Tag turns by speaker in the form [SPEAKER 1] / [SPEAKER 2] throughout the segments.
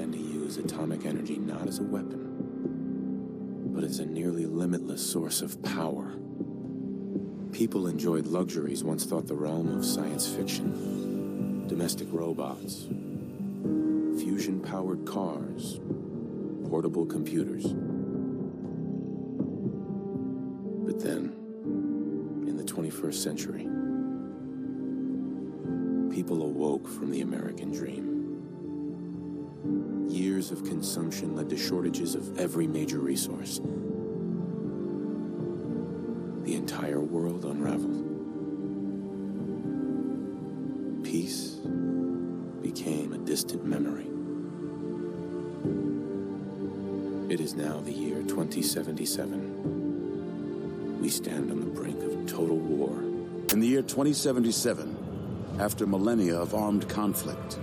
[SPEAKER 1] uses atomic energy not as a weapon, but as a nearly limitless source of power. People enjoyed luxuries once thought the realm of science fiction domestic robots, fusion powered cars, portable computers. But then, in the 21st century, people awoke from the American dream. Years of consumption led to shortages of every major resource. The entire world unraveled. Peace became a distant memory. It is now the year 2077. We stand on the brink of total war.
[SPEAKER 2] In the year 2077, after millennia of armed conflict,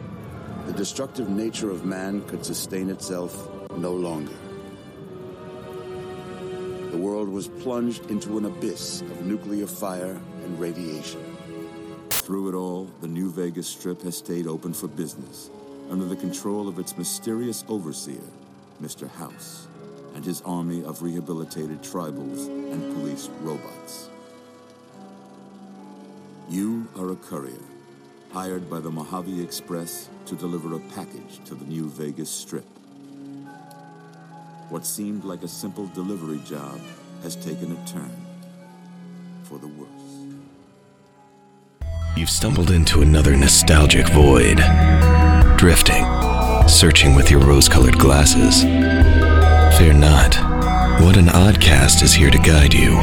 [SPEAKER 2] the destructive nature of man could sustain itself no longer. The world was plunged into an abyss of nuclear fire and radiation.
[SPEAKER 3] Through it all, the New Vegas Strip has stayed open for business under the control of its mysterious overseer, Mr. House, and his army of rehabilitated tribals and police robots. You are a courier, hired by the Mojave Express to deliver a package to the New Vegas Strip. What seemed like a simple delivery job has taken a turn for the worse.
[SPEAKER 4] You've stumbled into another nostalgic void. Drifting, searching with your rose colored glasses. Fear not. What an Odd Cast is here to guide you.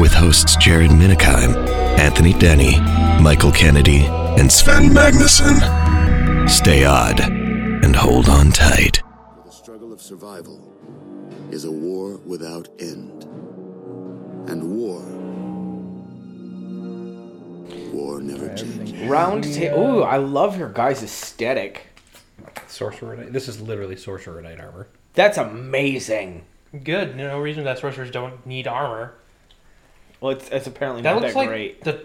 [SPEAKER 4] With hosts Jared Minikheim, Anthony Denny, Michael Kennedy, and Sven Magnuson. Stay odd and hold on tight.
[SPEAKER 2] The struggle of survival is a war without end. And war War never changes.
[SPEAKER 5] Round table. Ooh, I love your guys' aesthetic.
[SPEAKER 6] Sorcerer Knight. This is literally Sorcerer Knight armor.
[SPEAKER 5] That's amazing.
[SPEAKER 7] Good. No reason that sorcerers don't need armor.
[SPEAKER 5] Well, it's, it's apparently
[SPEAKER 7] That
[SPEAKER 5] not
[SPEAKER 7] looks
[SPEAKER 5] that
[SPEAKER 7] like
[SPEAKER 5] great.
[SPEAKER 7] the.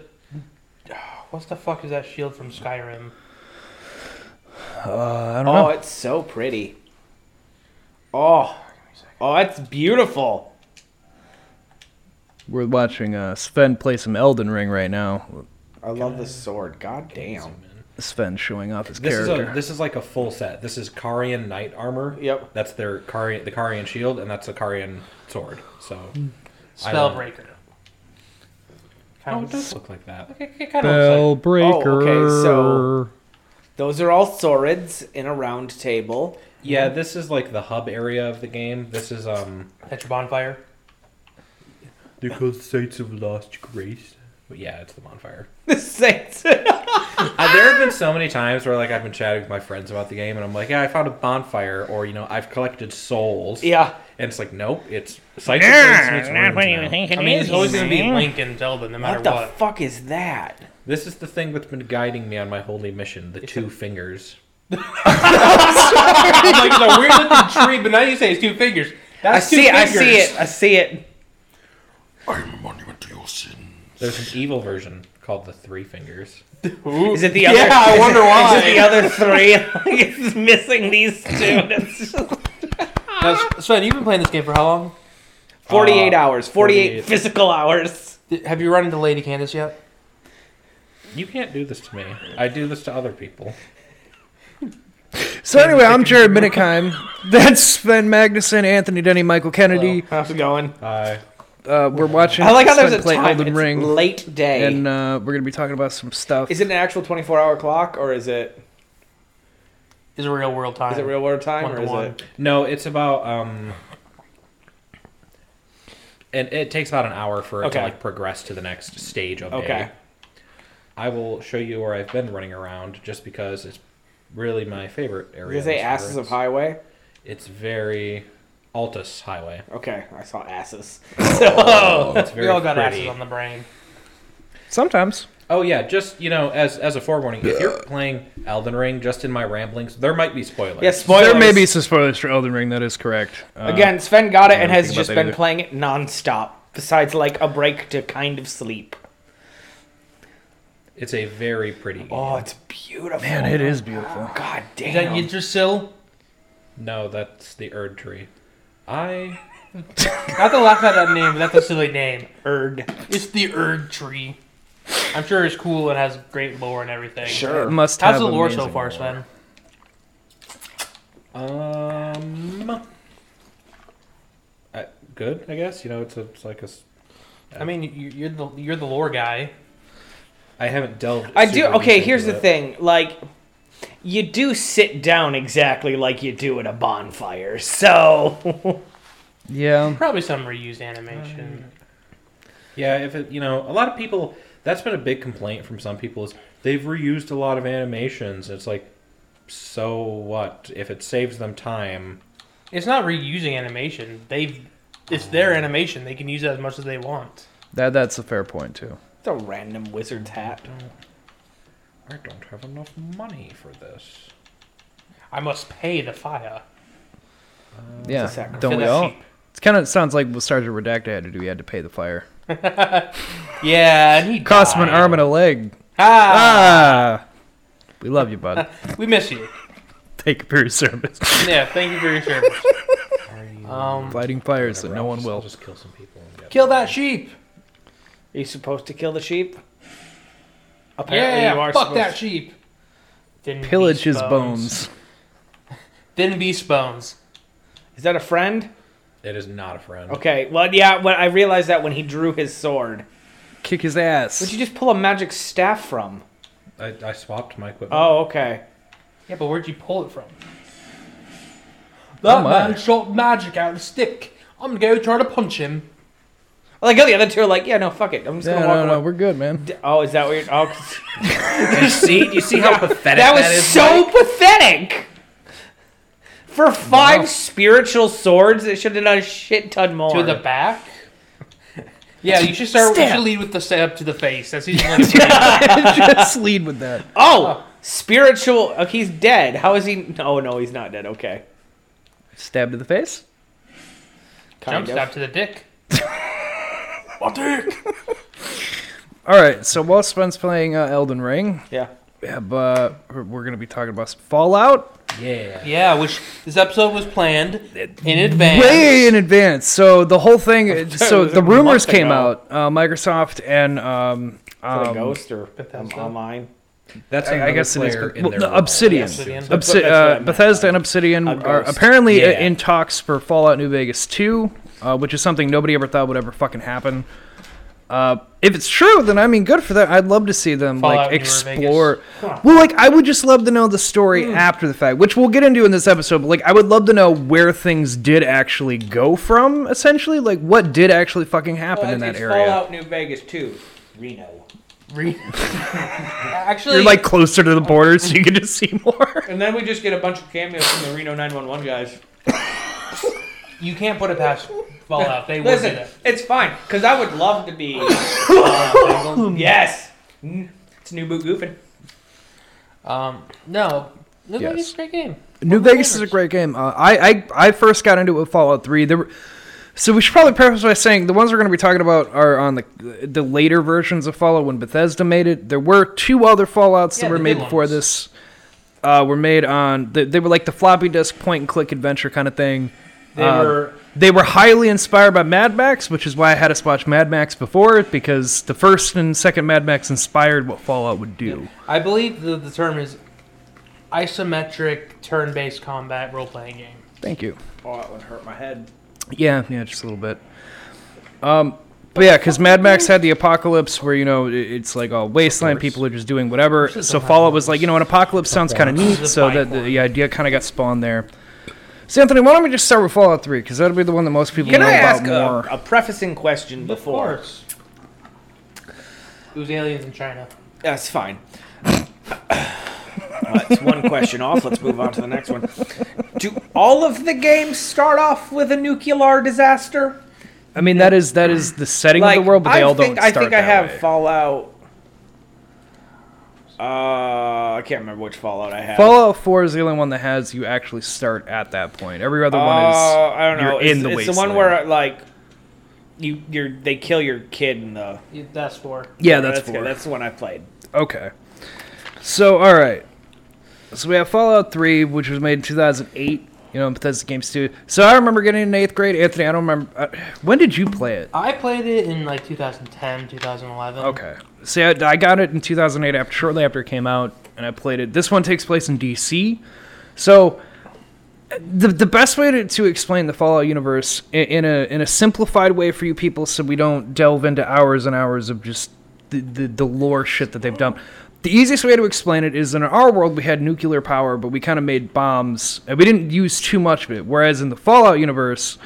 [SPEAKER 7] What the fuck is that shield from Skyrim?
[SPEAKER 6] Uh, I don't
[SPEAKER 5] oh, it's so pretty. Oh, oh, that's beautiful.
[SPEAKER 6] We're watching uh, Sven play some Elden Ring right now.
[SPEAKER 5] I love this sword. God damn.
[SPEAKER 6] Sven showing off his
[SPEAKER 8] This is
[SPEAKER 6] character.
[SPEAKER 8] a, this is like a full set. This is Karian knight armor.
[SPEAKER 5] Yep.
[SPEAKER 8] That's their Karian the Karian shield and that's a Karian sword. So I love- Oh,
[SPEAKER 7] Spellbreaker. Kind
[SPEAKER 8] it
[SPEAKER 7] of,
[SPEAKER 8] does look like that.
[SPEAKER 7] it, it kind of looks
[SPEAKER 6] Bell breaker.
[SPEAKER 5] Oh, so- Those are all swords in a round table.
[SPEAKER 8] Yeah, this is like the hub area of the game. This is um
[SPEAKER 7] like that's your bonfire.
[SPEAKER 8] They're called Sites of Lost Grace. But yeah, it's the bonfire.
[SPEAKER 5] The saints.
[SPEAKER 8] Uh, there have been so many times where like I've been chatting with my friends about the game, and I'm like, "Yeah, I found a bonfire," or you know, "I've collected souls."
[SPEAKER 5] yeah.
[SPEAKER 8] and it's like, nope, it's sites of grace. and it's ruins now.
[SPEAKER 7] I mean, it's always going to be Link and Zelda, no matter
[SPEAKER 5] What
[SPEAKER 7] what.
[SPEAKER 5] the fuck is that?
[SPEAKER 8] This is the thing that's been guiding me on my holy mission: the two fingers.
[SPEAKER 7] like it's a weird looking tree, but now you say it's two fingers. That's
[SPEAKER 5] I
[SPEAKER 7] two
[SPEAKER 5] see it. I
[SPEAKER 7] fingers.
[SPEAKER 5] see it. I see it.
[SPEAKER 8] There's an evil version called the three fingers.
[SPEAKER 5] Is it the
[SPEAKER 7] Yeah,
[SPEAKER 5] other?
[SPEAKER 7] I
[SPEAKER 5] is
[SPEAKER 7] wonder
[SPEAKER 5] it,
[SPEAKER 7] why.
[SPEAKER 5] Is it the other three? Like, it's missing these two. It's just-
[SPEAKER 7] Now, Sven, you've been playing this game for how long? Uh,
[SPEAKER 5] 48 hours. 48,
[SPEAKER 8] 48.
[SPEAKER 5] physical hours.
[SPEAKER 7] Did- Have you run into Lady Candace yet?
[SPEAKER 8] You can't do this to me. I do this to other people.
[SPEAKER 6] So anyway, I'm Jared Minikheim. That's Sven Magnuson, Anthony Denny, Michael Kennedy.
[SPEAKER 5] How's it going?
[SPEAKER 8] Uh,
[SPEAKER 6] Uh, we're watching.
[SPEAKER 5] I like how there's
[SPEAKER 6] Sven
[SPEAKER 5] a
[SPEAKER 6] play
[SPEAKER 5] time.
[SPEAKER 6] Elden
[SPEAKER 5] It's
[SPEAKER 6] Ring,
[SPEAKER 5] late day.
[SPEAKER 6] and uh, we're gonna be talking about some stuff.
[SPEAKER 5] is it an actual 24 hour clock or is it
[SPEAKER 7] Is it real world time?
[SPEAKER 5] is it real world time
[SPEAKER 7] One
[SPEAKER 5] or
[SPEAKER 7] to
[SPEAKER 5] is
[SPEAKER 7] one.
[SPEAKER 5] it?
[SPEAKER 8] no, it's about um, and it takes about an hour for it
[SPEAKER 5] Okay.
[SPEAKER 8] to like progress to the next stage of
[SPEAKER 5] Okay.
[SPEAKER 8] day. I will show you where I've been running around, just because it's really my favorite
[SPEAKER 5] Did
[SPEAKER 8] area.
[SPEAKER 5] they say
[SPEAKER 8] It's-
[SPEAKER 5] asses of highway?
[SPEAKER 8] It's very Altus Highway.
[SPEAKER 5] Okay, I saw asses.
[SPEAKER 8] It's very
[SPEAKER 7] We all got
[SPEAKER 8] pretty.
[SPEAKER 7] asses on the brain.
[SPEAKER 6] Sometimes.
[SPEAKER 8] Oh yeah, just you know, as as a forewarning, if you're playing Elden Ring, just in my ramblings, there might be spoilers.
[SPEAKER 5] Yeah, spoilers.
[SPEAKER 6] There may be some spoilers for Elden Ring. That is correct. Uh,
[SPEAKER 5] Again, Sven got it and
[SPEAKER 6] I don't
[SPEAKER 5] has
[SPEAKER 6] think
[SPEAKER 5] just
[SPEAKER 6] about that
[SPEAKER 5] been
[SPEAKER 6] either.
[SPEAKER 5] playing it nonstop. Besides, like a break to kind of sleep.
[SPEAKER 8] it's a very pretty. Game.
[SPEAKER 5] Oh, it's beautiful.
[SPEAKER 6] man, it is beautiful.
[SPEAKER 5] God
[SPEAKER 8] Um,
[SPEAKER 7] Is that
[SPEAKER 5] damn.
[SPEAKER 7] Yggdrasil?
[SPEAKER 9] No, that's the Erd tree. I
[SPEAKER 7] Not to laugh at that name, but that's a silly name. Erd. It's the Erd tree. I'm sure it's cool and has great lore and everything.
[SPEAKER 6] It must have
[SPEAKER 7] How's the lore so
[SPEAKER 6] amazing
[SPEAKER 7] far,
[SPEAKER 6] lore.
[SPEAKER 7] Sven?
[SPEAKER 9] um
[SPEAKER 8] uh,
[SPEAKER 9] I, good, I guess. You know, it's, a, it's like a. s-
[SPEAKER 7] I mean, you- you're the you're the lore guy.
[SPEAKER 9] I haven't delved.
[SPEAKER 5] I do.
[SPEAKER 9] super deep
[SPEAKER 5] Okay,
[SPEAKER 9] into
[SPEAKER 5] here's the
[SPEAKER 9] it.
[SPEAKER 5] thing. Like, you do sit down exactly like you do at a bonfire. So,
[SPEAKER 6] Yeah.
[SPEAKER 7] Probably some reused animation.
[SPEAKER 9] Yeah, if it, you know, a lot of people. That's been a big complaint from some people is they've reused a lot of animations. It's like, so what if it saves them time?
[SPEAKER 7] It's not reusing animation. They've it's their animation. They can use it as much as they want.
[SPEAKER 6] That that's a fair point too.
[SPEAKER 5] it's a random wizard's hat.
[SPEAKER 9] I don't have enough money for this.
[SPEAKER 7] I must pay the fire.
[SPEAKER 5] It's a
[SPEAKER 6] Yeah.
[SPEAKER 5] sacrifice.
[SPEAKER 6] Don't we
[SPEAKER 7] That's
[SPEAKER 6] all?
[SPEAKER 7] cheap.
[SPEAKER 6] It kind of sounds like what Sergeant Redacted had to do. He had to pay the fire.
[SPEAKER 7] Yeah, and he
[SPEAKER 6] Cost him
[SPEAKER 7] died.
[SPEAKER 6] an arm and a leg.
[SPEAKER 7] Ah,
[SPEAKER 6] Ah. We love you, bud.
[SPEAKER 7] we miss you.
[SPEAKER 6] Thank you for your service.
[SPEAKER 7] Yeah, thank you for your service. um,
[SPEAKER 6] Fighting fires that no
[SPEAKER 9] I'll
[SPEAKER 6] one
[SPEAKER 9] just- I'll
[SPEAKER 6] will.
[SPEAKER 9] just kill some people. And get
[SPEAKER 7] kill that sheep.
[SPEAKER 5] Are you supposed to kill the sheep? Apparently
[SPEAKER 7] Yeah,
[SPEAKER 5] you are
[SPEAKER 7] fuck
[SPEAKER 5] supposed
[SPEAKER 7] that
[SPEAKER 5] to.
[SPEAKER 7] sheep. Then
[SPEAKER 6] Pillage his
[SPEAKER 7] beast
[SPEAKER 6] bones.
[SPEAKER 7] Then beast bones.
[SPEAKER 5] Is that a friend?
[SPEAKER 9] It is not a friend.
[SPEAKER 5] Okay. Well, yeah. When I realized that when he drew his sword,
[SPEAKER 6] Kick his
[SPEAKER 5] where'd
[SPEAKER 6] ass.
[SPEAKER 5] you just pull a magic staff from?
[SPEAKER 9] I, I swapped my equipment.
[SPEAKER 5] Oh, okay.
[SPEAKER 7] Yeah, but where'd you pull it from?
[SPEAKER 6] That
[SPEAKER 7] That
[SPEAKER 6] Oh my. man
[SPEAKER 7] man shot magic out of the stick. I'm gonna go try to punch him.
[SPEAKER 5] Well, like oh, the other two are like, yeah, no, fuck it. I'm just
[SPEAKER 6] Yeah,
[SPEAKER 5] gonna
[SPEAKER 6] no,
[SPEAKER 5] walk
[SPEAKER 6] no,
[SPEAKER 5] away.
[SPEAKER 6] we're good, man.
[SPEAKER 5] Oh, is that weird? Oh, 'cause-
[SPEAKER 9] you see, you see how pathetic
[SPEAKER 5] that was
[SPEAKER 9] is.
[SPEAKER 5] so pathetic. For five spiritual swords, it should have done a shit ton more.
[SPEAKER 7] To the back. Yeah, you should start. You
[SPEAKER 6] Stab.
[SPEAKER 7] should lead with the stab to the face. That's usually.
[SPEAKER 6] just lead with that.
[SPEAKER 5] oh, spiritual. Oh, he's dead. How is he? Oh no, he's not dead. Okay.
[SPEAKER 6] Stab to the face.
[SPEAKER 5] Kind
[SPEAKER 7] Jump
[SPEAKER 5] of.
[SPEAKER 7] stab to the dick.
[SPEAKER 6] All right. So while Sven's playing uh, Elden Ring,
[SPEAKER 5] Yeah.
[SPEAKER 6] yeah, but we're- we're gonna be talking about some Fallout
[SPEAKER 9] Yeah.
[SPEAKER 7] Yeah, which this episode was planned in advance.
[SPEAKER 6] way in advance. So the whole thing. So
[SPEAKER 5] was
[SPEAKER 6] the
[SPEAKER 5] a month
[SPEAKER 6] rumors came
[SPEAKER 5] ago.
[SPEAKER 6] out. Uh, Microsoft and um,
[SPEAKER 5] For the
[SPEAKER 6] um,
[SPEAKER 5] ghost or
[SPEAKER 7] Bethesda.
[SPEAKER 5] online.
[SPEAKER 9] That's
[SPEAKER 6] I- I
[SPEAKER 9] another
[SPEAKER 6] guess it is.
[SPEAKER 9] player in
[SPEAKER 6] well,
[SPEAKER 9] their
[SPEAKER 6] no,
[SPEAKER 9] world.
[SPEAKER 6] Obsidian.
[SPEAKER 7] Obsidian.
[SPEAKER 6] Obsi-
[SPEAKER 5] That's what- that's what I
[SPEAKER 6] uh,
[SPEAKER 5] meant.
[SPEAKER 6] Bethesda and Obsidian
[SPEAKER 5] A
[SPEAKER 6] are
[SPEAKER 5] ghost.
[SPEAKER 6] apparently
[SPEAKER 9] Yeah.
[SPEAKER 6] in talks for Fallout New Vegas 2, uh, which is something nobody ever thought would ever fucking happen. Uh, if it's true, then I mean, good for them. I'd love to see them
[SPEAKER 7] Fallout
[SPEAKER 6] like
[SPEAKER 7] New
[SPEAKER 6] explore. Well, like I would just love to know the story
[SPEAKER 5] Hmm.
[SPEAKER 6] after the fact, which we'll get into in this episode. But like, I would love to know where things did actually go from. Essentially, like what did actually fucking happen in that area.
[SPEAKER 5] Fallout New Vegas too. Reno.
[SPEAKER 7] Re- Actually,
[SPEAKER 6] You're like closer to the border, so you can just see more.
[SPEAKER 5] And then we just get a bunch of cameos from the Reno 911 guys.
[SPEAKER 7] you can't put it past Fallout. They will do
[SPEAKER 5] Listen,
[SPEAKER 7] that.
[SPEAKER 5] it's fine because I would love to be. uh, yes, Mm, it's new boot goofing.
[SPEAKER 7] Um, no, New
[SPEAKER 6] Yes.
[SPEAKER 7] Vegas is a great game.
[SPEAKER 6] New Vegas is a great game. Uh, I, I I first got into it with Fallout Three. There were, so we should probably preface by saying the ones we're going to be talking about are on the the later versions of Fallout when Bethesda made it. There were two other Fallout's
[SPEAKER 7] Yeah,
[SPEAKER 6] that were
[SPEAKER 7] the
[SPEAKER 6] made
[SPEAKER 7] big
[SPEAKER 6] before
[SPEAKER 7] ones.
[SPEAKER 6] this. Uh, were made on they, they were like the floppy disk point and click adventure kind of thing.
[SPEAKER 7] They
[SPEAKER 6] Um,
[SPEAKER 7] were
[SPEAKER 6] They were highly inspired by Mad Max, which is why I had us watch Mad Max before because the first and second Mad Max inspired what Fallout would do.
[SPEAKER 7] I believe the, the term is isometric turn-based combat role-playing game.
[SPEAKER 6] Thank you.
[SPEAKER 5] Oh, that one hurt my head.
[SPEAKER 6] Yeah, yeah, just a little bit. Um, but yeah, because Mad Max had the apocalypse where you know it- it's like all wasteland, people are just doing whatever. So Fallout was like, you know, an apocalypse sounds kind of neat,
[SPEAKER 7] It's a
[SPEAKER 6] so that the,
[SPEAKER 7] bipod.
[SPEAKER 6] the idea kind of got spawned there. So Anthony, why don't we just start with Fallout Three? Because that'll be the one that most people
[SPEAKER 5] Can
[SPEAKER 6] know
[SPEAKER 5] I
[SPEAKER 6] about
[SPEAKER 5] ask um, a,
[SPEAKER 6] more.
[SPEAKER 5] a prefacing question
[SPEAKER 7] Of
[SPEAKER 5] before?
[SPEAKER 7] course. It was aliens in China.
[SPEAKER 5] That's fine. That's one question off. Let's move on to the next one. Do all of the games start off with a nuclear disaster?
[SPEAKER 6] I mean, that is that is the setting of the world, but they
[SPEAKER 5] I
[SPEAKER 6] all
[SPEAKER 5] think,
[SPEAKER 6] don't start
[SPEAKER 5] I think I
[SPEAKER 6] that
[SPEAKER 5] have
[SPEAKER 6] way.
[SPEAKER 5] Fallout. Uh, I can't remember which Fallout I have.
[SPEAKER 6] Fallout Four is the only one that has you actually start at that point. Every other one is
[SPEAKER 5] Uh, I don't know.
[SPEAKER 6] you're
[SPEAKER 5] it's
[SPEAKER 6] in the
[SPEAKER 5] it's the one
[SPEAKER 6] wasteland.
[SPEAKER 5] where like you you're they kill your kid in the
[SPEAKER 7] Yeah, That's for.
[SPEAKER 6] yeah, that's,
[SPEAKER 5] good.
[SPEAKER 6] four.
[SPEAKER 5] That's the one I played.
[SPEAKER 6] Okay. So, all right. So we have Fallout 3, which was made in 2008. You know, in Bethesda games too. So I remember getting it in eighth grade. Anthony, I don't remember. Uh, when did you play it?
[SPEAKER 7] I played it in like 2010, 2011.
[SPEAKER 6] Okay. See, I, I got it in 2008, after, shortly after it came out, and I played it. This one takes place in DC, so uh, the the best way to, to explain the Fallout universe in, in a in a simplified way for you people, so we don't delve into hours and hours of just the the, the lore shit that they've done. The easiest way to explain it is in our world we had nuclear power, but we kind of made bombs and we didn't use too much of it. Whereas in the Fallout universe,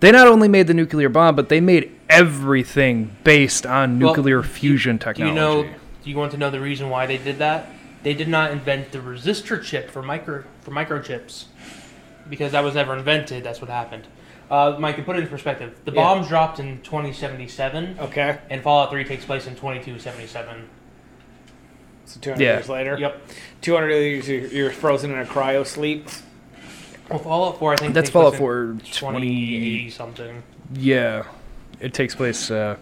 [SPEAKER 6] they not only made the nuclear bomb, but they made everything based on
[SPEAKER 7] Well,
[SPEAKER 6] nuclear
[SPEAKER 7] you-
[SPEAKER 6] fusion
[SPEAKER 7] Do
[SPEAKER 6] technology.
[SPEAKER 7] you know? Do you want to know the reason why they did that? They did not invent the resistor chip for micro for microchips because that was never invented. That's what happened. Uh, Mike, to put it in perspective, the
[SPEAKER 5] Yeah.
[SPEAKER 7] bombs dropped in 2077,
[SPEAKER 5] Okay.
[SPEAKER 7] and Fallout 3 takes place in 2277.
[SPEAKER 5] So 200
[SPEAKER 6] Yeah.
[SPEAKER 5] years later.
[SPEAKER 7] Yep.
[SPEAKER 5] 200 years, you're- you're frozen in a cryo sleep.
[SPEAKER 7] Well, Fallout 4, I think
[SPEAKER 6] That's
[SPEAKER 7] takes place
[SPEAKER 6] Fallout
[SPEAKER 7] in
[SPEAKER 6] 4 20.
[SPEAKER 7] 2080 something.
[SPEAKER 6] Yeah, it takes place. Uh,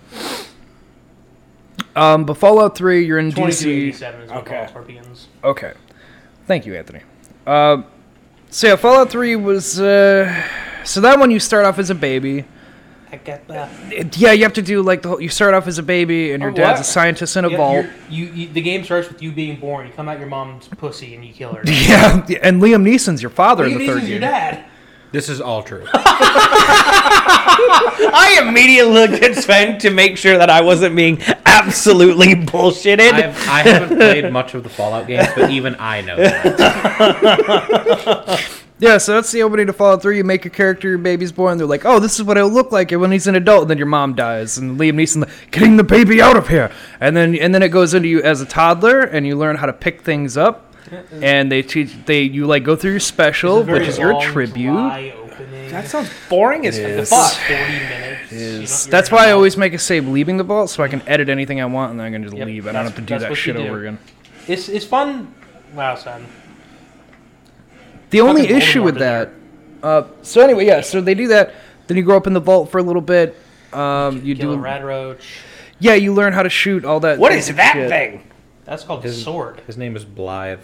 [SPEAKER 6] um, but Fallout Three, you're in DC.
[SPEAKER 7] 2287 is when
[SPEAKER 5] Okay.
[SPEAKER 7] Fallout 4 begins.
[SPEAKER 6] Okay, thank you, Anthony. Uh, so yeah, Fallout Three was. Uh, so that one you start off as a baby.
[SPEAKER 7] I got that.
[SPEAKER 6] It- yeah, you have to do like the whole. You start off as a baby, and your
[SPEAKER 7] Oh,
[SPEAKER 6] dad's a
[SPEAKER 7] what?
[SPEAKER 6] scientist in a
[SPEAKER 7] Yeah,
[SPEAKER 6] vault.
[SPEAKER 7] you're- You, you, the game starts with you being born. You come out your mom's pussy and you kill her.
[SPEAKER 6] Yeah, and Liam Neeson's your father
[SPEAKER 7] Liam
[SPEAKER 6] in the
[SPEAKER 7] Neeson's
[SPEAKER 6] third
[SPEAKER 7] your
[SPEAKER 6] game.
[SPEAKER 7] dad.
[SPEAKER 9] This is all true.
[SPEAKER 5] I immediately looked at Sven to make sure that I wasn't being absolutely bullshitted.
[SPEAKER 9] I've, I haven't played much of the Fallout games, but even I know that.
[SPEAKER 6] Yeah, so that's the opening to Fallout 3. You make your character, your baby's born. They're like, oh, this is what it'll look like when he's an adult. And then your mom dies, and Liam Neeson like, getting the baby out of here. And then and then it goes into you as a toddler, and you learn how to pick things up. And they teach they you like go through your special,
[SPEAKER 7] Very
[SPEAKER 6] which is your
[SPEAKER 7] long,
[SPEAKER 6] tribute.
[SPEAKER 7] dry opening.
[SPEAKER 5] that sounds boring as
[SPEAKER 6] is.
[SPEAKER 5] fuck.
[SPEAKER 7] 40 minutes. you know,
[SPEAKER 6] Is-
[SPEAKER 7] you're
[SPEAKER 6] That's
[SPEAKER 7] in
[SPEAKER 6] why I
[SPEAKER 7] the-
[SPEAKER 6] always make a save leaving the vault, so I can edit anything I want, and then I can just
[SPEAKER 7] Yep,
[SPEAKER 6] leave. I don't
[SPEAKER 7] that's-
[SPEAKER 6] have to do
[SPEAKER 7] that's
[SPEAKER 6] that
[SPEAKER 7] what
[SPEAKER 6] shit
[SPEAKER 7] you do.
[SPEAKER 6] over again.
[SPEAKER 7] It's, it's fun. Wow, son.
[SPEAKER 6] The only
[SPEAKER 7] Voldemort
[SPEAKER 6] issue with
[SPEAKER 7] in there.
[SPEAKER 6] that. Uh, so anyway, yeah. So they do that. Then you grow up in the vault for a little bit. Um, you
[SPEAKER 7] Kill
[SPEAKER 6] do
[SPEAKER 7] a rat roach.
[SPEAKER 6] Yeah, you learn how to shoot all that.
[SPEAKER 5] What is that
[SPEAKER 6] shit.
[SPEAKER 5] thing?
[SPEAKER 7] That's called
[SPEAKER 9] His-
[SPEAKER 7] sword.
[SPEAKER 9] His name is Blythe.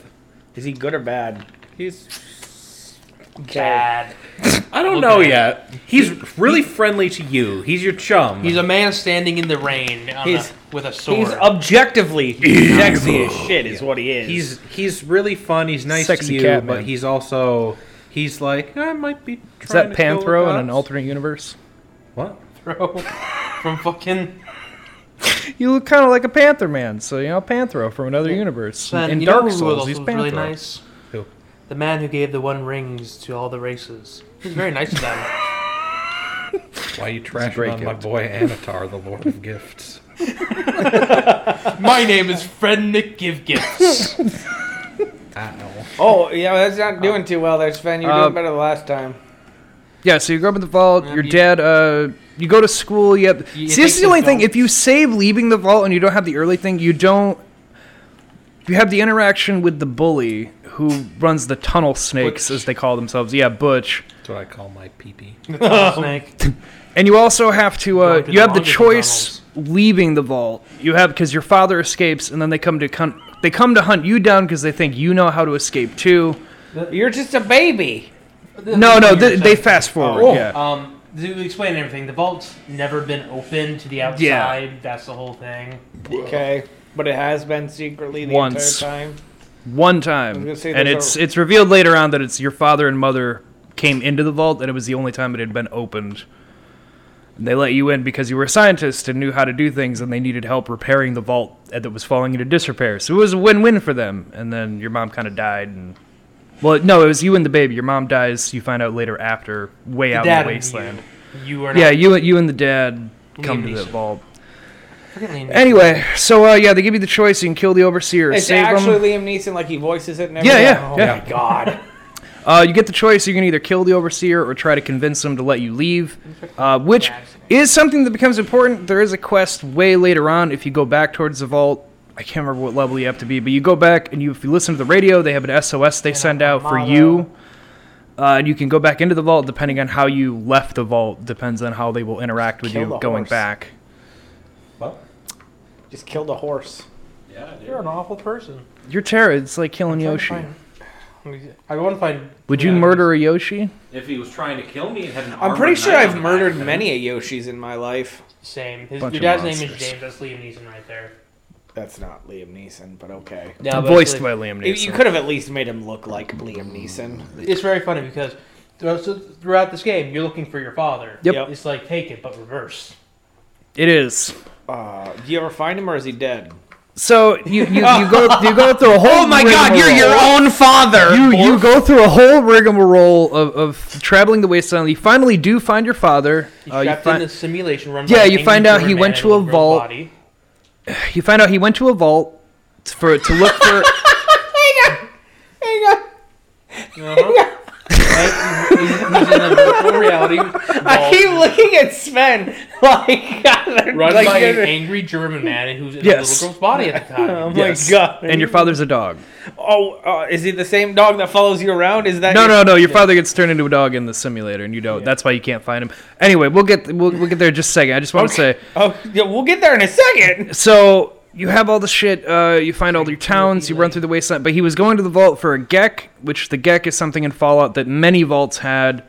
[SPEAKER 5] Is he good or bad?
[SPEAKER 9] He's
[SPEAKER 7] Bad.
[SPEAKER 9] I don't
[SPEAKER 7] Look
[SPEAKER 9] know
[SPEAKER 7] at him.
[SPEAKER 9] yet. He's really friendly to you. He's your chum.
[SPEAKER 7] He's a man standing in the rain on a,
[SPEAKER 5] He's-
[SPEAKER 7] with a sword.
[SPEAKER 5] He's objectively sexy as shit, is what he is.
[SPEAKER 9] he's he's really fun. He's nice
[SPEAKER 6] Sexy
[SPEAKER 9] to you,
[SPEAKER 6] cat,
[SPEAKER 9] but
[SPEAKER 6] man.
[SPEAKER 9] he's also he's like I might be.
[SPEAKER 6] Is
[SPEAKER 9] trying to
[SPEAKER 6] that
[SPEAKER 9] kill
[SPEAKER 6] Panthro
[SPEAKER 9] the
[SPEAKER 6] in an
[SPEAKER 9] cops."
[SPEAKER 6] alternate universe?
[SPEAKER 9] What?
[SPEAKER 7] Bro, from fucking.
[SPEAKER 6] You look kind of like a Panther man, so you know Panthro from another universe.
[SPEAKER 7] Sven,
[SPEAKER 6] in
[SPEAKER 7] you know
[SPEAKER 6] Dark
[SPEAKER 7] who
[SPEAKER 6] Souls,
[SPEAKER 7] else
[SPEAKER 6] he's
[SPEAKER 7] was
[SPEAKER 6] Panthro.
[SPEAKER 7] really nice?
[SPEAKER 9] Who?
[SPEAKER 7] The man who gave the one rings to all the races. He was very nice to them.
[SPEAKER 9] Why are you trashing
[SPEAKER 6] great
[SPEAKER 9] on my
[SPEAKER 6] gift.
[SPEAKER 9] boy Anatar, the Lord of Gifts?
[SPEAKER 7] My name is Fred McGivegifts.
[SPEAKER 9] Ow.
[SPEAKER 5] oh, yeah, that's not doing too well there, Sven. You're
[SPEAKER 6] Uh,
[SPEAKER 5] doing better than last time.
[SPEAKER 6] Yeah, so you grow up in the vault.
[SPEAKER 7] Yeah,
[SPEAKER 6] Your
[SPEAKER 7] you-
[SPEAKER 6] dad, uh, you go to school. You have,
[SPEAKER 7] You- it
[SPEAKER 6] see, this
[SPEAKER 7] takes
[SPEAKER 6] is the only
[SPEAKER 7] the
[SPEAKER 6] thing.
[SPEAKER 7] vault-
[SPEAKER 6] If you save leaving the vault and you don't have the early thing, you don't. You have the interaction with the bully who runs the tunnel snakes,
[SPEAKER 7] Butch.
[SPEAKER 6] as they call themselves. Yeah, Butch.
[SPEAKER 9] That's what I call my pee-pee.
[SPEAKER 7] Snake.
[SPEAKER 6] And you also have to
[SPEAKER 7] Going
[SPEAKER 6] uh,
[SPEAKER 7] to the
[SPEAKER 6] you have the
[SPEAKER 7] longest
[SPEAKER 6] choice leaving the vault. You have because your father escapes, and then they come to con- they come to hunt you down because they think you know how to escape too.
[SPEAKER 5] You're just a baby.
[SPEAKER 6] No, no,
[SPEAKER 7] You were
[SPEAKER 6] th- they
[SPEAKER 7] saying-
[SPEAKER 6] fast forward.
[SPEAKER 5] Oh.
[SPEAKER 6] yeah.
[SPEAKER 7] Um, to explain everything, the vault's never been open to the outside. That's the whole thing.
[SPEAKER 5] Okay. But it has been secretly the
[SPEAKER 6] Once.
[SPEAKER 5] entire time.
[SPEAKER 6] one
[SPEAKER 5] was
[SPEAKER 6] time,
[SPEAKER 5] gonna say
[SPEAKER 6] and
[SPEAKER 5] those
[SPEAKER 6] it's
[SPEAKER 5] are-
[SPEAKER 6] it's revealed later on that it's your father and mother came into the vault, and it was the only time it had been opened. And they let you in because you were a scientist and knew how to do things, and they needed help repairing the vault that was falling into disrepair. So it was a win-win for them. And then your mom kind of died, and well, no, it was you and the baby. Your mom dies. You find out later after, way out in
[SPEAKER 7] Dad
[SPEAKER 6] the
[SPEAKER 7] and
[SPEAKER 6] wasteland.
[SPEAKER 7] You, you are
[SPEAKER 6] Yeah,
[SPEAKER 7] not.
[SPEAKER 6] you you and the dad come
[SPEAKER 7] Liam
[SPEAKER 6] to the
[SPEAKER 7] Neeson.
[SPEAKER 6] vault.
[SPEAKER 7] Yeah.
[SPEAKER 6] Anyway, so uh, yeah, they give you the choice: you can kill the overseer, or
[SPEAKER 5] It's
[SPEAKER 6] save them.
[SPEAKER 5] actually Liam Neeson, like he voices it and
[SPEAKER 6] Yeah,
[SPEAKER 5] everything.
[SPEAKER 6] yeah,
[SPEAKER 5] Oh
[SPEAKER 6] yeah.
[SPEAKER 5] my god.
[SPEAKER 6] Uh, you get the choice. You can either kill the overseer or try to convince him to let you leave, uh, which is something that becomes important. There is a quest way later on if you go back towards the vault. I can't remember what level you have to be, but you go back and you, if you listen to the radio, they have an SOS they send out for you, uh, and you can go back into the vault depending on how you left the vault. Depends on how they will interact with
[SPEAKER 5] Kill
[SPEAKER 6] you
[SPEAKER 5] the
[SPEAKER 6] going
[SPEAKER 5] horse.
[SPEAKER 6] back.
[SPEAKER 9] Well,
[SPEAKER 5] Just killed a horse.
[SPEAKER 7] You're an awful person.
[SPEAKER 6] You're Terra. It's like killing Yoshi.
[SPEAKER 7] I want to find.
[SPEAKER 6] Would you murder a Yoshi?
[SPEAKER 9] If he was trying to kill me and had an
[SPEAKER 5] I'm pretty sure I've murdered many a Yoshis in my life.
[SPEAKER 7] Same. His, your
[SPEAKER 6] Bunch of
[SPEAKER 7] dad's name is
[SPEAKER 6] monsters.
[SPEAKER 7] James. That's Liam Neeson right there.
[SPEAKER 5] That's not Liam Neeson, but okay.
[SPEAKER 7] No, but
[SPEAKER 6] Voiced
[SPEAKER 7] it's
[SPEAKER 6] by
[SPEAKER 7] like-
[SPEAKER 6] Liam
[SPEAKER 5] You,
[SPEAKER 6] Neeson.
[SPEAKER 5] you could have at least made him look like Liam Neeson.
[SPEAKER 7] It's very funny because throughout, so throughout this game, you're looking for your father.
[SPEAKER 6] Yep.
[SPEAKER 7] It's like take it, but reverse.
[SPEAKER 6] It is.
[SPEAKER 5] Uh, do you ever find him, or is he dead?
[SPEAKER 6] So you, you, you go you go
[SPEAKER 5] Oh
[SPEAKER 6] through a whole rigmarole.
[SPEAKER 5] own father.
[SPEAKER 6] you you go through a whole rigmarole of, of traveling the wasteland. You finally do find your father.
[SPEAKER 7] He's
[SPEAKER 6] Uh, you,
[SPEAKER 7] trapped in
[SPEAKER 6] find,
[SPEAKER 7] this simulation run.
[SPEAKER 6] Yeah,
[SPEAKER 7] by an
[SPEAKER 6] you
[SPEAKER 7] angry
[SPEAKER 6] find out he
[SPEAKER 7] German
[SPEAKER 6] went
[SPEAKER 7] man
[SPEAKER 6] to
[SPEAKER 7] in
[SPEAKER 6] a
[SPEAKER 7] girl's
[SPEAKER 6] vault.
[SPEAKER 7] body.
[SPEAKER 6] you find out he went to a vault for to look for.
[SPEAKER 7] Uh-huh. Right? He's, he's in a virtual reality
[SPEAKER 5] I
[SPEAKER 7] vault
[SPEAKER 5] keep looking at Sven like,
[SPEAKER 7] run
[SPEAKER 5] like
[SPEAKER 7] by an
[SPEAKER 5] you're-
[SPEAKER 7] angry German man who's in
[SPEAKER 6] Yes.
[SPEAKER 7] a little girl's body at the time.
[SPEAKER 5] Oh my
[SPEAKER 6] Yes.
[SPEAKER 5] god!
[SPEAKER 6] And your father's a dog.
[SPEAKER 5] Oh, uh, is he the same dog that follows you around? Is that
[SPEAKER 6] No, no, no. Your father gets turned into a dog in the simulator, and you don't. That's why you can't find him. Anyway, we'll get we'll, we'll get there in just a second. I just want to say
[SPEAKER 5] Oh, yeah, we'll get there in a second.
[SPEAKER 6] so. You have all the shit. Uh, you find all your towns. You run through the wasteland. But he was going to the vault for a Gek, which the Gek is something in Fallout that many vaults had.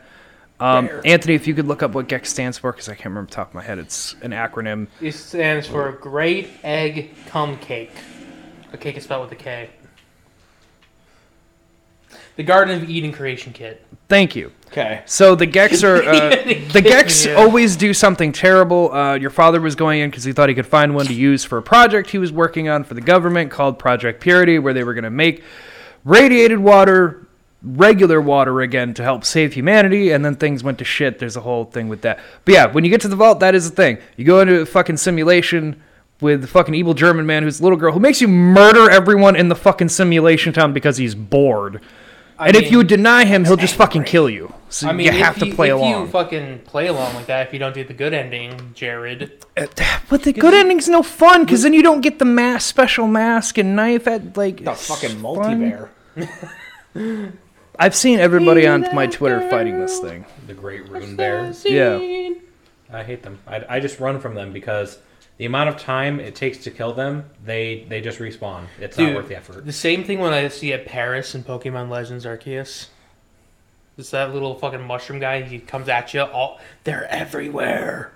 [SPEAKER 6] Um, Anthony, if you could look up what Gek stands for, because I can't remember off the top of my head. It's an acronym.
[SPEAKER 7] It stands for Great Egg Cum Cake. A cake is spelled with a K. The Garden of Eden creation kit.
[SPEAKER 6] Thank you.
[SPEAKER 5] Okay.
[SPEAKER 6] So the Geks are uh, the Geks
[SPEAKER 7] Yeah.
[SPEAKER 6] always do something terrible. Uh, your father was going in because he thought he could find one to use for a project he was working on for the government called Project Purity, where they were going to make radiated water regular water again to help save humanity and then things went to shit there's a whole thing with that but yeah when you get to the vault that is the thing you go into a fucking simulation with the fucking evil german man who's a little girl who makes you murder everyone in the fucking simulation town because he's bored and if
[SPEAKER 7] mean-
[SPEAKER 6] you deny him he'll just fucking kill you so
[SPEAKER 7] I mean,
[SPEAKER 6] you
[SPEAKER 7] if
[SPEAKER 6] have to play
[SPEAKER 7] if
[SPEAKER 6] along
[SPEAKER 7] you fucking play along like that, if you don't do the good ending, Jared,
[SPEAKER 6] but the good ending's no fun because then you don't get the mask special mask and knife at like
[SPEAKER 5] The fucking multi-bear.
[SPEAKER 6] i've seen everybody on my twitter fighting this thing
[SPEAKER 9] The Great Rune Bear.
[SPEAKER 6] yeah
[SPEAKER 9] I hate them. I, I just run from them because the amount of time it takes to kill them, they they just respawn. It's
[SPEAKER 7] Dude,
[SPEAKER 9] not worth the effort.
[SPEAKER 7] the same thing when I see a Paris in Pokemon Legends Arceus. It's that little fucking mushroom guy. He comes at you. All they're everywhere.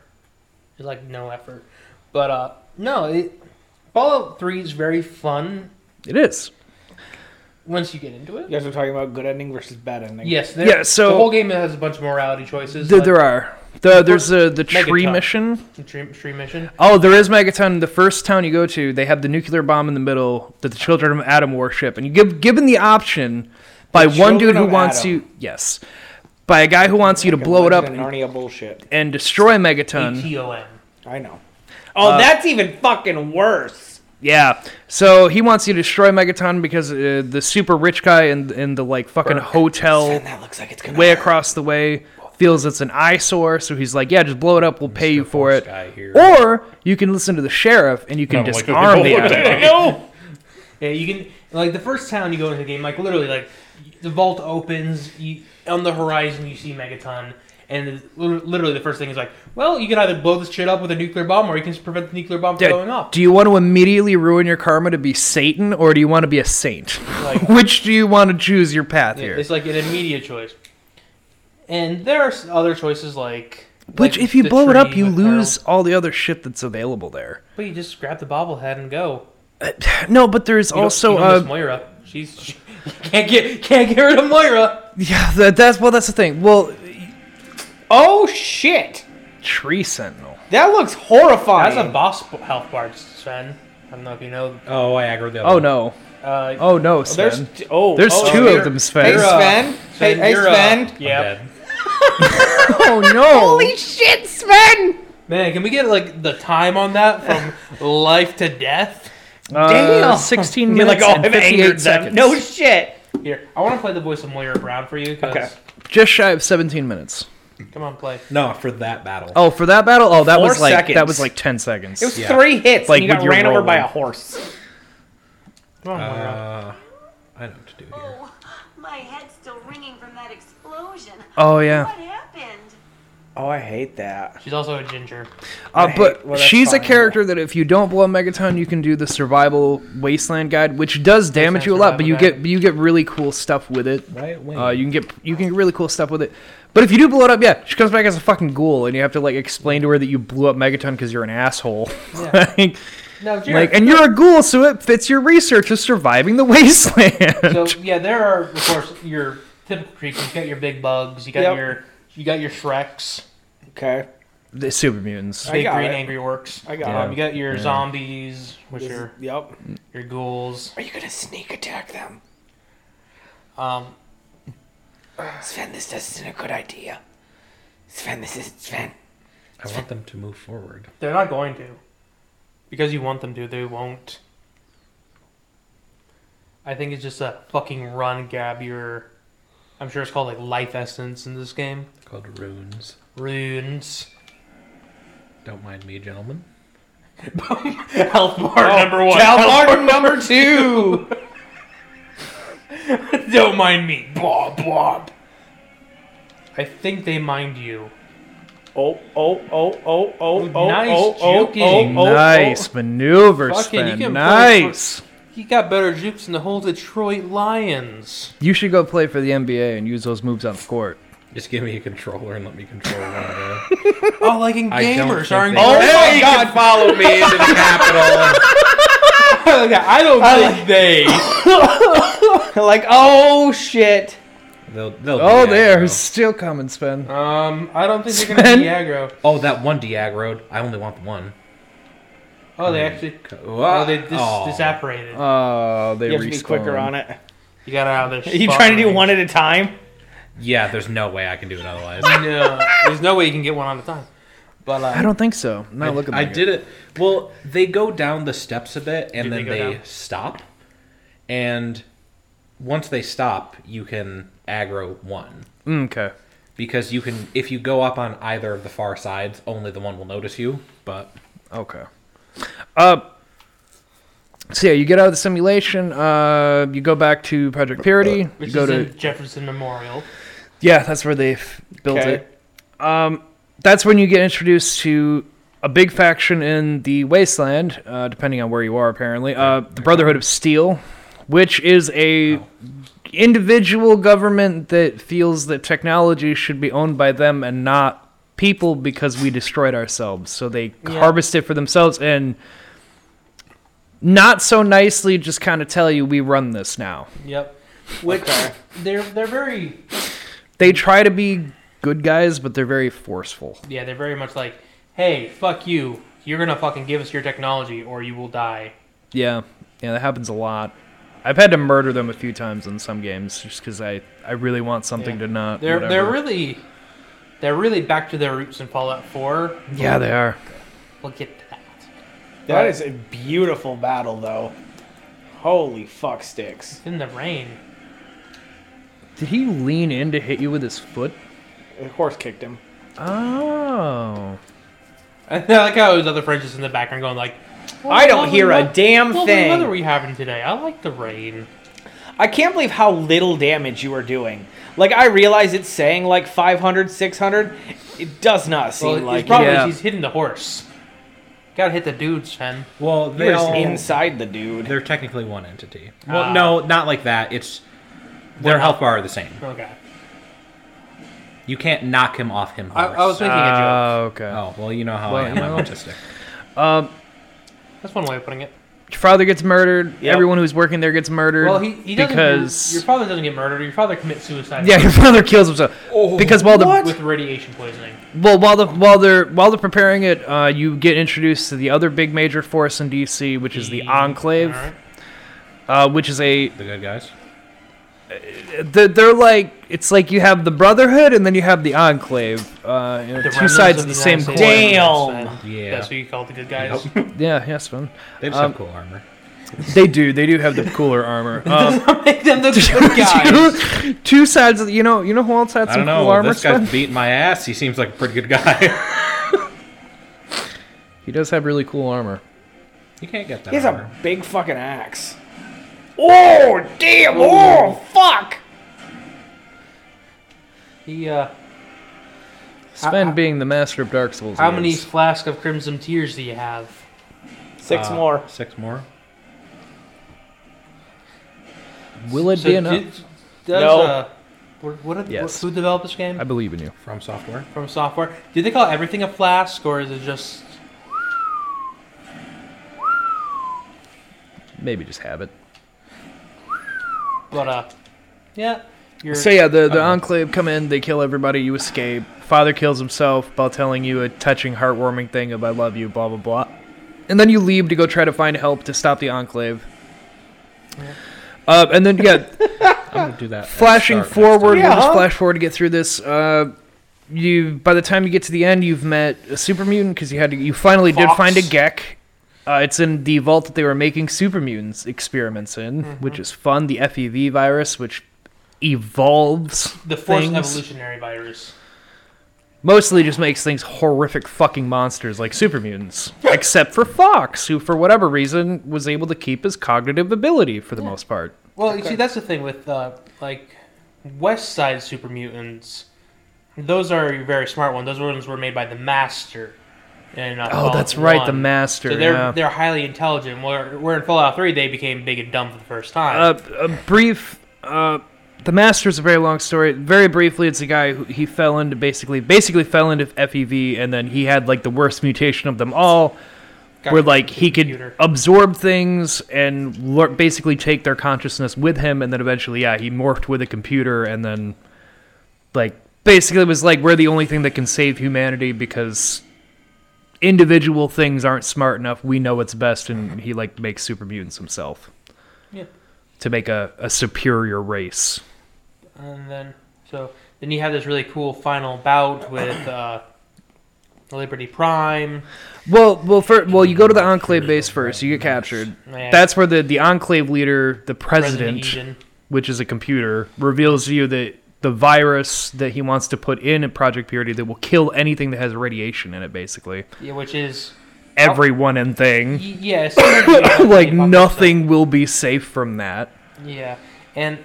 [SPEAKER 7] There's like no effort. But uh, no, it, Fallout Three is very fun
[SPEAKER 6] it is
[SPEAKER 7] once you get into it.
[SPEAKER 5] You guys were talking about good ending versus bad ending.
[SPEAKER 7] Yes. there-
[SPEAKER 6] Yeah, so-
[SPEAKER 7] the whole game has a bunch of morality choices.
[SPEAKER 6] There,
[SPEAKER 7] like
[SPEAKER 6] there are. The, there's a, the
[SPEAKER 7] Megaton.
[SPEAKER 6] tree mission.
[SPEAKER 7] the Tree, tree mission.
[SPEAKER 6] Oh, there is Megaton. The first town you go to, they have the nuclear bomb in the middle that the children of Adam worship, and you give given the option by
[SPEAKER 5] The
[SPEAKER 6] one dude
[SPEAKER 5] children
[SPEAKER 6] who
[SPEAKER 5] of
[SPEAKER 6] wants
[SPEAKER 5] Adam.
[SPEAKER 6] you. Yes, by a guy who wants you to blow it up
[SPEAKER 5] Legend of Narnia bullshit.
[SPEAKER 6] and destroy
[SPEAKER 7] A
[SPEAKER 6] Megaton.
[SPEAKER 7] T O M.
[SPEAKER 5] I know. Oh,
[SPEAKER 6] Uh,
[SPEAKER 5] that's even fucking worse.
[SPEAKER 6] Yeah. So he wants you to destroy Megaton because uh, the super rich guy in in the like fucking hotel
[SPEAKER 5] That looks like it's gonna
[SPEAKER 6] way across the way feels it's an eyesore, so he's like, "Yeah, just blow it up. We'll pay you for it."
[SPEAKER 9] Sky here.
[SPEAKER 6] Or you can listen to the sheriff and you can
[SPEAKER 9] No, like,
[SPEAKER 6] disarm the
[SPEAKER 9] no,
[SPEAKER 6] enemy.
[SPEAKER 7] No. Yeah, you can like the first town you go into the game, like literally, like the vault opens you, on the horizon. You see Megaton, and li- literally the first thing is like, well, you can either blow this shit up with a nuclear bomb, or you can just prevent the nuclear bomb from
[SPEAKER 6] Yeah,
[SPEAKER 7] going off.
[SPEAKER 6] Do you want to immediately ruin your karma to be Satan, or do you want to be a saint?
[SPEAKER 7] Like-
[SPEAKER 6] Which do you want to choose your path here?
[SPEAKER 7] It's like an immediate choice. And there are s- other choices like
[SPEAKER 6] Which,
[SPEAKER 7] like
[SPEAKER 6] if you
[SPEAKER 7] the
[SPEAKER 6] blow it up,
[SPEAKER 7] tree
[SPEAKER 6] you
[SPEAKER 7] with Harold.
[SPEAKER 6] lose all the other shit that's available there. Uh,
[SPEAKER 7] But you just grab the bobblehead and go.
[SPEAKER 6] No, but there's
[SPEAKER 7] You don't-
[SPEAKER 6] also
[SPEAKER 7] you don't miss
[SPEAKER 6] uh,
[SPEAKER 7] Moira. She's she, can't get can't get rid of Moira.
[SPEAKER 6] yeah, that, that's well, that's the thing. Well,
[SPEAKER 5] Oh shit!
[SPEAKER 6] tree sentinel.
[SPEAKER 5] That looks horrifying.
[SPEAKER 7] That's a boss b- health bar, Sven. I don't know if you know.
[SPEAKER 9] Oh, I aggroed the other
[SPEAKER 6] Oh
[SPEAKER 9] one.
[SPEAKER 6] no!
[SPEAKER 7] Uh,
[SPEAKER 6] Oh no, Sven.
[SPEAKER 5] There's t- oh,
[SPEAKER 6] There's
[SPEAKER 5] oh,
[SPEAKER 6] two
[SPEAKER 5] you're-
[SPEAKER 6] of them, Sven.
[SPEAKER 5] Hey Sven. Hey, hey
[SPEAKER 7] you're, uh,
[SPEAKER 5] Sven.
[SPEAKER 9] I'm
[SPEAKER 7] yeah.
[SPEAKER 9] dead.
[SPEAKER 6] oh no!
[SPEAKER 5] shit, Sven!
[SPEAKER 7] Man, can we get like the time on that from life to death?
[SPEAKER 6] Uh,
[SPEAKER 5] Damn.
[SPEAKER 6] Sixteen
[SPEAKER 5] You're like,
[SPEAKER 6] minutes
[SPEAKER 5] oh,
[SPEAKER 6] and
[SPEAKER 5] I've angered
[SPEAKER 6] fifty-eight
[SPEAKER 5] them.
[SPEAKER 6] seconds.
[SPEAKER 5] No shit.
[SPEAKER 7] Here, I want to play the voice of Moira Brown for you. 'cause-
[SPEAKER 5] Okay.
[SPEAKER 6] just shy of seventeen minutes.
[SPEAKER 7] Come on, play.
[SPEAKER 9] No, for that battle.
[SPEAKER 6] Oh, for that battle. Oh, that
[SPEAKER 5] Four
[SPEAKER 6] was like that
[SPEAKER 5] seconds.
[SPEAKER 6] was like ten seconds.
[SPEAKER 5] It was
[SPEAKER 9] Yeah.
[SPEAKER 5] three hits,
[SPEAKER 6] Like,
[SPEAKER 5] and you got
[SPEAKER 6] with your
[SPEAKER 5] ran over by a
[SPEAKER 6] rolling.
[SPEAKER 5] horse.
[SPEAKER 7] Come on, Moira.
[SPEAKER 9] Uh, I know what to do here.
[SPEAKER 8] Oh, my head's still ringing from that explosion.
[SPEAKER 6] Oh, yeah.
[SPEAKER 8] What happened?
[SPEAKER 5] Oh, I hate that.
[SPEAKER 7] She's also a ginger.
[SPEAKER 5] I
[SPEAKER 6] Uh,
[SPEAKER 5] hate-
[SPEAKER 6] but
[SPEAKER 5] well, that's
[SPEAKER 6] she's a
[SPEAKER 5] fine.
[SPEAKER 6] character that if you don't blow up Megaton, you can do the survival wasteland guide, which does damage you a lot, but you
[SPEAKER 7] survival
[SPEAKER 6] get you get really cool stuff with it.
[SPEAKER 9] Right wing.
[SPEAKER 6] Uh, you can get you can get really cool stuff with it. But if you do blow it up, yeah, she comes back as a fucking ghoul, and you have to like explain to her that you blew up Megaton because you're an asshole. like,
[SPEAKER 7] No, ginger.
[SPEAKER 6] like, and you're a ghoul, so it fits your research of surviving the wasteland.
[SPEAKER 7] So yeah, there are of course your typical creatures. You got your big bugs. You got
[SPEAKER 5] Yep.
[SPEAKER 7] your you got your Shreks,
[SPEAKER 5] Okay.
[SPEAKER 6] the super mutants.
[SPEAKER 7] big
[SPEAKER 5] got
[SPEAKER 7] green
[SPEAKER 5] it.
[SPEAKER 7] angry orcs.
[SPEAKER 5] I got
[SPEAKER 7] um,
[SPEAKER 5] it.
[SPEAKER 7] You got your zombies, which
[SPEAKER 5] This-
[SPEAKER 7] are
[SPEAKER 5] yep.
[SPEAKER 7] your ghouls.
[SPEAKER 5] Are you gonna sneak attack them?
[SPEAKER 7] Um,
[SPEAKER 5] Sven, this isn't a good idea. Sven, this isn't Sven.
[SPEAKER 9] I want them to move forward.
[SPEAKER 7] they're not going to, because you want them to. They won't. I think it's just a fucking run, grab your. I'm sure it's called like life essence in this game.
[SPEAKER 9] They're called runes.
[SPEAKER 7] Runes.
[SPEAKER 9] Don't mind me, gentlemen.
[SPEAKER 7] Health bar number one.
[SPEAKER 5] Cal
[SPEAKER 7] Oh, Health
[SPEAKER 5] Martin number two.
[SPEAKER 7] bar- Don't mind me. Blob, blob. I think they mind you.
[SPEAKER 5] Oh, oh, oh, oh, oh, oh,
[SPEAKER 7] nice
[SPEAKER 5] oh, oh, oh,
[SPEAKER 7] juking.
[SPEAKER 5] oh, oh.
[SPEAKER 6] nice maneuver,
[SPEAKER 7] Fucking, you
[SPEAKER 6] Sven.
[SPEAKER 7] can play
[SPEAKER 6] Nice.
[SPEAKER 7] He got better jukes than the whole Detroit Lions.
[SPEAKER 6] You should go play for the NBA and use those moves on the court.
[SPEAKER 9] Just give me a controller and let me control one of them.
[SPEAKER 7] Oh, like in
[SPEAKER 9] I don't
[SPEAKER 7] gamers
[SPEAKER 9] think
[SPEAKER 7] aren't
[SPEAKER 9] they-
[SPEAKER 7] oh,
[SPEAKER 5] Hey, you can
[SPEAKER 9] follow me into the capital.
[SPEAKER 5] I don't think they. like, oh shit.
[SPEAKER 9] They'll, they'll
[SPEAKER 6] Oh,
[SPEAKER 9] Diagro.
[SPEAKER 6] they are still coming, Sven.
[SPEAKER 7] Um, I don't think they're gonna
[SPEAKER 6] Sven?
[SPEAKER 7] be aggro.
[SPEAKER 9] Oh, that one Diagroed. I only want the one.
[SPEAKER 7] Oh, they actually.
[SPEAKER 9] Wha-
[SPEAKER 7] Oh, they dis-
[SPEAKER 9] Oh.
[SPEAKER 7] disapparated.
[SPEAKER 5] Uh,
[SPEAKER 6] Oh, they
[SPEAKER 5] You have to be quicker on it.
[SPEAKER 7] You got out of this.
[SPEAKER 5] Are you trying to do one at a time?
[SPEAKER 9] Yeah, there's no way I can do it otherwise.
[SPEAKER 7] No, uh, there's no way you can get one on at a time. But uh,
[SPEAKER 6] I don't think so. No,
[SPEAKER 9] I,
[SPEAKER 6] look at
[SPEAKER 9] I did it. Well, they go down the steps a bit and
[SPEAKER 7] Do they
[SPEAKER 9] then
[SPEAKER 7] go
[SPEAKER 9] they,
[SPEAKER 7] down?
[SPEAKER 9] stop. And once they stop, you can aggro one.
[SPEAKER 6] Mm, Okay.
[SPEAKER 9] Because you can, if you go up on either of the far sides, only the one will notice you. But
[SPEAKER 6] Okay. Uh, so yeah, you get out of the simulation. Uh, you go back to Project Purity.
[SPEAKER 7] which
[SPEAKER 6] you go
[SPEAKER 7] is
[SPEAKER 6] to
[SPEAKER 7] in Jefferson Memorial.
[SPEAKER 6] yeah, that's where they have built
[SPEAKER 5] Okay.
[SPEAKER 6] it. Um, that's when you get introduced to a big faction in the Wasteland, uh, depending on where you are. Apparently, uh, the Brotherhood of Steel, which is a individual government that feels that technology should be owned by them and not people because we destroyed ourselves. So they harvest it for themselves and not so nicely just kind of tell you we run this now.
[SPEAKER 7] Yep. Which they're they're very
[SPEAKER 6] They try to be good guys, but they're very forceful.
[SPEAKER 7] yeah they're very much like hey fuck you you're gonna fucking give us your technology or you will die.
[SPEAKER 6] Yeah, yeah, that happens a lot. I've had to murder them a few times in some games just because I, I really want something
[SPEAKER 7] Yeah.
[SPEAKER 6] to not.
[SPEAKER 7] They're
[SPEAKER 6] whatever.
[SPEAKER 7] they're really they're really back to their roots in Fallout 4.
[SPEAKER 6] yeah, they are.
[SPEAKER 7] Look at that.
[SPEAKER 5] That is a beautiful battle, though. Holy fuck sticks.
[SPEAKER 7] It's in the rain.
[SPEAKER 6] Did he lean in to hit you with his foot?
[SPEAKER 5] The horse kicked him.
[SPEAKER 6] Oh,
[SPEAKER 7] And I like how his other friends just in the background going like,
[SPEAKER 5] I don't hear a
[SPEAKER 7] what-
[SPEAKER 5] damn
[SPEAKER 7] what
[SPEAKER 5] thing.
[SPEAKER 7] weather we having today? I like the rain.
[SPEAKER 5] I can't believe how little damage you are doing. Like, I realize it's saying like 500, 600. It does not seem
[SPEAKER 7] Well, it's
[SPEAKER 5] like
[SPEAKER 7] probably
[SPEAKER 6] Yeah.
[SPEAKER 7] he's hitting the horse. Gotta hit the dudes, Chen.
[SPEAKER 9] well,
[SPEAKER 5] you
[SPEAKER 9] they
[SPEAKER 5] were just
[SPEAKER 9] all,
[SPEAKER 5] inside the dude.
[SPEAKER 9] they're technically one entity. Well,
[SPEAKER 7] Ah.
[SPEAKER 9] no, not like that. It's their health bar are the same.
[SPEAKER 7] Okay.
[SPEAKER 9] You can't knock him off him.
[SPEAKER 7] I,
[SPEAKER 9] Horse.
[SPEAKER 7] I was making a joke.
[SPEAKER 6] Ah, okay.
[SPEAKER 9] Oh well, you know how
[SPEAKER 6] Well,
[SPEAKER 9] I am.
[SPEAKER 6] you know.
[SPEAKER 9] I'm autistic.
[SPEAKER 7] That's one way of putting it.
[SPEAKER 6] Your father gets murdered.
[SPEAKER 5] Yep.
[SPEAKER 6] Everyone who's working there gets murdered.
[SPEAKER 7] Well, he, he doesn't.
[SPEAKER 6] because
[SPEAKER 7] your, your father doesn't get murdered. Your father commits suicide.
[SPEAKER 6] yeah, your father kills himself
[SPEAKER 7] Oh,
[SPEAKER 6] because while the
[SPEAKER 7] with radiation poisoning.
[SPEAKER 6] well while the while they're while they're preparing it, uh, you get introduced to the other big major force in DC, which is the
[SPEAKER 7] Mm.
[SPEAKER 6] Enclave,
[SPEAKER 7] Alright.
[SPEAKER 6] uh, which is a
[SPEAKER 9] The good guys.
[SPEAKER 6] they're, they're like it's like you have the Brotherhood and then you have the Enclave, uh, you know,
[SPEAKER 7] The
[SPEAKER 6] two
[SPEAKER 7] remnants
[SPEAKER 6] sides of the
[SPEAKER 7] the
[SPEAKER 6] same
[SPEAKER 7] United
[SPEAKER 6] coin.
[SPEAKER 5] States.
[SPEAKER 7] States
[SPEAKER 5] Damn.
[SPEAKER 7] United States.
[SPEAKER 9] Yeah.
[SPEAKER 7] That's who you call the good guys.
[SPEAKER 6] Yeah, yes, man.
[SPEAKER 9] They just
[SPEAKER 6] Um,
[SPEAKER 9] have cool armor.
[SPEAKER 6] They do. They do have the cooler armor. Um,
[SPEAKER 5] Make them the good guys.
[SPEAKER 6] two, two sides of the, you know you know who else had
[SPEAKER 9] I
[SPEAKER 6] some
[SPEAKER 9] don't know.
[SPEAKER 6] cool armor?
[SPEAKER 9] this guy's
[SPEAKER 6] Sven?
[SPEAKER 9] beating my ass. He seems like a pretty good guy.
[SPEAKER 6] He does have really cool armor.
[SPEAKER 9] you can't get that.
[SPEAKER 5] He has
[SPEAKER 9] armor.
[SPEAKER 5] a big fucking axe. Oh, damn. Oh, fuck.
[SPEAKER 7] He uh,
[SPEAKER 6] Sven
[SPEAKER 7] How-
[SPEAKER 6] being the master of Dark Souls.
[SPEAKER 7] How many
[SPEAKER 6] games.
[SPEAKER 7] flask of Crimson Tears do you have?
[SPEAKER 5] Six
[SPEAKER 9] Uh,
[SPEAKER 5] more.
[SPEAKER 9] Six more.
[SPEAKER 6] Will it
[SPEAKER 7] So
[SPEAKER 6] be
[SPEAKER 7] do-
[SPEAKER 6] enough?
[SPEAKER 7] does,
[SPEAKER 5] No.
[SPEAKER 7] uh, what, what did-
[SPEAKER 6] Yes.
[SPEAKER 7] who developed this game?
[SPEAKER 6] I believe in you.
[SPEAKER 9] From software.
[SPEAKER 7] from software. Do they call everything a flask, or is it just
[SPEAKER 6] Maybe just have it.
[SPEAKER 7] but uh, yeah? You're,
[SPEAKER 6] So yeah, the the Enclave come in, they kill everybody, you escape. Father kills himself while telling you a touching, heartwarming thing of "I love you," blah blah blah, and then you leave to go try to find help to stop the Enclave. Uh, and then yeah,
[SPEAKER 9] I'm gonna do that. at the
[SPEAKER 6] flashing
[SPEAKER 9] start next
[SPEAKER 6] forward,
[SPEAKER 9] time.
[SPEAKER 6] we'll
[SPEAKER 5] Yeah.
[SPEAKER 6] just flash forward to get through this. Uh, you by the time you get to the end, you've met a super mutant because you had to, you finally did
[SPEAKER 7] Fox.
[SPEAKER 6] find a Gek. Uh, it's in the vault that they were making super mutants experiments in,
[SPEAKER 7] Mm-hmm.
[SPEAKER 6] which is fun. The FEV virus, which evolves
[SPEAKER 7] the force
[SPEAKER 6] things,
[SPEAKER 7] evolutionary virus.
[SPEAKER 6] mostly just makes things horrific fucking monsters like super mutants. Except for Fox, who for whatever reason was able to keep his cognitive ability for the most part.
[SPEAKER 7] Well, you see, that's the thing with uh, like West Side Super Mutants. Those are your very smart ones. Those ones were made by the Master. And, uh,
[SPEAKER 6] Oh,
[SPEAKER 7] Fallout
[SPEAKER 6] that's right,
[SPEAKER 7] 1.
[SPEAKER 6] the Master,
[SPEAKER 7] So they're
[SPEAKER 6] yeah.
[SPEAKER 7] they're highly intelligent. Where, where in Fallout Three they became big and dumb for the first time.
[SPEAKER 6] uh, a brief. Uh, the master's a very long story. Very briefly, it's a guy who he fell into basically basically fell into FEV, and then he had like the worst mutation of them all,
[SPEAKER 7] Got
[SPEAKER 6] where like he
[SPEAKER 7] computer.
[SPEAKER 6] could absorb things and lear- basically take their consciousness with him, and then eventually, yeah, he morphed with a computer, and then like basically was like we're the only thing that can save humanity because individual things aren't smart enough. We know what's best, and he like makes super mutants himself
[SPEAKER 7] Yeah.
[SPEAKER 6] to make a, a superior race.
[SPEAKER 7] And then so then you have this really cool final bout with uh, Liberty Prime.
[SPEAKER 6] Well, well, fir- well, you go to the enclave base first. You get captured.
[SPEAKER 7] Yeah.
[SPEAKER 6] That's where the the enclave leader, the president,
[SPEAKER 7] Eden.
[SPEAKER 6] which is a computer, reveals to you that the virus that he wants to put in at Project Purity that will kill anything that has radiation in it, basically
[SPEAKER 7] Yeah, which is
[SPEAKER 6] everyone and
[SPEAKER 7] y-
[SPEAKER 6] thing.
[SPEAKER 7] yeah, essentially what
[SPEAKER 6] like
[SPEAKER 7] K-pop is
[SPEAKER 6] nothing will be safe from that.
[SPEAKER 7] like. Yeah, and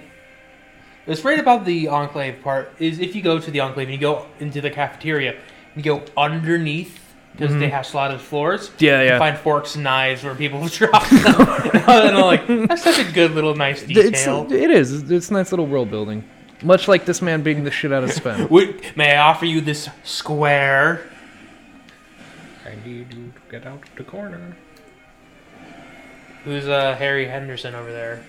[SPEAKER 7] what's great about the enclave part is if you go to the enclave and you go into the cafeteria, you go underneath. Because they have slotted floors.
[SPEAKER 6] Mm-hmm. Yeah,
[SPEAKER 7] You
[SPEAKER 6] yeah.
[SPEAKER 7] find forks and knives where people will drop them. and I'm like, that's such a good little nice
[SPEAKER 6] It's
[SPEAKER 7] detail.
[SPEAKER 6] it is. It's nice little world building. Much like this man beating the shit out of Sven.
[SPEAKER 7] Wait, may I offer you this square?
[SPEAKER 9] I need you to get out of the corner.
[SPEAKER 7] Who's uh, Harry Henderson over there?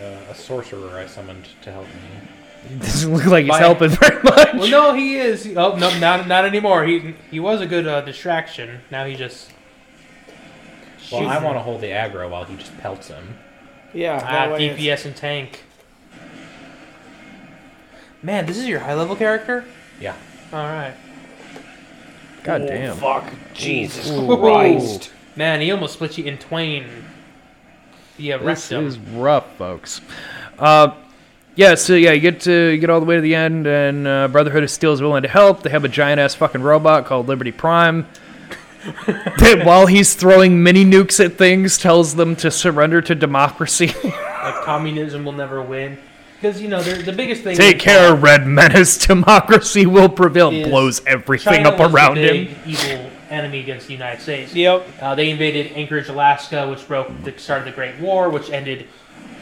[SPEAKER 9] Uh, a sorcerer I summoned to help me.
[SPEAKER 6] Doesn't look like he's
[SPEAKER 7] Bye.
[SPEAKER 6] helping very much.
[SPEAKER 7] Well, no, he is. He- Oh no, not not anymore. He he was a good uh, distraction. Now he just.
[SPEAKER 9] Well,
[SPEAKER 7] shoots
[SPEAKER 9] I want to hold the aggro while he just pelts him.
[SPEAKER 5] Yeah.
[SPEAKER 7] ah,
[SPEAKER 5] that way it's-
[SPEAKER 7] DPS and tank. Man, this is your high level character.
[SPEAKER 9] Yeah.
[SPEAKER 7] All right,
[SPEAKER 6] God damn.
[SPEAKER 5] Fuck. Jesus Christ.
[SPEAKER 7] man, he almost split you in twain. Yeah,
[SPEAKER 6] This
[SPEAKER 7] rectum.
[SPEAKER 6] is rough, folks. Uh, yeah, so yeah, you get to you get all the way to the end, and uh, Brotherhood of Steel is willing to help. They have a giant ass fucking robot called Liberty Prime. that while he's throwing mini nukes at things, tells them to surrender to democracy.
[SPEAKER 7] Like communism will never win, because you know they're- the biggest thing.
[SPEAKER 6] Take
[SPEAKER 7] is uh,
[SPEAKER 6] care, Red Menace. Democracy will prevail.
[SPEAKER 7] Is
[SPEAKER 6] Blows everything
[SPEAKER 7] China
[SPEAKER 6] up
[SPEAKER 7] was the
[SPEAKER 6] around
[SPEAKER 7] big
[SPEAKER 6] him.
[SPEAKER 7] Evil enemy against the United States.
[SPEAKER 5] Yep.
[SPEAKER 7] Uh, they invaded Anchorage, Alaska, which broke the start of the Great War, which ended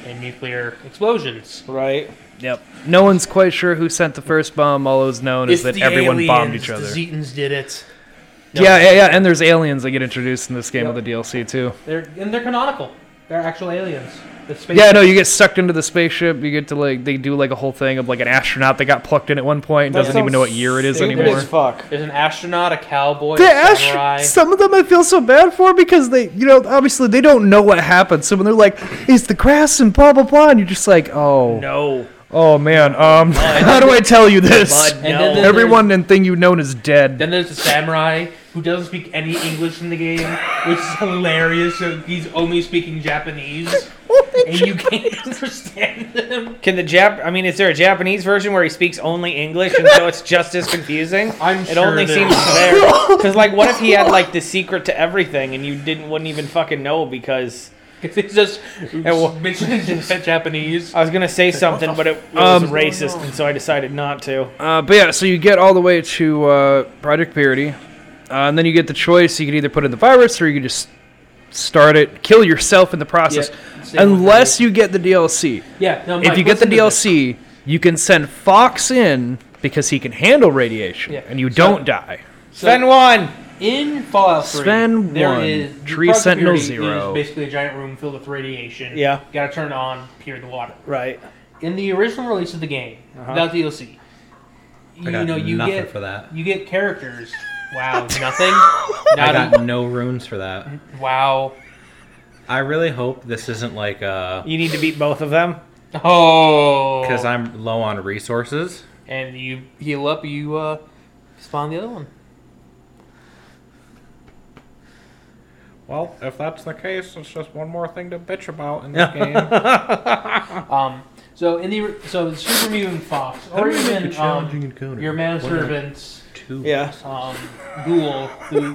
[SPEAKER 7] in nuclear explosions.
[SPEAKER 5] Right.
[SPEAKER 6] Yep. No one's quite sure who sent the first bomb. All is known is that everyone bombed each other.
[SPEAKER 7] The Zetans did it.
[SPEAKER 6] Yeah, yeah, yeah. And there's aliens that get introduced in this game
[SPEAKER 7] Yep.
[SPEAKER 6] with the DLC too.
[SPEAKER 7] They're and they're canonical. They're actual aliens. The space
[SPEAKER 6] Yeah, no, you get sucked into the spaceship. You get to like they do like a whole thing of like an astronaut that got plucked in at one point and
[SPEAKER 5] That
[SPEAKER 6] doesn't even
[SPEAKER 5] sounds
[SPEAKER 6] know what year it is
[SPEAKER 5] stupid
[SPEAKER 6] anymore.
[SPEAKER 5] As fuck.
[SPEAKER 7] There's an astronaut, a cowboy,
[SPEAKER 6] The
[SPEAKER 7] a samurai.
[SPEAKER 6] ast- some of them I feel so bad for because they, you know, obviously they don't know what happened. So when they're like, "It's the grass and blah blah blah," and you're just like, "Oh,
[SPEAKER 7] no.
[SPEAKER 6] oh man, um, how do I tell you this?
[SPEAKER 7] And then there's-
[SPEAKER 6] Everyone and thing you known is dead."
[SPEAKER 7] Then there's the samurai who doesn't speak any English in the game, which is hilarious. So he's only speaking Japanese, and you can't understand him.
[SPEAKER 5] Can the Jap? I mean, is there a Japanese version where he speaks only English, and so it's just as confusing?
[SPEAKER 7] I'm
[SPEAKER 5] it
[SPEAKER 7] sure
[SPEAKER 5] only
[SPEAKER 7] there
[SPEAKER 5] seems
[SPEAKER 7] is.
[SPEAKER 5] fair. Because like, what if he had like the secret to everything, and you didn't wouldn't even fucking know because
[SPEAKER 7] It's just
[SPEAKER 5] wa-
[SPEAKER 7] mentioned Japanese.
[SPEAKER 5] I was gonna say something, but it, it was racist, and so I decided not to.
[SPEAKER 6] Uh, but yeah, so you get all the way to uh, Project Purity, uh, and then you get the choice. You could either put in the virus, or you could just start it, kill yourself in the process.
[SPEAKER 7] same
[SPEAKER 6] Unless you get the DLC.
[SPEAKER 7] Yeah, no,
[SPEAKER 6] if
[SPEAKER 7] Mike,
[SPEAKER 6] you get the
[SPEAKER 7] listen to this.
[SPEAKER 6] DLC, you can send Fox in because he can handle radiation,
[SPEAKER 7] Yeah.
[SPEAKER 6] and you
[SPEAKER 7] So-
[SPEAKER 6] don't die.
[SPEAKER 7] So-
[SPEAKER 5] Sven won.
[SPEAKER 7] In Fallout 3,
[SPEAKER 6] Sven
[SPEAKER 7] there
[SPEAKER 6] one,
[SPEAKER 7] is-
[SPEAKER 6] Tree
[SPEAKER 7] Project
[SPEAKER 6] Sentinel
[SPEAKER 7] Purity
[SPEAKER 6] zero.
[SPEAKER 7] Is basically a giant room filled with radiation.
[SPEAKER 5] Yeah.
[SPEAKER 7] Got to turn it on, pure the water.
[SPEAKER 5] Right.
[SPEAKER 7] In the original release of the game,
[SPEAKER 6] Uh-huh.
[SPEAKER 7] without DLC, you
[SPEAKER 8] I got
[SPEAKER 7] know you
[SPEAKER 8] nothing
[SPEAKER 7] get
[SPEAKER 8] for that.
[SPEAKER 7] you get characters. Wow, nothing.
[SPEAKER 8] I
[SPEAKER 7] Not
[SPEAKER 8] got no runes for that.
[SPEAKER 7] a- wow.
[SPEAKER 8] I really hope this isn't like uh, a
[SPEAKER 5] You need to beat both of them.
[SPEAKER 7] Oh.
[SPEAKER 8] because I'm low on resources.
[SPEAKER 7] and you heal up, you uh, spawn the other one.
[SPEAKER 9] Well, if that's the case, it's just one more thing to bitch about in this game.
[SPEAKER 7] Um, so in the so the super mutant fox, or even um, your manservant
[SPEAKER 8] Two.
[SPEAKER 5] Yeah.
[SPEAKER 7] um, ghoul who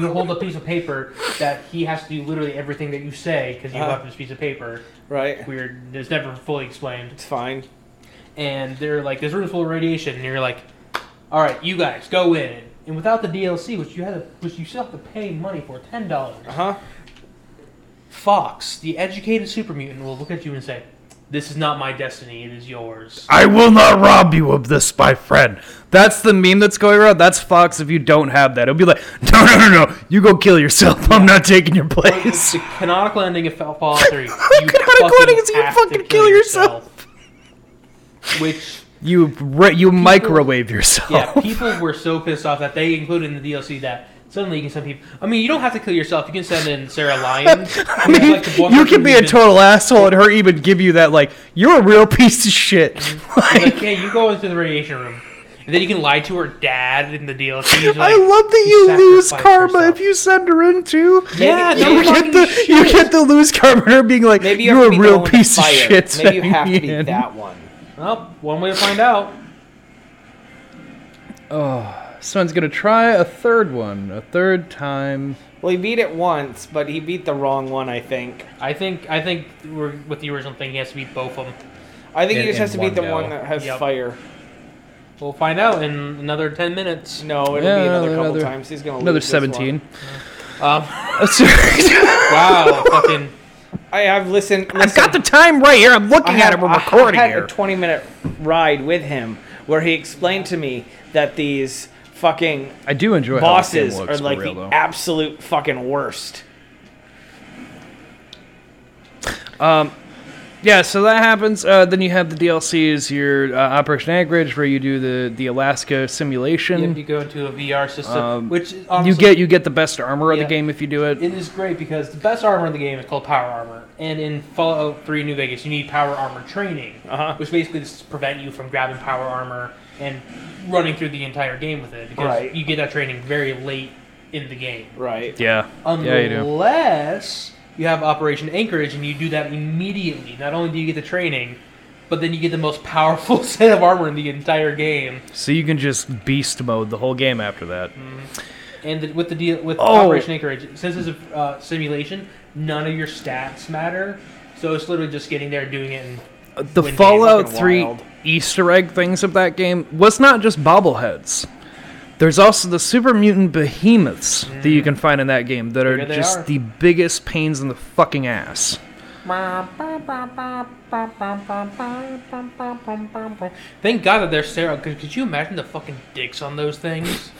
[SPEAKER 7] you hold a piece of paper that he has to do literally everything that you say because you
[SPEAKER 5] Uh-huh.
[SPEAKER 7] left this piece of paper.
[SPEAKER 5] Right.
[SPEAKER 7] Weird. It's never fully explained.
[SPEAKER 5] It's fine.
[SPEAKER 7] and they're like, "This room's full of radiation," and you're like, "All right, you guys go in." And without the DLC, which you had, to, which you still have to pay money for, ten dollars.
[SPEAKER 5] Uh-huh.
[SPEAKER 7] Fox, the educated super mutant, will look at you and say, "This is not my destiny; it is yours."
[SPEAKER 6] I will not rob you of this, my friend. That's the meme that's going around. That's Fox. If you don't have that, it'll be like, no, no, no, no. You go kill yourself. I'm not taking your
[SPEAKER 7] It's
[SPEAKER 6] place.
[SPEAKER 7] the canonical ending of Fa- Fallout Three. You
[SPEAKER 6] Canonical
[SPEAKER 7] fucking
[SPEAKER 6] ending is you
[SPEAKER 7] have to
[SPEAKER 6] fucking kill yourself.
[SPEAKER 7] yourself. Which
[SPEAKER 6] You re- you microwave yourself.
[SPEAKER 7] Yeah, people were so pissed off that they included in the DLC that suddenly you can send people. I mean, you don't have to kill yourself. You can send in Sarah Lyons.
[SPEAKER 6] I mean, you can be a total asshole, and her even give you that like you're a real piece of shit.
[SPEAKER 7] Like,
[SPEAKER 6] Like,
[SPEAKER 7] yeah, you go into the radiation room, and then you can lie to her dad in the DLC. He's
[SPEAKER 6] I
[SPEAKER 7] like,
[SPEAKER 6] love that
[SPEAKER 7] "You
[SPEAKER 6] you lose
[SPEAKER 7] sacrificed
[SPEAKER 6] karma
[SPEAKER 7] yourself."
[SPEAKER 6] if you send her in too.
[SPEAKER 7] Yeah,
[SPEAKER 5] Maybe-
[SPEAKER 7] no
[SPEAKER 6] you
[SPEAKER 7] fucking
[SPEAKER 6] get the
[SPEAKER 7] shit.
[SPEAKER 6] you get the lose karma her being like
[SPEAKER 5] Maybe you
[SPEAKER 6] you
[SPEAKER 5] have to
[SPEAKER 6] are a
[SPEAKER 5] be the
[SPEAKER 6] real
[SPEAKER 5] one with the
[SPEAKER 6] piece of
[SPEAKER 5] fire.
[SPEAKER 6] shit.
[SPEAKER 5] Maybe you have to be
[SPEAKER 6] sending me in.
[SPEAKER 5] that one.
[SPEAKER 7] Well, one way to find out.
[SPEAKER 6] Someone's gonna try a third one, a third time.
[SPEAKER 5] Well, he beat it once, but he beat the wrong one, I think.
[SPEAKER 7] I think I think we're, with the original thing, he has to beat both of them.
[SPEAKER 5] I think
[SPEAKER 8] In-
[SPEAKER 5] he just
[SPEAKER 8] in
[SPEAKER 5] has to beat
[SPEAKER 8] one
[SPEAKER 5] the
[SPEAKER 8] go.
[SPEAKER 5] one that has
[SPEAKER 7] Yep.
[SPEAKER 5] fire.
[SPEAKER 7] We'll find out in another ten minutes.
[SPEAKER 5] No, it'll
[SPEAKER 6] Yeah,
[SPEAKER 5] be another couple
[SPEAKER 6] another-
[SPEAKER 5] times. He's gonna
[SPEAKER 6] Another
[SPEAKER 5] lose this one.
[SPEAKER 6] seventeen.
[SPEAKER 7] Um,
[SPEAKER 6] I've
[SPEAKER 7] wow, fucking.
[SPEAKER 5] I have listened.
[SPEAKER 6] got the time right here. I'm looking at it. We're recording
[SPEAKER 5] I had
[SPEAKER 6] here.
[SPEAKER 5] a 20 minute ride with him where he explained to me that these fucking
[SPEAKER 6] I do enjoy how this game
[SPEAKER 5] bosses
[SPEAKER 6] looks
[SPEAKER 5] are
[SPEAKER 6] for
[SPEAKER 5] like
[SPEAKER 6] real,
[SPEAKER 5] the
[SPEAKER 6] though.
[SPEAKER 5] absolute fucking worst.
[SPEAKER 6] Yeah, so that happens. Uh, then you have the DLCs, your uh, Operation Anchorage, where you do the, the Alaska
[SPEAKER 7] If
[SPEAKER 6] simulation.
[SPEAKER 7] you go into a VR system,
[SPEAKER 6] Um,
[SPEAKER 7] which is
[SPEAKER 6] you
[SPEAKER 7] honestly-
[SPEAKER 6] get you get the best armor of
[SPEAKER 7] Yeah.
[SPEAKER 6] the game if you do it.
[SPEAKER 7] It is great because the best armor in the game is called power armor, and in Fallout 3 New Vegas, you need power armor training,
[SPEAKER 5] Uh-huh.
[SPEAKER 7] which basically just prevent you from grabbing power armor and running through the entire game with it because
[SPEAKER 5] Right.
[SPEAKER 7] you get that training very late in the game.
[SPEAKER 5] Right.
[SPEAKER 6] Yeah, yeah, you do.
[SPEAKER 7] Unless you have Operation Anchorage and you do that immediately. Not only do you get the training, but then you get the most powerful set of armor in the entire game.
[SPEAKER 6] So you can just beast mode the whole game after that.
[SPEAKER 7] And the, with the deal with
[SPEAKER 6] Oh.
[SPEAKER 7] Operation Anchorage, since it's a uh, simulation, none of your stats matter. So it's literally just getting there, and doing it, and
[SPEAKER 6] Uh, The
[SPEAKER 7] When games
[SPEAKER 6] Fallout
[SPEAKER 5] get
[SPEAKER 6] 3
[SPEAKER 5] wild.
[SPEAKER 6] Easter egg things of that game was not just bobbleheads. There's also the super mutant behemoths that you can find in that game that are
[SPEAKER 7] Here they
[SPEAKER 6] just
[SPEAKER 7] are.
[SPEAKER 6] the biggest pains in the fucking ass.
[SPEAKER 7] thank God that they're sterile. Could, could you imagine the fucking dicks on those things?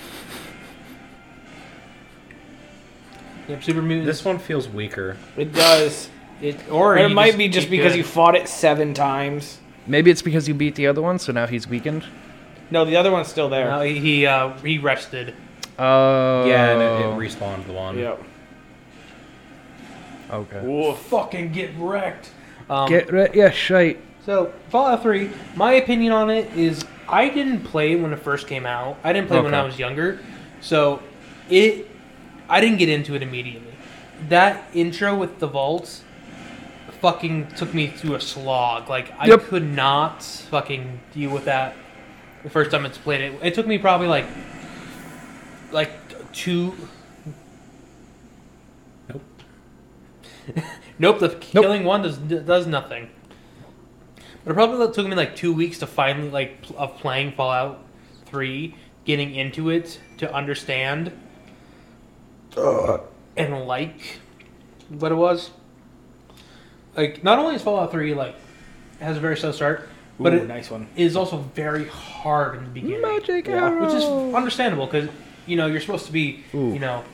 [SPEAKER 7] Yep, super mutant.
[SPEAKER 8] This one feels weaker.
[SPEAKER 5] It does.
[SPEAKER 7] it, or
[SPEAKER 5] Or it
[SPEAKER 7] you
[SPEAKER 5] might be just
[SPEAKER 7] keep
[SPEAKER 5] because
[SPEAKER 7] good.
[SPEAKER 5] you fought it seven times.
[SPEAKER 6] Maybe it's because you beat the other one, so now he's weakened.
[SPEAKER 5] No, the other one's still there.
[SPEAKER 7] No, he he, uh, he rested.
[SPEAKER 6] Oh,
[SPEAKER 8] Yeah, and it,
[SPEAKER 9] Um,
[SPEAKER 8] it respawned the one.
[SPEAKER 5] Yep.
[SPEAKER 6] okay.
[SPEAKER 7] Whoa, Oh, fucking get wrecked. Um,
[SPEAKER 6] Get re- yeah, shite.
[SPEAKER 7] So Fallout 3, my opinion on it is I didn't play it when it first came out. I didn't play it when
[SPEAKER 6] Okay.
[SPEAKER 7] I was younger, so it I didn't get into it immediately. That intro with the vaults fucking took me through a slog. Like I
[SPEAKER 6] Yep.
[SPEAKER 7] could not fucking deal with that the first time it's played it. It took me probably like like two. Nope. Nope, the
[SPEAKER 6] Nope.
[SPEAKER 7] killing one does does nothing. But it probably took me like two weeks to finally like pl- of playing Fallout Three, getting into it to understand and like what it was. Like not only is Fallout Three like has a very slow start, but
[SPEAKER 5] Ooh,
[SPEAKER 7] it
[SPEAKER 5] nice one.
[SPEAKER 7] is also very hard in the beginning
[SPEAKER 6] Magic
[SPEAKER 7] which is understandable because you know you're supposed to be you know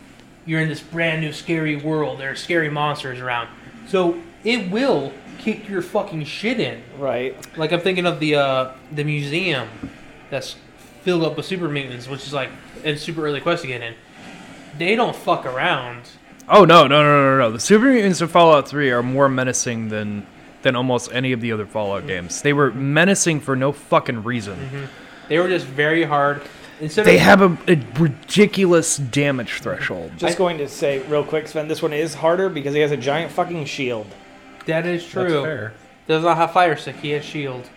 [SPEAKER 7] you're in this brand new scary world there are scary monsters around so it will kick your fucking shit in
[SPEAKER 5] Right.
[SPEAKER 7] like i'm thinking of the uh the museum that's filled up with super mutants which is like and super early quest to get in they don't fuck around
[SPEAKER 6] Oh no, no, no, no, no! The Super Mutants in Fallout Three are more menacing than than almost any of the other Fallout games. They were menacing for no fucking reason.
[SPEAKER 7] they were just very hard instead
[SPEAKER 6] They
[SPEAKER 7] of
[SPEAKER 6] have a, a ridiculous damage threshold.
[SPEAKER 5] Just going to say real quick, Sven, this one is harder because he has a giant fucking shield.
[SPEAKER 7] that is
[SPEAKER 9] That's
[SPEAKER 7] true
[SPEAKER 9] fair.
[SPEAKER 7] does not have fire stick he has shield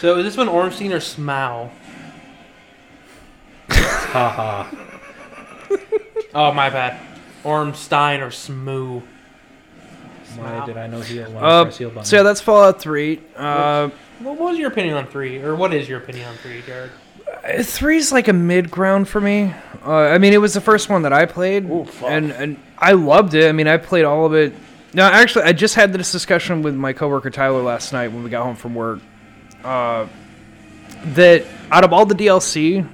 [SPEAKER 7] so is this one Ormstein or Smough?
[SPEAKER 9] Haha.
[SPEAKER 7] Oh, my bad. Ormstein or Smoo.
[SPEAKER 9] Why did I know heal when I
[SPEAKER 6] Uh,
[SPEAKER 9] press heal button?
[SPEAKER 6] so yeah, that's Fallout Three. Uh,
[SPEAKER 7] What was your opinion on three, or what is your opinion on three, Jared?
[SPEAKER 6] three's like a mid ground for me. Uh, I mean, it was the first one that I played, and and I loved it. I mean, I played all of it. No, actually, I just had this discussion with my coworker Tyler last night when we got home from work. Uh, that out of all the DLC,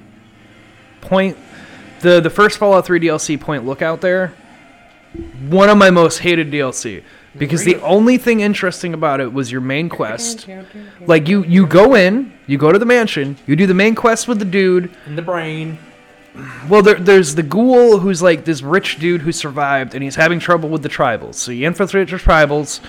[SPEAKER 6] point the the first Fallout Three DLC point lookout there, one of my most hated DLC because the only thing interesting about it was your main quest. Like you you go in, you go to the mansion, you do the main quest with the dude.
[SPEAKER 7] In the brain.
[SPEAKER 6] Well, there, there's the ghoul who's like this rich dude who survived, and he's having trouble with the tribals. So you infiltrate your tribals.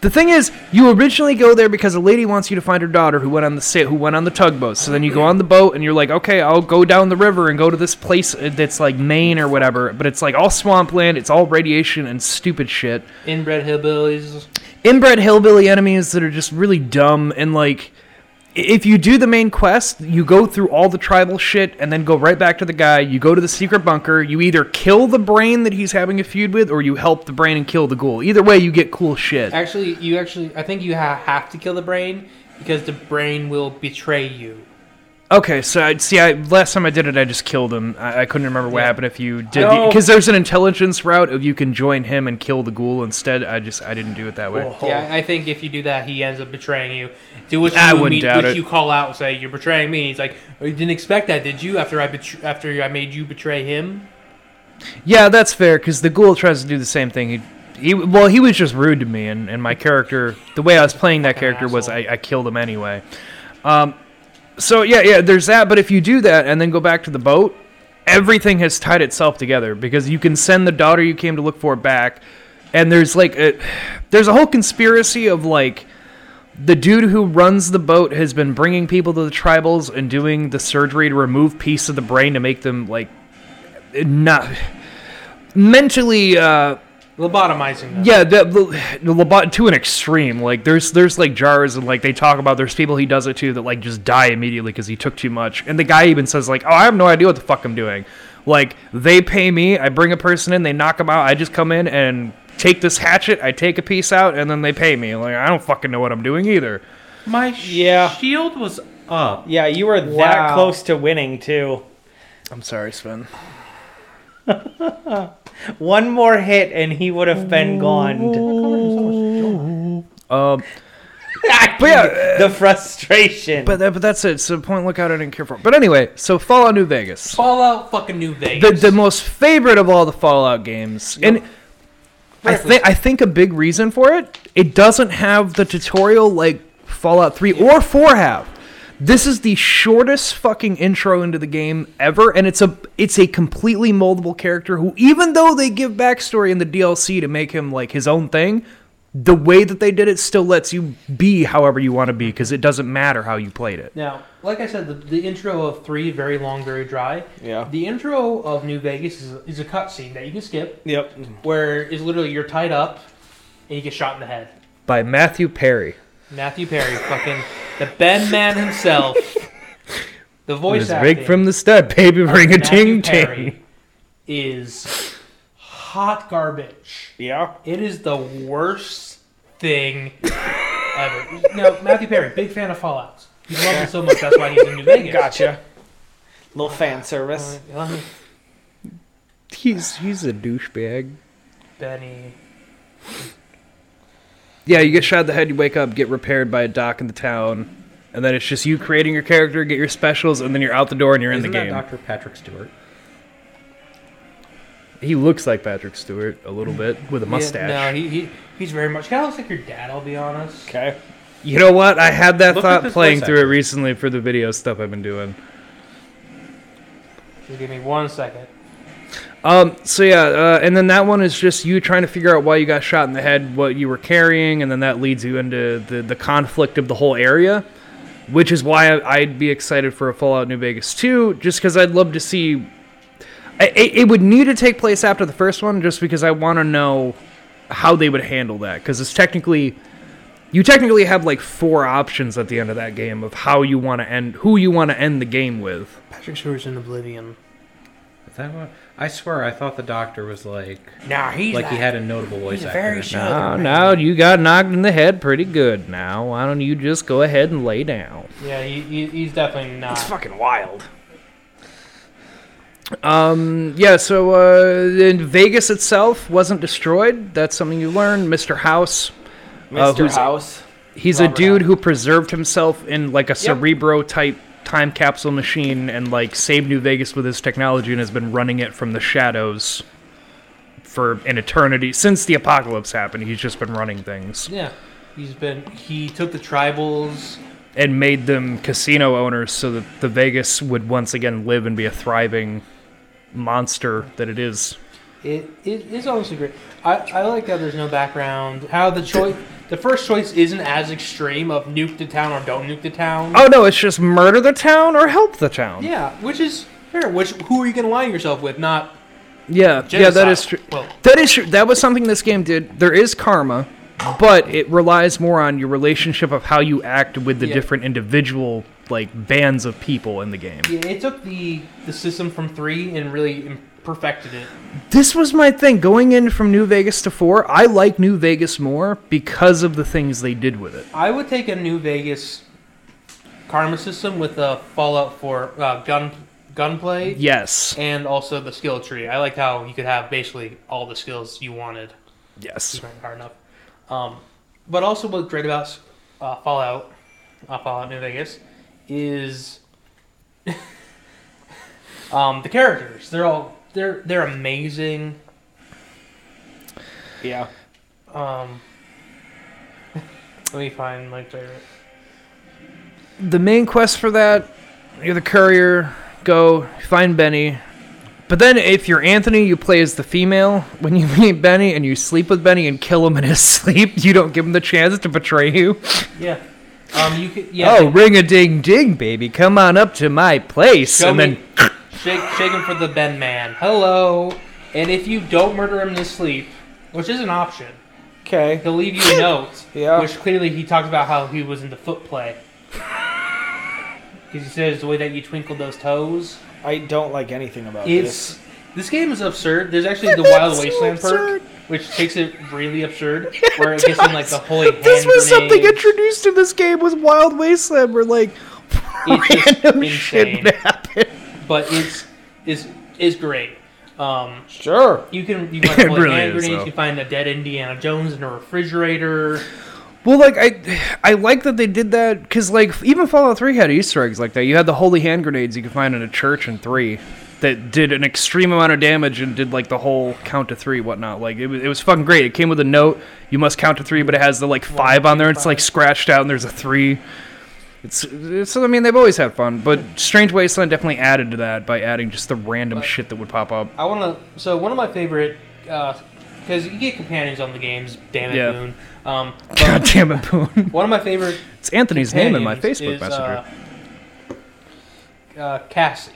[SPEAKER 6] The thing is, you originally go there because a lady wants you to find her daughter who went on the sa- who went on the tugboat. So then you go on the boat and you're like, okay, I'll go down the river and go to this place uh, that's like Maine or whatever. But it's like all swampland, it's all radiation and stupid shit
[SPEAKER 7] Inbred hillbillies.
[SPEAKER 6] inbred hillbilly enemies that are just really dumb and like i- if you do the main quest you go through all the tribal shit and then go right back to the guy you go to the secret bunker you either kill the brain that he's having a feud with or you help the brain and kill the ghoul either way you get cool shit
[SPEAKER 7] Actually, you actually, I think you ha- have to kill the brain because the brain will betray you.
[SPEAKER 6] okay so i see i last time i did it i just killed him i, I couldn't remember what happened if you did
[SPEAKER 9] No.
[SPEAKER 6] because there's an intelligence route if you can join him and kill the ghoul instead i just i didn't do it that way
[SPEAKER 7] Yeah, I think if you do that, he ends up betraying you. To which
[SPEAKER 6] I
[SPEAKER 7] you,
[SPEAKER 6] wouldn't
[SPEAKER 7] meet-
[SPEAKER 6] doubt
[SPEAKER 7] which
[SPEAKER 6] it.
[SPEAKER 7] you call out and say, "You're betraying me." He's like, "Oh, "You didn't expect that, did you?" After I betr after I made you betray him.
[SPEAKER 6] Yeah, that's fair because the ghoul tries to do the same thing. He, he well, he was just rude to me, and, and my character, the way I was playing that character was I, I killed him anyway. Um, so yeah, yeah, there's that. But if you do that and then go back to the boat, everything has tied itself together because you can send the daughter you came to look for back, and there's like a, there's a whole conspiracy of like. The dude who runs the boat has been bringing people to the tribals and doing the surgery to remove piece of the brain to make them like not mentally uh
[SPEAKER 7] Lobotomizing them.
[SPEAKER 6] yeah the, the, the Lobot to an extreme like there's there's like jars and like they talk about there's people he does it to that like just die immediately because he took too much and the guy even says like oh i have no idea what the fuck i'm doing like they pay me i bring a person in they knock him out i just come in and take this hatchet i take a piece out and then they pay me like i don't fucking know what i'm doing either
[SPEAKER 9] My sh-
[SPEAKER 5] Yeah.
[SPEAKER 9] shield was up.
[SPEAKER 5] Yeah, you were that
[SPEAKER 7] Wow.
[SPEAKER 5] close to winning too.
[SPEAKER 6] i'm sorry sven
[SPEAKER 5] One more hit and he would have been gone.
[SPEAKER 6] um but yeah
[SPEAKER 5] The frustration.
[SPEAKER 6] but, that, but that's it so point lookout i didn't care for but anyway so fallout new vegas
[SPEAKER 7] Fallout fucking New Vegas.
[SPEAKER 6] the, the most favorite of all the Fallout games, and I think I think a big reason for it, it doesn't have the tutorial like Fallout Three or Four have. This is the shortest fucking intro into the game ever, and it's a it's a completely moldable character who, even though they give backstory in the DLC to make him like his own thing, the way that they did it still lets you be however you want to be because it doesn't matter how you played it.
[SPEAKER 7] Now, like I said, the, the intro of three very long, very dry.
[SPEAKER 5] Yeah.
[SPEAKER 7] The intro of New Vegas is, is a cutscene that you can skip,
[SPEAKER 5] yep.
[SPEAKER 7] where is literally you're tied up and you get shot in the head.
[SPEAKER 6] By Matthew Perry,
[SPEAKER 7] Matthew Perry, fucking the Ben Man himself, the voice
[SPEAKER 6] it's
[SPEAKER 7] acting.
[SPEAKER 6] rigged from the stud, baby, ring a
[SPEAKER 7] Matthew
[SPEAKER 6] ting ting.
[SPEAKER 7] Perry is hot garbage.
[SPEAKER 5] Yeah.
[SPEAKER 7] It is the worst thing ever. now, Matthew Perry, big fan of Fallout. He loves it so much, that's why he's in New Vegas.
[SPEAKER 5] Gotcha. Little fan service.
[SPEAKER 7] Uh,
[SPEAKER 6] He's he's a douchebag.
[SPEAKER 7] Benny.
[SPEAKER 6] Yeah, you get shot in the head, you wake up, get repaired by a doc in the town, and then it's just you creating your character, get your specials, and then you're out the door and you're in
[SPEAKER 8] Isn't
[SPEAKER 6] the
[SPEAKER 8] that
[SPEAKER 6] game.
[SPEAKER 8] Dr. Patrick Stewart?
[SPEAKER 6] He looks like Patrick Stewart a little bit with a mustache.
[SPEAKER 7] Yeah, no, he, he he's very much. Kind of looks like your dad. I'll be honest.
[SPEAKER 5] Okay.
[SPEAKER 6] You know what? I had that
[SPEAKER 8] Look at
[SPEAKER 6] thought
[SPEAKER 8] this
[SPEAKER 6] playing
[SPEAKER 8] voice
[SPEAKER 6] through it
[SPEAKER 8] actor.
[SPEAKER 6] recently for the video stuff I've been doing.
[SPEAKER 7] Just give me one second.
[SPEAKER 6] Um, so yeah, uh, and then that one is just you trying to figure out why you got shot in the head, what you were carrying, and then that leads you into the, the conflict of the whole area, which is why I- I'd be excited for a Fallout New Vegas 2, just because I'd love to see. I, it it would need to take place after the first one, just because I want to know how they would handle that, because it's technically. You technically have like four options at the end of that game of how you want to end, who you want to end the game with.
[SPEAKER 7] Patrick Stewart's in Oblivion.
[SPEAKER 8] Is that what? I swear, I thought the doctor was like
[SPEAKER 7] Nah, he's
[SPEAKER 8] like he
[SPEAKER 7] not-
[SPEAKER 8] had a notable voice
[SPEAKER 7] he's a
[SPEAKER 8] actor.
[SPEAKER 7] very shy.
[SPEAKER 6] Now, Oh, now you got knocked in the head pretty good. Now, why don't you just go ahead and lay down?
[SPEAKER 7] Yeah, he, he, he's definitely not.
[SPEAKER 5] Fucking wild.
[SPEAKER 6] Um, yeah. So, uh, in Vegas itself wasn't destroyed. That's something you learn. Mister House,
[SPEAKER 7] Oh,
[SPEAKER 6] Uh,
[SPEAKER 5] Mr.
[SPEAKER 6] who's-
[SPEAKER 5] House.
[SPEAKER 6] he's
[SPEAKER 5] Robert
[SPEAKER 6] a dude
[SPEAKER 5] House.
[SPEAKER 6] who preserved himself in like a Cerebro type time capsule machine and like saved New Vegas with his technology and has been running it from the shadows for an eternity since the apocalypse happened. He's just been running things
[SPEAKER 7] Yeah, he's been. He took the tribals.
[SPEAKER 6] and made them casino owners so that the Vegas would once again live and be a thriving monster that it is.
[SPEAKER 7] It, it it's honestly great. I, I like that there's no background. How the choice, the first choice isn't as extreme of nuke the town or don't nuke the town.
[SPEAKER 6] Oh no, it's just murder the town or help the town.
[SPEAKER 7] Yeah, which is fair. Which who are you gonna align yourself with? Not
[SPEAKER 6] yeah, yeah,
[SPEAKER 7] genocide.
[SPEAKER 6] that is true.
[SPEAKER 7] Well,
[SPEAKER 6] That is true. That was something this game did. There is karma, but it relies more on your relationship of how you act with the
[SPEAKER 7] Yeah.
[SPEAKER 6] different individual like bands of people in the game.
[SPEAKER 7] yeah, it took the the system from three and really im- perfected it.
[SPEAKER 6] This was my thing going in from New Vegas to 4. I like New Vegas more because of the things they did with it.
[SPEAKER 7] I would take a New Vegas karma system with a Fallout for uh, gun gunplay.
[SPEAKER 6] Yes.
[SPEAKER 7] And also the skill tree. I liked how you could have basically all the skills you wanted.
[SPEAKER 6] Yes.
[SPEAKER 7] Just not hard enough. Um, but also, what's great about uh, Fallout, uh, Fallout New Vegas, is um, the characters. They're all they're they're amazing.
[SPEAKER 5] Yeah.
[SPEAKER 7] Um, let me find my favorite.
[SPEAKER 6] the main quest for that, you're the courier, go find Benny. But then if you're Anthony, you play as the female. When you meet Benny and you sleep with Benny and kill him in his sleep, you don't give him the chance to betray you.
[SPEAKER 7] Yeah. Um, you could yeah.
[SPEAKER 6] oh, ring a ding ding, baby. Come on up to my place.
[SPEAKER 7] Show
[SPEAKER 6] and
[SPEAKER 7] me-
[SPEAKER 6] then
[SPEAKER 7] shake shake him for the Ben Man. Hello. And if you don't murder him in his sleep, which is an option,
[SPEAKER 5] Okay.
[SPEAKER 7] he'll leave you a note.
[SPEAKER 5] Yeah.
[SPEAKER 7] Which clearly he talks about how he was in the foot play. Because he says the way that you twinkle those toes.
[SPEAKER 5] I don't like anything about this.
[SPEAKER 7] It's this game is absurd. There's actually the Wild Wasteland perk, which takes it really absurd, where it gets in like the holy hand
[SPEAKER 6] this was something
[SPEAKER 7] grenades.
[SPEAKER 6] introduced in this game with Wild Wasteland where like
[SPEAKER 7] It's just
[SPEAKER 6] random
[SPEAKER 7] insane.
[SPEAKER 6] shit happened.
[SPEAKER 7] but it's is is great. Um,
[SPEAKER 5] Sure.
[SPEAKER 7] you can you can find
[SPEAKER 6] It
[SPEAKER 7] holy
[SPEAKER 6] really
[SPEAKER 7] hand
[SPEAKER 6] is,
[SPEAKER 7] grenades.
[SPEAKER 6] though.
[SPEAKER 7] You can find a dead Indiana Jones in a refrigerator.
[SPEAKER 6] Well, like I, I like that they did that because like even Fallout Three had Easter eggs like that. You had the holy hand grenades you could find in a church in three that did an extreme amount of damage and did like the whole count to three whatnot. Like it was, it was fucking great. It came with a note you must count to three, but it has the like five on there. and It's like scratched out and there's a three. It's, it's I mean they've always had fun, but Strange Wasteland definitely added to that by adding just the random shit that would pop up.
[SPEAKER 7] I want to. So one of my favorite, because you get companions on the games. Damn it,
[SPEAKER 6] Yeah.
[SPEAKER 7] Moon. Um,
[SPEAKER 6] God damn it, Boone!
[SPEAKER 7] one of my favorite
[SPEAKER 6] It's Anthony's name in my
[SPEAKER 7] companions
[SPEAKER 6] Facebook
[SPEAKER 7] is,
[SPEAKER 6] messenger.
[SPEAKER 7] Uh, uh, Cassie.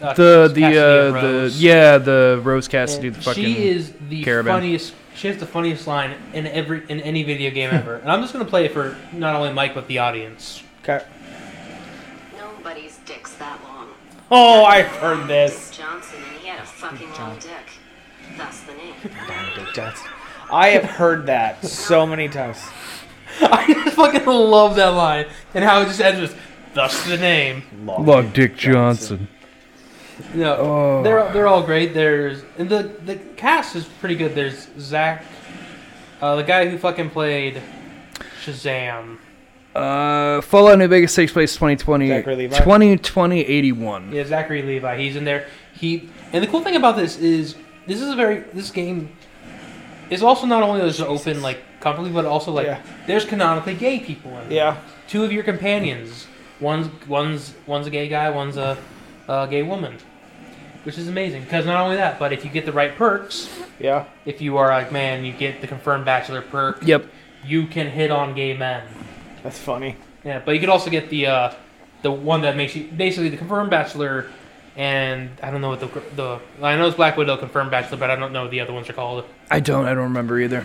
[SPEAKER 7] Uh,
[SPEAKER 6] the the
[SPEAKER 7] Cassidy
[SPEAKER 6] uh,
[SPEAKER 7] of
[SPEAKER 6] the
[SPEAKER 7] Rose.
[SPEAKER 6] yeah the Rose Cassidy
[SPEAKER 7] And
[SPEAKER 6] the fucking
[SPEAKER 7] she is the
[SPEAKER 6] caravan.
[SPEAKER 7] funniest. She has the funniest line in every in any video game ever, and I'm just gonna play it for not only Mike but the audience.
[SPEAKER 5] Okay.
[SPEAKER 10] Nobody's dick's that long.
[SPEAKER 5] Oh, I've heard this.
[SPEAKER 10] Johnson, and he had a fucking long dick. Thus the name.
[SPEAKER 5] That's- I have heard that so many times.
[SPEAKER 7] I just fucking love that line and how it just ends with "thus the name."
[SPEAKER 6] Look, Dick Johnson.
[SPEAKER 7] No,
[SPEAKER 6] Oh.
[SPEAKER 7] they're they're all great. There's and the the cast is pretty good. There's Zach, uh, the guy who fucking played Shazam.
[SPEAKER 6] Uh, Fallout New Vegas takes place 2020,
[SPEAKER 5] Zachary Levi?
[SPEAKER 6] 2020 81.
[SPEAKER 7] Yeah, Zachary Levi. He's in there. He and the cool thing about this is this is a very this game is also not only just open like comfortably, but also like
[SPEAKER 5] Yeah.
[SPEAKER 7] there's canonically gay people in. it.
[SPEAKER 5] Yeah.
[SPEAKER 7] two of your companions. One's one's one's a gay guy. One's a, a gay woman, which is amazing. Because not only that, but if you get the right perks,
[SPEAKER 5] Yeah.
[SPEAKER 7] if you are like man, you get the confirmed bachelor perk.
[SPEAKER 6] Yep.
[SPEAKER 7] You can hit on gay men.
[SPEAKER 5] That's funny.
[SPEAKER 7] Yeah, but you could also get the uh, the one that makes you basically the confirmed bachelor, and I don't know what the the I know it's Black Widow confirmed bachelor, but I don't know what the other ones are called.
[SPEAKER 6] I don't. I don't remember either.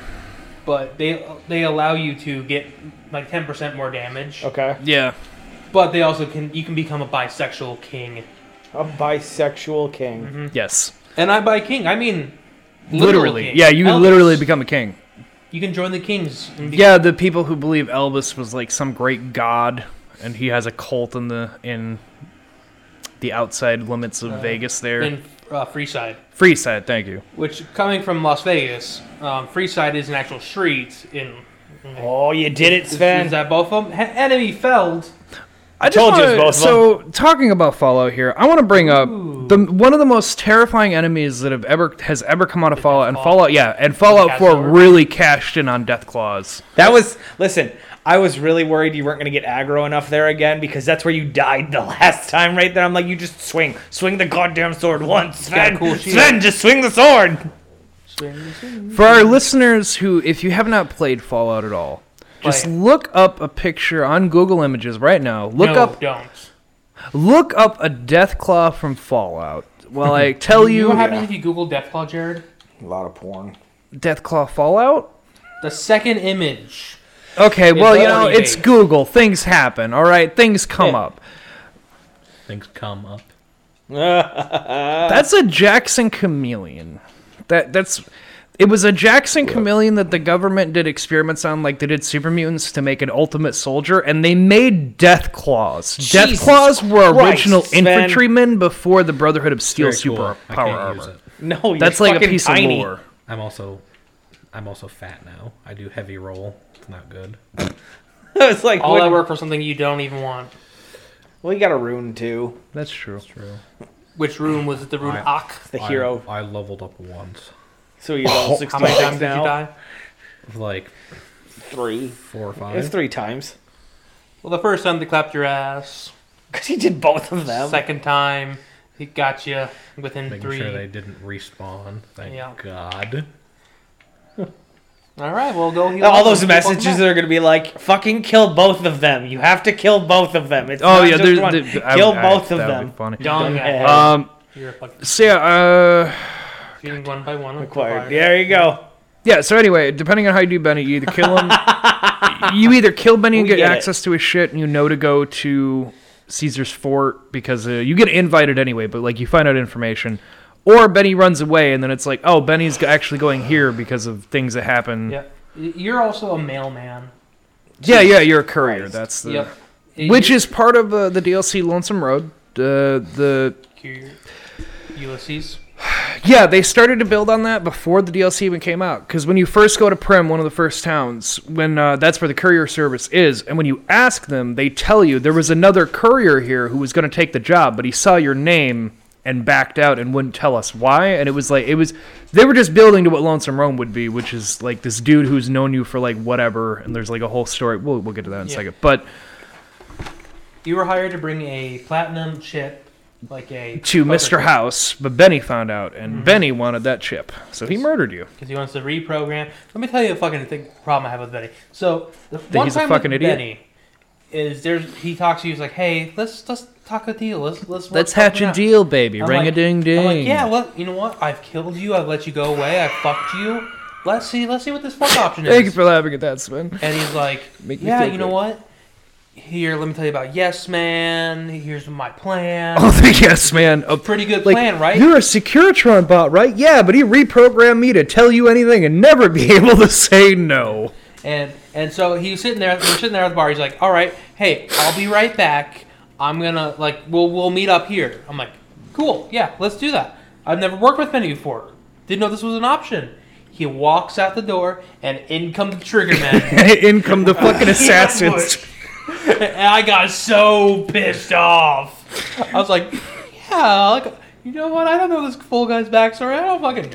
[SPEAKER 7] But they they allow you to get like ten percent more damage.
[SPEAKER 5] Okay.
[SPEAKER 6] Yeah.
[SPEAKER 7] But they also can you can become a bisexual king.
[SPEAKER 5] A bisexual king.
[SPEAKER 6] Hmm. Yes.
[SPEAKER 7] And I by king I mean
[SPEAKER 6] Literally.
[SPEAKER 7] king.
[SPEAKER 6] Yeah, you
[SPEAKER 7] Elvis.
[SPEAKER 6] literally become a king.
[SPEAKER 7] you can join the kings. And be-
[SPEAKER 6] Yeah, the people who believe Elvis was like some great god, and he has a cult in the in the outside limits of Vegas. There,
[SPEAKER 7] in uh, Freeside.
[SPEAKER 6] free side. Thank you.
[SPEAKER 7] Which coming from Las Vegas, um, Freeside is an actual street in.
[SPEAKER 5] Oh, you did it,
[SPEAKER 7] Is
[SPEAKER 5] Sven.
[SPEAKER 7] that both of them? He- enemy felled.
[SPEAKER 6] I just
[SPEAKER 5] Told you
[SPEAKER 6] wanna,
[SPEAKER 5] it's both of
[SPEAKER 6] so talking about Fallout here, I want to bring up the one of the most terrifying enemies that have ever has ever come out of Fallout, and Fallout, yeah, and Fallout
[SPEAKER 7] Death
[SPEAKER 6] Four
[SPEAKER 7] Star.
[SPEAKER 6] really cashed in on Death Claws.
[SPEAKER 5] That was listen. I was really worried you weren't going to get aggro enough there again because that's where you died the last time, right there. I'm like, you just swing, swing the goddamn sword once,
[SPEAKER 7] got a
[SPEAKER 5] Sven.
[SPEAKER 7] cool shield.
[SPEAKER 5] Sven, just swing the sword.
[SPEAKER 6] For our
[SPEAKER 7] Mm-hmm.
[SPEAKER 6] listeners who, if you have not played Fallout at all, just
[SPEAKER 7] Play it.
[SPEAKER 6] look up a picture on Google Images right now. Look
[SPEAKER 7] no,
[SPEAKER 6] up
[SPEAKER 7] Don't.
[SPEAKER 6] Look up a death claw from Fallout. While I
[SPEAKER 7] You
[SPEAKER 6] tell
[SPEAKER 7] know
[SPEAKER 6] you,
[SPEAKER 7] what happens if you Google Deathclaw, Jared?
[SPEAKER 5] A lot of porn.
[SPEAKER 6] death claw Fallout.
[SPEAKER 7] The second image.
[SPEAKER 6] Okay, well you know
[SPEAKER 7] already
[SPEAKER 6] it's
[SPEAKER 7] made.
[SPEAKER 6] Google. Things happen. All right, things come
[SPEAKER 7] Yeah.
[SPEAKER 6] up.
[SPEAKER 8] Things come up.
[SPEAKER 6] That's a Jackson chameleon. That that's. It was a Jackson chameleon that the government did experiments on, like they did super mutants to make an ultimate soldier, and they made death claws. death
[SPEAKER 5] Jesus
[SPEAKER 6] claws were
[SPEAKER 5] Christ,
[SPEAKER 6] original
[SPEAKER 5] Sven.
[SPEAKER 6] infantrymen before the Brotherhood of Steel
[SPEAKER 8] Very
[SPEAKER 6] super
[SPEAKER 8] cool. I
[SPEAKER 6] power
[SPEAKER 8] can't use
[SPEAKER 6] armor.
[SPEAKER 8] it.
[SPEAKER 5] No, you're
[SPEAKER 6] That's like a
[SPEAKER 5] fucking
[SPEAKER 6] piece
[SPEAKER 5] tiny.
[SPEAKER 6] of lore.
[SPEAKER 8] I'm also, I'm also fat now. I do heavy roll. It's not good.
[SPEAKER 5] it's like
[SPEAKER 7] All
[SPEAKER 5] what-
[SPEAKER 7] that work for something you don't even want.
[SPEAKER 5] Well, you got a rune too.
[SPEAKER 6] That's true.
[SPEAKER 8] True.
[SPEAKER 7] Which room was it? The room
[SPEAKER 8] Alright.
[SPEAKER 7] Ak.
[SPEAKER 5] The hero.
[SPEAKER 8] I, I leveled up once,
[SPEAKER 5] So you level six
[SPEAKER 7] How many times did you
[SPEAKER 5] now.
[SPEAKER 7] die?
[SPEAKER 8] like
[SPEAKER 5] Three.
[SPEAKER 8] four or
[SPEAKER 5] It's
[SPEAKER 8] five.
[SPEAKER 5] three times.
[SPEAKER 7] Well, the first time they clapped your ass.
[SPEAKER 5] Because you did both of them.
[SPEAKER 7] Second time he got you within
[SPEAKER 8] Making
[SPEAKER 7] three.
[SPEAKER 8] sure they didn't respawn. Thank
[SPEAKER 7] Yeah.
[SPEAKER 8] God.
[SPEAKER 7] All right, well go. heal
[SPEAKER 5] All
[SPEAKER 7] up
[SPEAKER 5] those
[SPEAKER 7] and keep walking
[SPEAKER 5] messages
[SPEAKER 7] back.
[SPEAKER 5] are going to be like, fucking kill both of them. You have to kill both of them. It's
[SPEAKER 6] Oh
[SPEAKER 5] not
[SPEAKER 6] yeah,
[SPEAKER 5] just
[SPEAKER 6] there's
[SPEAKER 5] one.
[SPEAKER 6] there- I-
[SPEAKER 5] kill
[SPEAKER 6] I-
[SPEAKER 5] both of
[SPEAKER 6] that would be
[SPEAKER 5] them.
[SPEAKER 6] funny.
[SPEAKER 7] Dung
[SPEAKER 5] Dung
[SPEAKER 7] ass.
[SPEAKER 6] Um.
[SPEAKER 7] You're a fucking
[SPEAKER 6] So yeah. Uh,
[SPEAKER 7] shooting one by one.
[SPEAKER 5] Required. There you go.
[SPEAKER 6] yeah. So anyway, depending on how you do Benny, you either kill him. you either kill Benny and
[SPEAKER 5] We
[SPEAKER 6] get,
[SPEAKER 5] get it.
[SPEAKER 6] access to his shit, and you know to go to Caesar's fort because uh, you get invited anyway. But like you find out information, or Benny runs away, and then it's like, oh, Benny's g- actually going here because of things that happen.
[SPEAKER 7] Yeah. You're also a mailman.
[SPEAKER 6] Yeah. yeah, You're a courier. That's the
[SPEAKER 7] Yep.
[SPEAKER 6] which is part of uh, the DLC Lonesome Road. Uh, the
[SPEAKER 7] You're- Ulysses.
[SPEAKER 6] Yeah, they started to build on that before the DLC even came out. Because when you first go to Prim, one of the first towns, when uh, that's where the courier service is, and when you ask them, they tell you there was another courier here who was going to take the job, but he saw your name and backed out and wouldn't tell us why. And it was like it was they were just building to what Lonesome Rome would be, which is like this dude who's known you for like whatever, and there's like a whole story. We'll we'll get to that in a
[SPEAKER 7] Yeah.
[SPEAKER 6] second, but
[SPEAKER 7] You were hired to bring a platinum chip, like a
[SPEAKER 6] to Mr. House, but Benny found out, and Benny wanted that chip, so he murdered you.
[SPEAKER 7] because he wants to reprogram. Let me tell you a fucking thing, problem I have with Benny. So the
[SPEAKER 6] That
[SPEAKER 7] one
[SPEAKER 6] he's a
[SPEAKER 7] time
[SPEAKER 6] fucking
[SPEAKER 7] with
[SPEAKER 6] idiot?
[SPEAKER 7] Benny is there's he talks to you. He's like, hey, let's let's talk a deal. Let's let's work
[SPEAKER 6] Let's hatch
[SPEAKER 7] something
[SPEAKER 6] a
[SPEAKER 7] out."
[SPEAKER 6] deal, baby.
[SPEAKER 7] I'm
[SPEAKER 6] Ring a
[SPEAKER 7] like-
[SPEAKER 6] ding ding.
[SPEAKER 7] I'm like, yeah, well, you know what? I've killed you. I've let you go away. I fucked you. Let's see. Let's see what this fuck option is.
[SPEAKER 6] Thank you for laughing at that, Sven.
[SPEAKER 7] and he's like,
[SPEAKER 6] Make me
[SPEAKER 7] yeah,
[SPEAKER 6] feel
[SPEAKER 7] you know
[SPEAKER 6] good.
[SPEAKER 7] what? here, let me tell you about Yes Man. Here's my plan.
[SPEAKER 6] Oh, the yes, man. A
[SPEAKER 7] Pretty good
[SPEAKER 6] like,
[SPEAKER 7] plan, right?
[SPEAKER 6] You're a Securitron bot, right? Yeah, but he reprogrammed me to tell you anything and never be able to say no.
[SPEAKER 7] And and so he's sitting there, we're sitting there at the bar. He's like, "All right, hey, I'll be right back. I'm gonna like, we'll we'll meet up here." I'm like, "Cool, yeah, let's do that." I've never worked with Penny before. Didn't know this was an option. He walks out the door, and in comes the trigger man.
[SPEAKER 6] In come the fucking assassins.
[SPEAKER 7] and I got so pissed off. I was like, "Yeah, like, you know what? I don't know this full guy's backstory. I don't fucking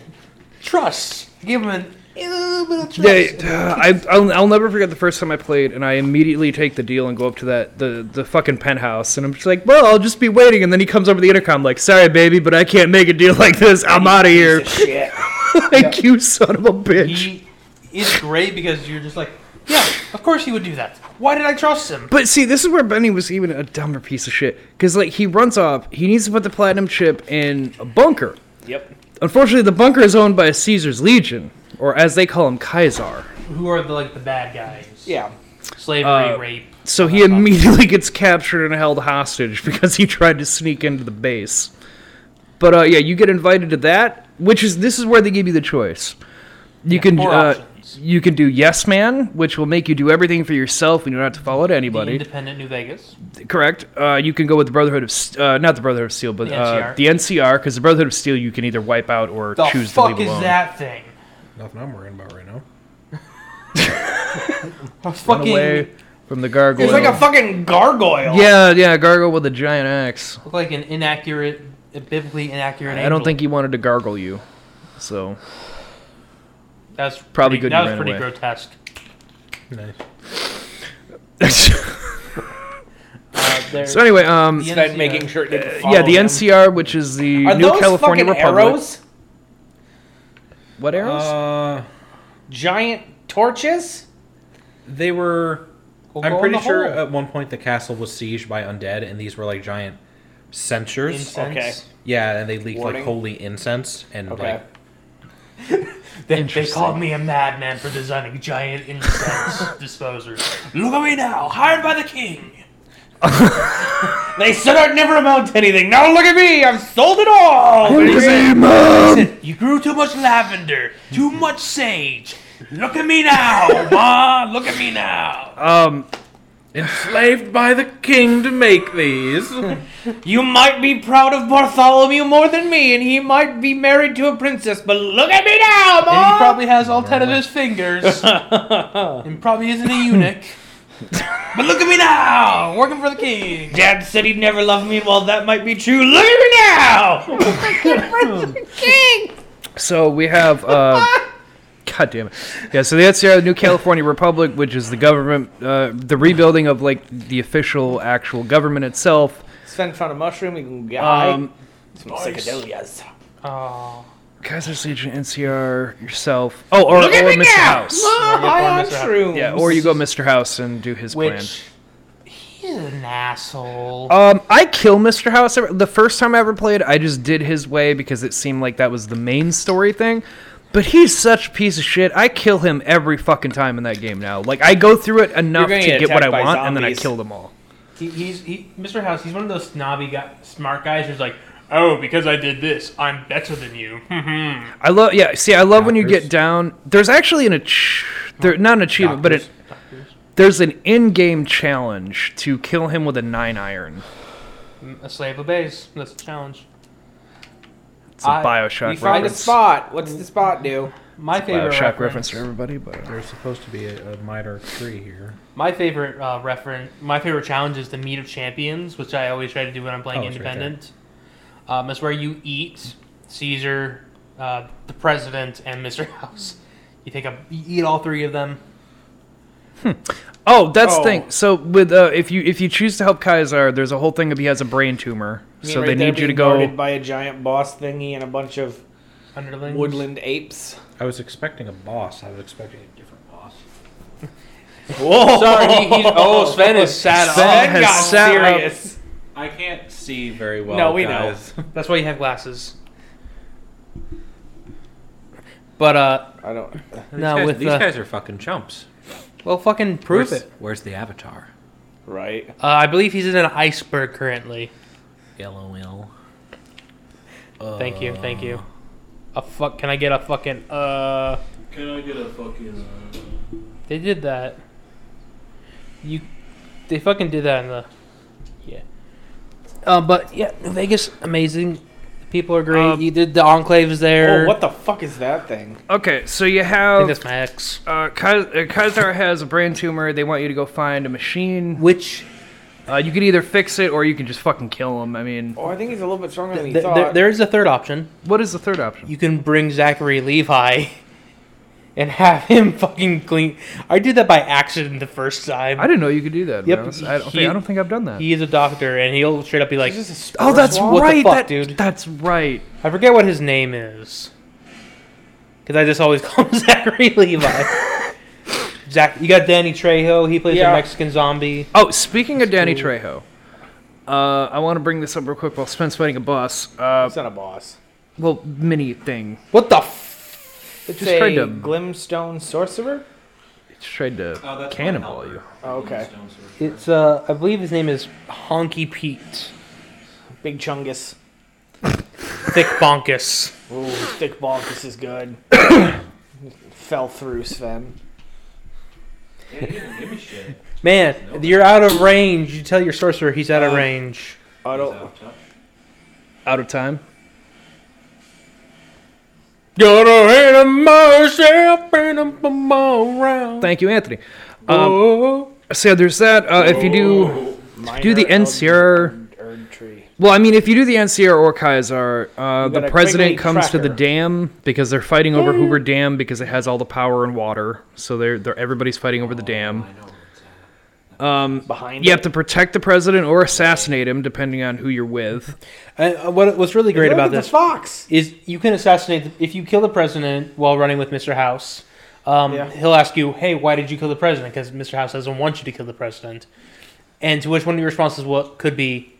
[SPEAKER 7] trust." Give him an, a little bit of trust.
[SPEAKER 6] Yeah, uh, I, I'll, I'll never forget the first time I played, and I immediately take the deal and go up to that the, the fucking penthouse, and I'm just like, well, I'll just be waiting, and then he comes over the intercom like, sorry, baby, but I can't make a deal like this. I'm out of here.
[SPEAKER 7] Shit.
[SPEAKER 6] like you, son of a bitch.
[SPEAKER 7] he is great because you're just like, yeah, of course he would do that. Why did I trust him?
[SPEAKER 6] But see, this is where Benny was even a dumber piece of shit, because like he runs off, he needs to put the platinum chip in a bunker.
[SPEAKER 7] Yep.
[SPEAKER 6] Unfortunately, the bunker is owned by Caesar's Legion, or as they call him, Kaisar.
[SPEAKER 7] Who are the like the bad guys?
[SPEAKER 5] Yeah.
[SPEAKER 7] Slavery, rape.
[SPEAKER 6] So
[SPEAKER 7] Uh-huh.
[SPEAKER 6] he immediately gets captured and held hostage because he tried to sneak into the base. But uh, yeah, you get invited to that, which is this is where they give you the choice. You can
[SPEAKER 7] four
[SPEAKER 6] uh,
[SPEAKER 7] options.
[SPEAKER 6] you can do yes man, which will make you do everything for yourself and you don't have to follow to
[SPEAKER 7] The
[SPEAKER 6] anybody.
[SPEAKER 7] independent New Vegas.
[SPEAKER 6] Correct. Uh, you can go with the Brotherhood of S- uh, not the Brotherhood of Steel, but
[SPEAKER 7] The
[SPEAKER 6] uh,
[SPEAKER 7] NCR.
[SPEAKER 6] the NCR because the Brotherhood of Steel you can either wipe out or
[SPEAKER 7] The
[SPEAKER 6] choose to
[SPEAKER 7] fuck
[SPEAKER 6] leave
[SPEAKER 7] is
[SPEAKER 6] alone.
[SPEAKER 7] that thing?
[SPEAKER 8] Nothing I'm worrying about right now.
[SPEAKER 7] A
[SPEAKER 6] Run
[SPEAKER 7] fucking.
[SPEAKER 6] away from the gargoyle.
[SPEAKER 5] It's like a fucking gargoyle.
[SPEAKER 6] yeah, yeah, gargoyle with a giant axe.
[SPEAKER 7] Look like an inaccurate, a biblically inaccurate.
[SPEAKER 6] I don't
[SPEAKER 7] angel.
[SPEAKER 6] think he wanted to gargle you, so.
[SPEAKER 7] that's
[SPEAKER 6] probably
[SPEAKER 7] pretty-
[SPEAKER 6] good
[SPEAKER 7] That
[SPEAKER 6] you
[SPEAKER 7] was
[SPEAKER 6] ran
[SPEAKER 7] pretty
[SPEAKER 6] away.
[SPEAKER 7] grotesque.
[SPEAKER 8] Nice.
[SPEAKER 7] Uh, there-
[SPEAKER 6] So anyway, um,
[SPEAKER 7] The
[SPEAKER 5] Instead,
[SPEAKER 7] NCR.
[SPEAKER 5] making sure it didn't
[SPEAKER 6] yeah,
[SPEAKER 5] follow
[SPEAKER 6] the
[SPEAKER 5] him.
[SPEAKER 6] NCR, which is the
[SPEAKER 5] Are
[SPEAKER 6] New
[SPEAKER 5] those
[SPEAKER 6] California
[SPEAKER 5] fucking
[SPEAKER 6] Republic.
[SPEAKER 5] arrows?
[SPEAKER 6] What arrows?
[SPEAKER 8] Uh,
[SPEAKER 5] Giant torches?
[SPEAKER 8] they were.
[SPEAKER 7] We'll go
[SPEAKER 8] I'm
[SPEAKER 7] in
[SPEAKER 8] pretty
[SPEAKER 7] the
[SPEAKER 8] sure
[SPEAKER 7] hole.
[SPEAKER 8] at one point the castle was sieged by undead, and these were like giant censers.
[SPEAKER 7] Incense.
[SPEAKER 5] Okay.
[SPEAKER 8] Yeah, and they leaked
[SPEAKER 5] Warding?
[SPEAKER 8] like holy incense and
[SPEAKER 5] Okay.
[SPEAKER 8] like
[SPEAKER 7] They, they called me a madman for designing giant incense disposers. Look at me now, hired by the king.
[SPEAKER 5] They said I'd never amount to anything. Now look at me. I've sold it
[SPEAKER 6] Oh,
[SPEAKER 5] all.
[SPEAKER 7] You grew too much lavender, too much sage. Look at me now, ma. Look at me now.
[SPEAKER 6] um,
[SPEAKER 8] enslaved by the king to make these.
[SPEAKER 5] You might be proud of Bartholomew more than me, and he might be married to a princess, but look at me now, Mom!
[SPEAKER 7] And he probably has all ten of his fingers. and probably isn't a eunuch. but look at me now, working for the king.
[SPEAKER 5] Dad said he'd never love me, well, that might be true. Look at me now!
[SPEAKER 6] so we have. Uh, God damn it! Yeah, so the NCR, the New California Republic, which is the government, uh, the rebuilding of like the official actual government itself.
[SPEAKER 5] Sven found a mushroom. We can get
[SPEAKER 6] Um,
[SPEAKER 5] Some psychedelias.
[SPEAKER 7] Oh,
[SPEAKER 6] Kaiser's Legion, NCR, yourself. Oh, or,
[SPEAKER 5] Look at
[SPEAKER 6] or
[SPEAKER 5] me
[SPEAKER 6] Mr.
[SPEAKER 5] now!
[SPEAKER 6] House.
[SPEAKER 5] Ah,
[SPEAKER 7] Yeah,
[SPEAKER 5] high
[SPEAKER 7] or
[SPEAKER 5] on
[SPEAKER 7] Mr.
[SPEAKER 5] shrooms.
[SPEAKER 6] Yeah, or you go Mr. House and do his plan.
[SPEAKER 7] which he's an asshole.
[SPEAKER 6] Um, I kill Mr. House. every- The first time I ever played, I just did his way because it seemed like that was the main story thing. But he's such a piece of shit. I kill him every fucking time in that game now. Like I go through it enough
[SPEAKER 5] gonna
[SPEAKER 6] to
[SPEAKER 5] get
[SPEAKER 6] get what I
[SPEAKER 5] attacked by
[SPEAKER 6] want, and then I
[SPEAKER 5] zombies.
[SPEAKER 6] kill them all.
[SPEAKER 7] He, he's he, Mr. House. He's one of those snobby guy, smart guys who's like, oh, because I did this, I'm better than you.
[SPEAKER 6] I love. Yeah, see, I love when you get down. There's actually an ach- there, not an achievement, but it, there's an in-game challenge to kill him with a nine iron.
[SPEAKER 7] Mm, a slave obeys. That's the challenge.
[SPEAKER 6] It's a
[SPEAKER 7] I-
[SPEAKER 6] Bioshock
[SPEAKER 7] we
[SPEAKER 5] Find a
[SPEAKER 6] reference.
[SPEAKER 5] spot. What's the spot do?
[SPEAKER 7] My favorite
[SPEAKER 6] Bioshock reference
[SPEAKER 7] reference.
[SPEAKER 6] for everybody, but uh,
[SPEAKER 8] There's supposed to be a, a minor tree here.
[SPEAKER 7] My favorite uh, reference. My favorite challenge is the meat of champions, which I always try to do when I'm playing
[SPEAKER 8] Oh, it's right there.
[SPEAKER 7] independent. um, it's where you eat Caesar, uh, the president, and Mr. House. You take a you eat all three of them.
[SPEAKER 6] Oh, that's the
[SPEAKER 5] Oh.
[SPEAKER 6] thing. So with uh, if you if you choose to help Kaiser, there's a whole thing if he has a brain tumor.
[SPEAKER 5] I mean,
[SPEAKER 6] so
[SPEAKER 5] right
[SPEAKER 6] they
[SPEAKER 5] there
[SPEAKER 6] need you to
[SPEAKER 5] being
[SPEAKER 6] go.
[SPEAKER 5] guarded by a giant boss thingy and a bunch of
[SPEAKER 7] Underlings.
[SPEAKER 5] woodland apes.
[SPEAKER 8] I was expecting a boss. I was expecting a different boss.
[SPEAKER 5] Whoa!
[SPEAKER 7] Sorry, he, he's, oh, Sven is sad.
[SPEAKER 6] Sven has
[SPEAKER 5] got
[SPEAKER 6] sat up.
[SPEAKER 5] serious.
[SPEAKER 8] I can't see very well.
[SPEAKER 5] No, we know.
[SPEAKER 8] know.
[SPEAKER 7] That's why you have glasses. But uh,
[SPEAKER 5] I don't.
[SPEAKER 7] no,
[SPEAKER 8] guys,
[SPEAKER 7] with
[SPEAKER 8] these
[SPEAKER 7] uh,
[SPEAKER 8] guys are fucking chumps.
[SPEAKER 7] well, fucking proof
[SPEAKER 8] where's,
[SPEAKER 7] it.
[SPEAKER 8] Where's the avatar?
[SPEAKER 5] right?
[SPEAKER 7] Uh, I believe he's in an iceberg currently.
[SPEAKER 8] LOL.
[SPEAKER 7] Thank you, thank you. A fuck? Can I get a fucking uh?
[SPEAKER 9] Can I get a fucking? Uh...
[SPEAKER 7] They did that. You, they fucking did that in the, yeah. Uh, but yeah, Vegas amazing. People are great.
[SPEAKER 5] Um,
[SPEAKER 7] you did the enclaves there.
[SPEAKER 5] Oh, what the fuck is that thing?
[SPEAKER 6] Okay, so you
[SPEAKER 7] I think
[SPEAKER 6] have
[SPEAKER 7] that's my ex.
[SPEAKER 6] uh, Kaz- uh, Kazar has a brain tumor. They want you to go find a machine.
[SPEAKER 7] Which
[SPEAKER 6] Uh, you can either fix it or you can just fucking kill him. I mean,
[SPEAKER 5] Oh, I think he's a little bit stronger than he
[SPEAKER 7] th-
[SPEAKER 5] thought.
[SPEAKER 7] there, there is a third option.
[SPEAKER 6] what is the third option?
[SPEAKER 7] You can bring Zachary Levi, and have him fucking clean. I did that by accident the first time.
[SPEAKER 6] I didn't know you could do that. to be
[SPEAKER 7] Yep,
[SPEAKER 6] honest. I, don't
[SPEAKER 7] he-
[SPEAKER 6] think, I don't think I've done that.
[SPEAKER 7] He is a doctor, and he'll straight up be like,
[SPEAKER 5] He's just a
[SPEAKER 6] oh,
[SPEAKER 5] spur
[SPEAKER 6] that's
[SPEAKER 5] swallow.
[SPEAKER 7] what the
[SPEAKER 6] right.
[SPEAKER 7] fuck,
[SPEAKER 6] that,
[SPEAKER 7] dude?
[SPEAKER 6] That's right.
[SPEAKER 7] I forget what his name is. Because I just always call him Zachary Levi. Zach, you got Danny Trejo. He plays
[SPEAKER 5] Yeah.
[SPEAKER 7] a Mexican zombie.
[SPEAKER 6] Oh, speaking of Danny Trejo, uh, I want to bring this up real quick while Spence fighting a boss. Uh,
[SPEAKER 5] It's not a boss.
[SPEAKER 6] well, mini thing.
[SPEAKER 7] What the f?
[SPEAKER 5] It's
[SPEAKER 6] Just
[SPEAKER 5] a
[SPEAKER 6] tried to-
[SPEAKER 5] glimstone sorcerer.
[SPEAKER 6] Just tried to
[SPEAKER 9] Oh, that's my
[SPEAKER 6] cannonball
[SPEAKER 9] helper.
[SPEAKER 6] you.
[SPEAKER 5] Oh, okay,
[SPEAKER 7] It's uh, I believe his name is Honky Pete,
[SPEAKER 5] big chungus.
[SPEAKER 7] Thick Bonkus.
[SPEAKER 5] Ooh, thick bonkus is good. Fell through, Sven.
[SPEAKER 9] Give me shit.
[SPEAKER 7] Man, you're out of range. You tell your sorcerer he's out of range.
[SPEAKER 5] I don't.
[SPEAKER 6] Out of time.
[SPEAKER 7] Gonna hit him myself, bring him from all around. Oh.
[SPEAKER 6] Thank you, Anthony. Um, so there's that. Uh, if you do, Do the
[SPEAKER 5] Minor
[SPEAKER 6] NCR
[SPEAKER 5] erd- erd tree.
[SPEAKER 6] well, I mean, if you do the NCR or Kaiser, uh, the
[SPEAKER 5] gotta
[SPEAKER 6] president
[SPEAKER 5] quickly
[SPEAKER 6] comes
[SPEAKER 5] track
[SPEAKER 6] to the
[SPEAKER 5] her.
[SPEAKER 6] dam because they're fighting over Hoover Dam because it has all the power and water. So they're, they're everybody's fighting over the dam.
[SPEAKER 5] behind.
[SPEAKER 6] You
[SPEAKER 5] it.
[SPEAKER 6] have to protect the president or assassinate him, depending on who you're with.
[SPEAKER 7] And, uh, what, what's really great
[SPEAKER 5] Look
[SPEAKER 7] about
[SPEAKER 5] at the
[SPEAKER 7] this
[SPEAKER 5] fox.
[SPEAKER 7] is you can assassinate the, if you kill the president while running with Mr. House. Um,
[SPEAKER 5] Yeah.
[SPEAKER 7] He'll ask you, "Hey, why did you kill the president?" Because Mr. House doesn't want you to kill the president. And to which one of your responses what could be,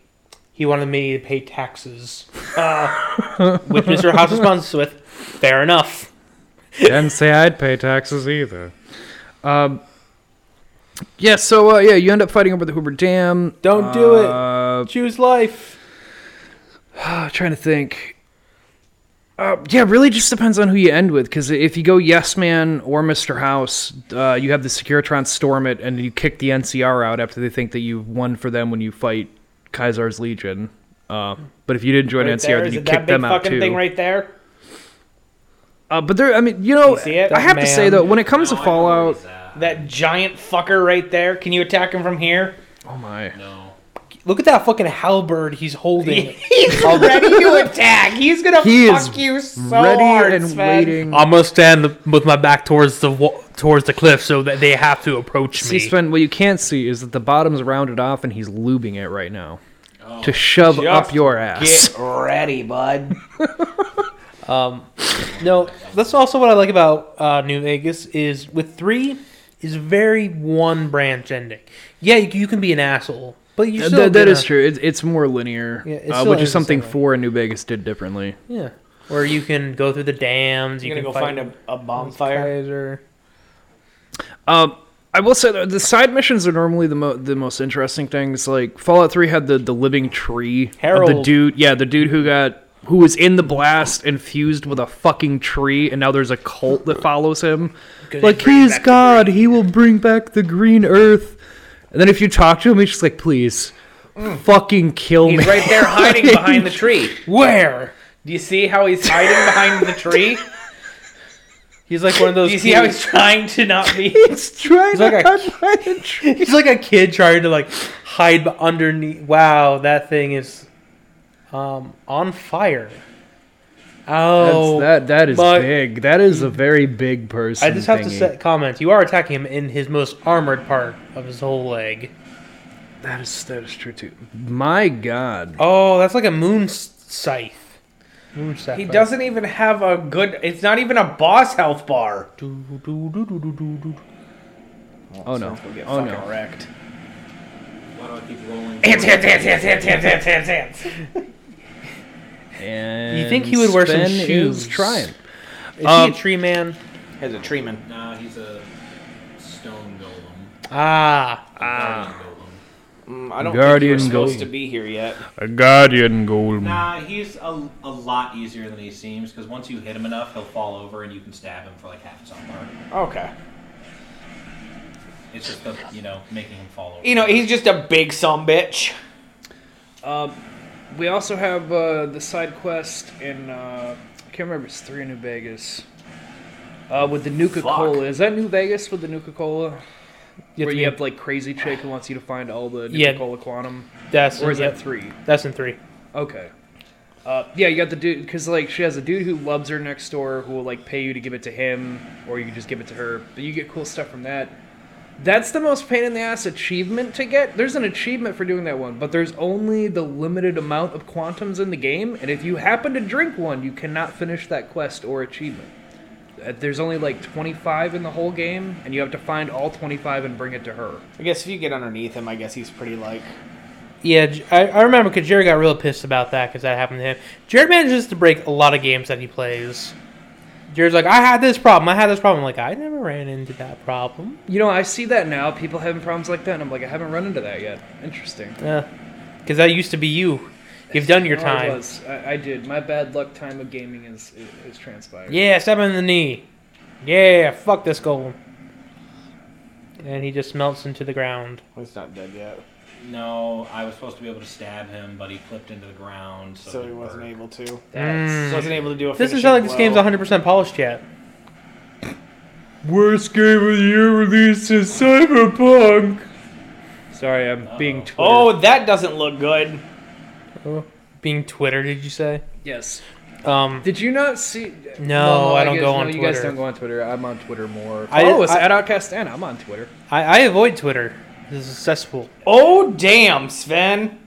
[SPEAKER 7] "He wanted me to pay taxes," uh, which Mr. House responds with, "Fair enough."
[SPEAKER 6] Didn't say I'd pay taxes either. Um, yeah, so uh, yeah, you end up fighting over the Hoover Dam.
[SPEAKER 7] Don't do it.
[SPEAKER 6] Uh,
[SPEAKER 7] Choose life.
[SPEAKER 6] I'm trying to think. Uh, yeah, really just depends on who you end with. Because if you go Yes Man or Mr. House, uh, you have the Securitron storm it, and you kick the NCR out after they think that you won for them when you fight Kaiser's Legion. Uh, but if you didn't join
[SPEAKER 5] Right
[SPEAKER 6] NCR,
[SPEAKER 5] there.
[SPEAKER 6] then
[SPEAKER 5] Is
[SPEAKER 6] you
[SPEAKER 5] it that
[SPEAKER 6] kick
[SPEAKER 5] big
[SPEAKER 6] them out
[SPEAKER 5] fucking
[SPEAKER 6] too.
[SPEAKER 5] thing right there?
[SPEAKER 6] Uh, but there, I mean, you know,
[SPEAKER 5] You see it? Oh,
[SPEAKER 6] I have to say
[SPEAKER 7] Man.
[SPEAKER 6] though, when it comes to Fallout,
[SPEAKER 5] That giant fucker right there. Can you attack him from here?
[SPEAKER 6] oh my,
[SPEAKER 7] Look at that fucking halberd he's holding.
[SPEAKER 5] He's ready to attack. He's gonna
[SPEAKER 6] He
[SPEAKER 5] fuck
[SPEAKER 6] is
[SPEAKER 5] you so
[SPEAKER 6] ready
[SPEAKER 5] hard,
[SPEAKER 6] and
[SPEAKER 5] Sven.
[SPEAKER 6] waiting.
[SPEAKER 7] I'm gonna stand the, with my back towards the wa- towards the cliff so that they have to approach me.
[SPEAKER 6] See, Sven, what you can't see is that the bottom's rounded off, and he's lubing it right now to shove up
[SPEAKER 5] Just
[SPEAKER 6] your ass.
[SPEAKER 5] Get ready, bud.
[SPEAKER 7] No, that's also what I like about uh, New Vegas is with three is very one branch ending. Yeah, you, you can be an asshole, but you
[SPEAKER 6] Uh,
[SPEAKER 7] still
[SPEAKER 6] that- that
[SPEAKER 7] gonna-
[SPEAKER 6] is true. It's, it's more linear,
[SPEAKER 7] Yeah, it
[SPEAKER 6] uh,
[SPEAKER 7] still
[SPEAKER 6] which
[SPEAKER 7] ends
[SPEAKER 6] is
[SPEAKER 7] the
[SPEAKER 6] something
[SPEAKER 7] same way.
[SPEAKER 6] Four and New Vegas did differently.
[SPEAKER 7] Yeah, or you can go through the dams. You
[SPEAKER 5] You're gonna go
[SPEAKER 7] can fight
[SPEAKER 5] find a, a bonfire.
[SPEAKER 7] Kaiser.
[SPEAKER 6] Um, I will say though, the side missions are normally the mo- the most interesting things. Like Fallout Three had the the living tree, of the
[SPEAKER 7] Harold.
[SPEAKER 6] dude, yeah, the dude who got who was in the blast and fused with a fucking tree, and now there's a cult that follows him. Like he is God, he will bring back the green earth. And then if you talk to him, he's just like, please, fucking kill me.
[SPEAKER 5] He's right there hiding behind the tree.
[SPEAKER 7] Where?
[SPEAKER 5] Do you see how he's hiding behind the tree?
[SPEAKER 7] He's like one of those.
[SPEAKER 5] Do you see how
[SPEAKER 7] kids-
[SPEAKER 5] he's trying to not be?
[SPEAKER 6] He's trying
[SPEAKER 7] like
[SPEAKER 6] to
[SPEAKER 7] a-
[SPEAKER 6] hide behind the tree.
[SPEAKER 7] he's like a kid trying to like hide be- underneath. Wow, that thing is um on fire. Oh,
[SPEAKER 6] That's, that that is
[SPEAKER 7] my-
[SPEAKER 6] big. That is a very big person.
[SPEAKER 7] I just have to
[SPEAKER 6] thingy.
[SPEAKER 7] set, comment. You are attacking him in his most armored part of his whole leg.
[SPEAKER 6] That is that is true too. My God,
[SPEAKER 7] Oh, that's like a moon s- scythe. Moon scythe.
[SPEAKER 5] He doesn't even have a good. It's not even a boss health bar.
[SPEAKER 6] Oh, no.
[SPEAKER 5] We'll get
[SPEAKER 6] Oh,
[SPEAKER 5] fucking
[SPEAKER 6] no.
[SPEAKER 5] wrecked.
[SPEAKER 9] Why do I keep rolling?
[SPEAKER 5] Ants, ants, ants, ants, ants, ants, ants, ants, ants.
[SPEAKER 6] and
[SPEAKER 7] You think he would wear some
[SPEAKER 6] Sven
[SPEAKER 7] shoes.
[SPEAKER 6] Is trying.
[SPEAKER 7] Is
[SPEAKER 6] Um,
[SPEAKER 7] he a tree man?
[SPEAKER 5] Has a tree man.
[SPEAKER 9] Nah, he's a stone golem.
[SPEAKER 7] Ah,
[SPEAKER 9] Ah. Golem.
[SPEAKER 5] Mm, I don't
[SPEAKER 6] Guardian
[SPEAKER 5] think you're supposed
[SPEAKER 6] Gold.
[SPEAKER 5] to be here yet.
[SPEAKER 6] A guardian golem.
[SPEAKER 8] Nah, Uh, he's a, a lot easier than he seems because once you hit him enough, he'll fall over and you can stab him for like half his own mark.
[SPEAKER 5] Okay.
[SPEAKER 8] It's just the, you know making him fall over.
[SPEAKER 5] You know, he's just a big some bitch.
[SPEAKER 6] We also have uh, the side quest in uh, I can't remember. if It's three in New Vegas. Uh, with the Nuka Cola, is that New Vegas with the Nuka Cola? Where you have like crazy chick who wants you to find all the Nuka
[SPEAKER 7] Yeah.
[SPEAKER 6] Cola quantum,
[SPEAKER 7] That's
[SPEAKER 6] or is
[SPEAKER 7] yeah,
[SPEAKER 6] that three?
[SPEAKER 7] that's in three.
[SPEAKER 6] Okay. Uh, yeah, you got the dude because like she has a dude who loves her next door who will like pay you to give it to him, or you can just give it to her. But you get cool stuff from that. That's the most pain in the ass achievement to get. There's an achievement for doing that one, but there's only the limited amount of quantums in the game, and if you happen to drink one, you cannot finish that quest or achievement. Uh, There's only like 25 in the whole game, and you have to find all 25 and bring it to her.
[SPEAKER 5] I guess if you get underneath him, I guess he's pretty like.
[SPEAKER 7] Yeah, J- I, I remember because Jared got real pissed about that because that happened to him. Jared manages to break a lot of games that he plays. Jared's like, I had this problem, I had this problem. I'm like, I never ran into that problem.
[SPEAKER 6] You know, I see that now. People having problems like that, and I'm like, I haven't run into that yet. Interesting.
[SPEAKER 7] Yeah, because that used to be you. You've done your
[SPEAKER 6] Oh, I,
[SPEAKER 7] time.
[SPEAKER 6] was. I, I did. My bad luck time of gaming is is, is transpired.
[SPEAKER 7] Yeah, stab him in the knee. Yeah, fuck this golem. And he just melts into the ground.
[SPEAKER 5] He's not dead yet,
[SPEAKER 8] No, I was supposed to be able to stab him, but he clipped into the ground, so,
[SPEAKER 5] so he wasn't able to.
[SPEAKER 7] Mm.
[SPEAKER 5] Wasn't able to do a.
[SPEAKER 7] This is
[SPEAKER 5] finishing
[SPEAKER 7] not like this
[SPEAKER 5] blow.
[SPEAKER 7] game's 100% polished yet.
[SPEAKER 6] Worst game of the year released is Cyberpunk. Sorry, I'm being Twitter.
[SPEAKER 5] Oh, that doesn't look good.
[SPEAKER 7] Being Twitter, did you say?
[SPEAKER 6] yes.
[SPEAKER 7] Um,
[SPEAKER 6] Did you not see? No,
[SPEAKER 7] I don't go on
[SPEAKER 6] You guys
[SPEAKER 7] Twitter.
[SPEAKER 6] don't go on Twitter. I'm on Twitter more.
[SPEAKER 7] I-
[SPEAKER 6] Follow us
[SPEAKER 7] I-
[SPEAKER 6] at Outcast and I'm on Twitter.
[SPEAKER 7] I, I avoid Twitter. This is a cesspool.
[SPEAKER 5] Oh damn, Sven.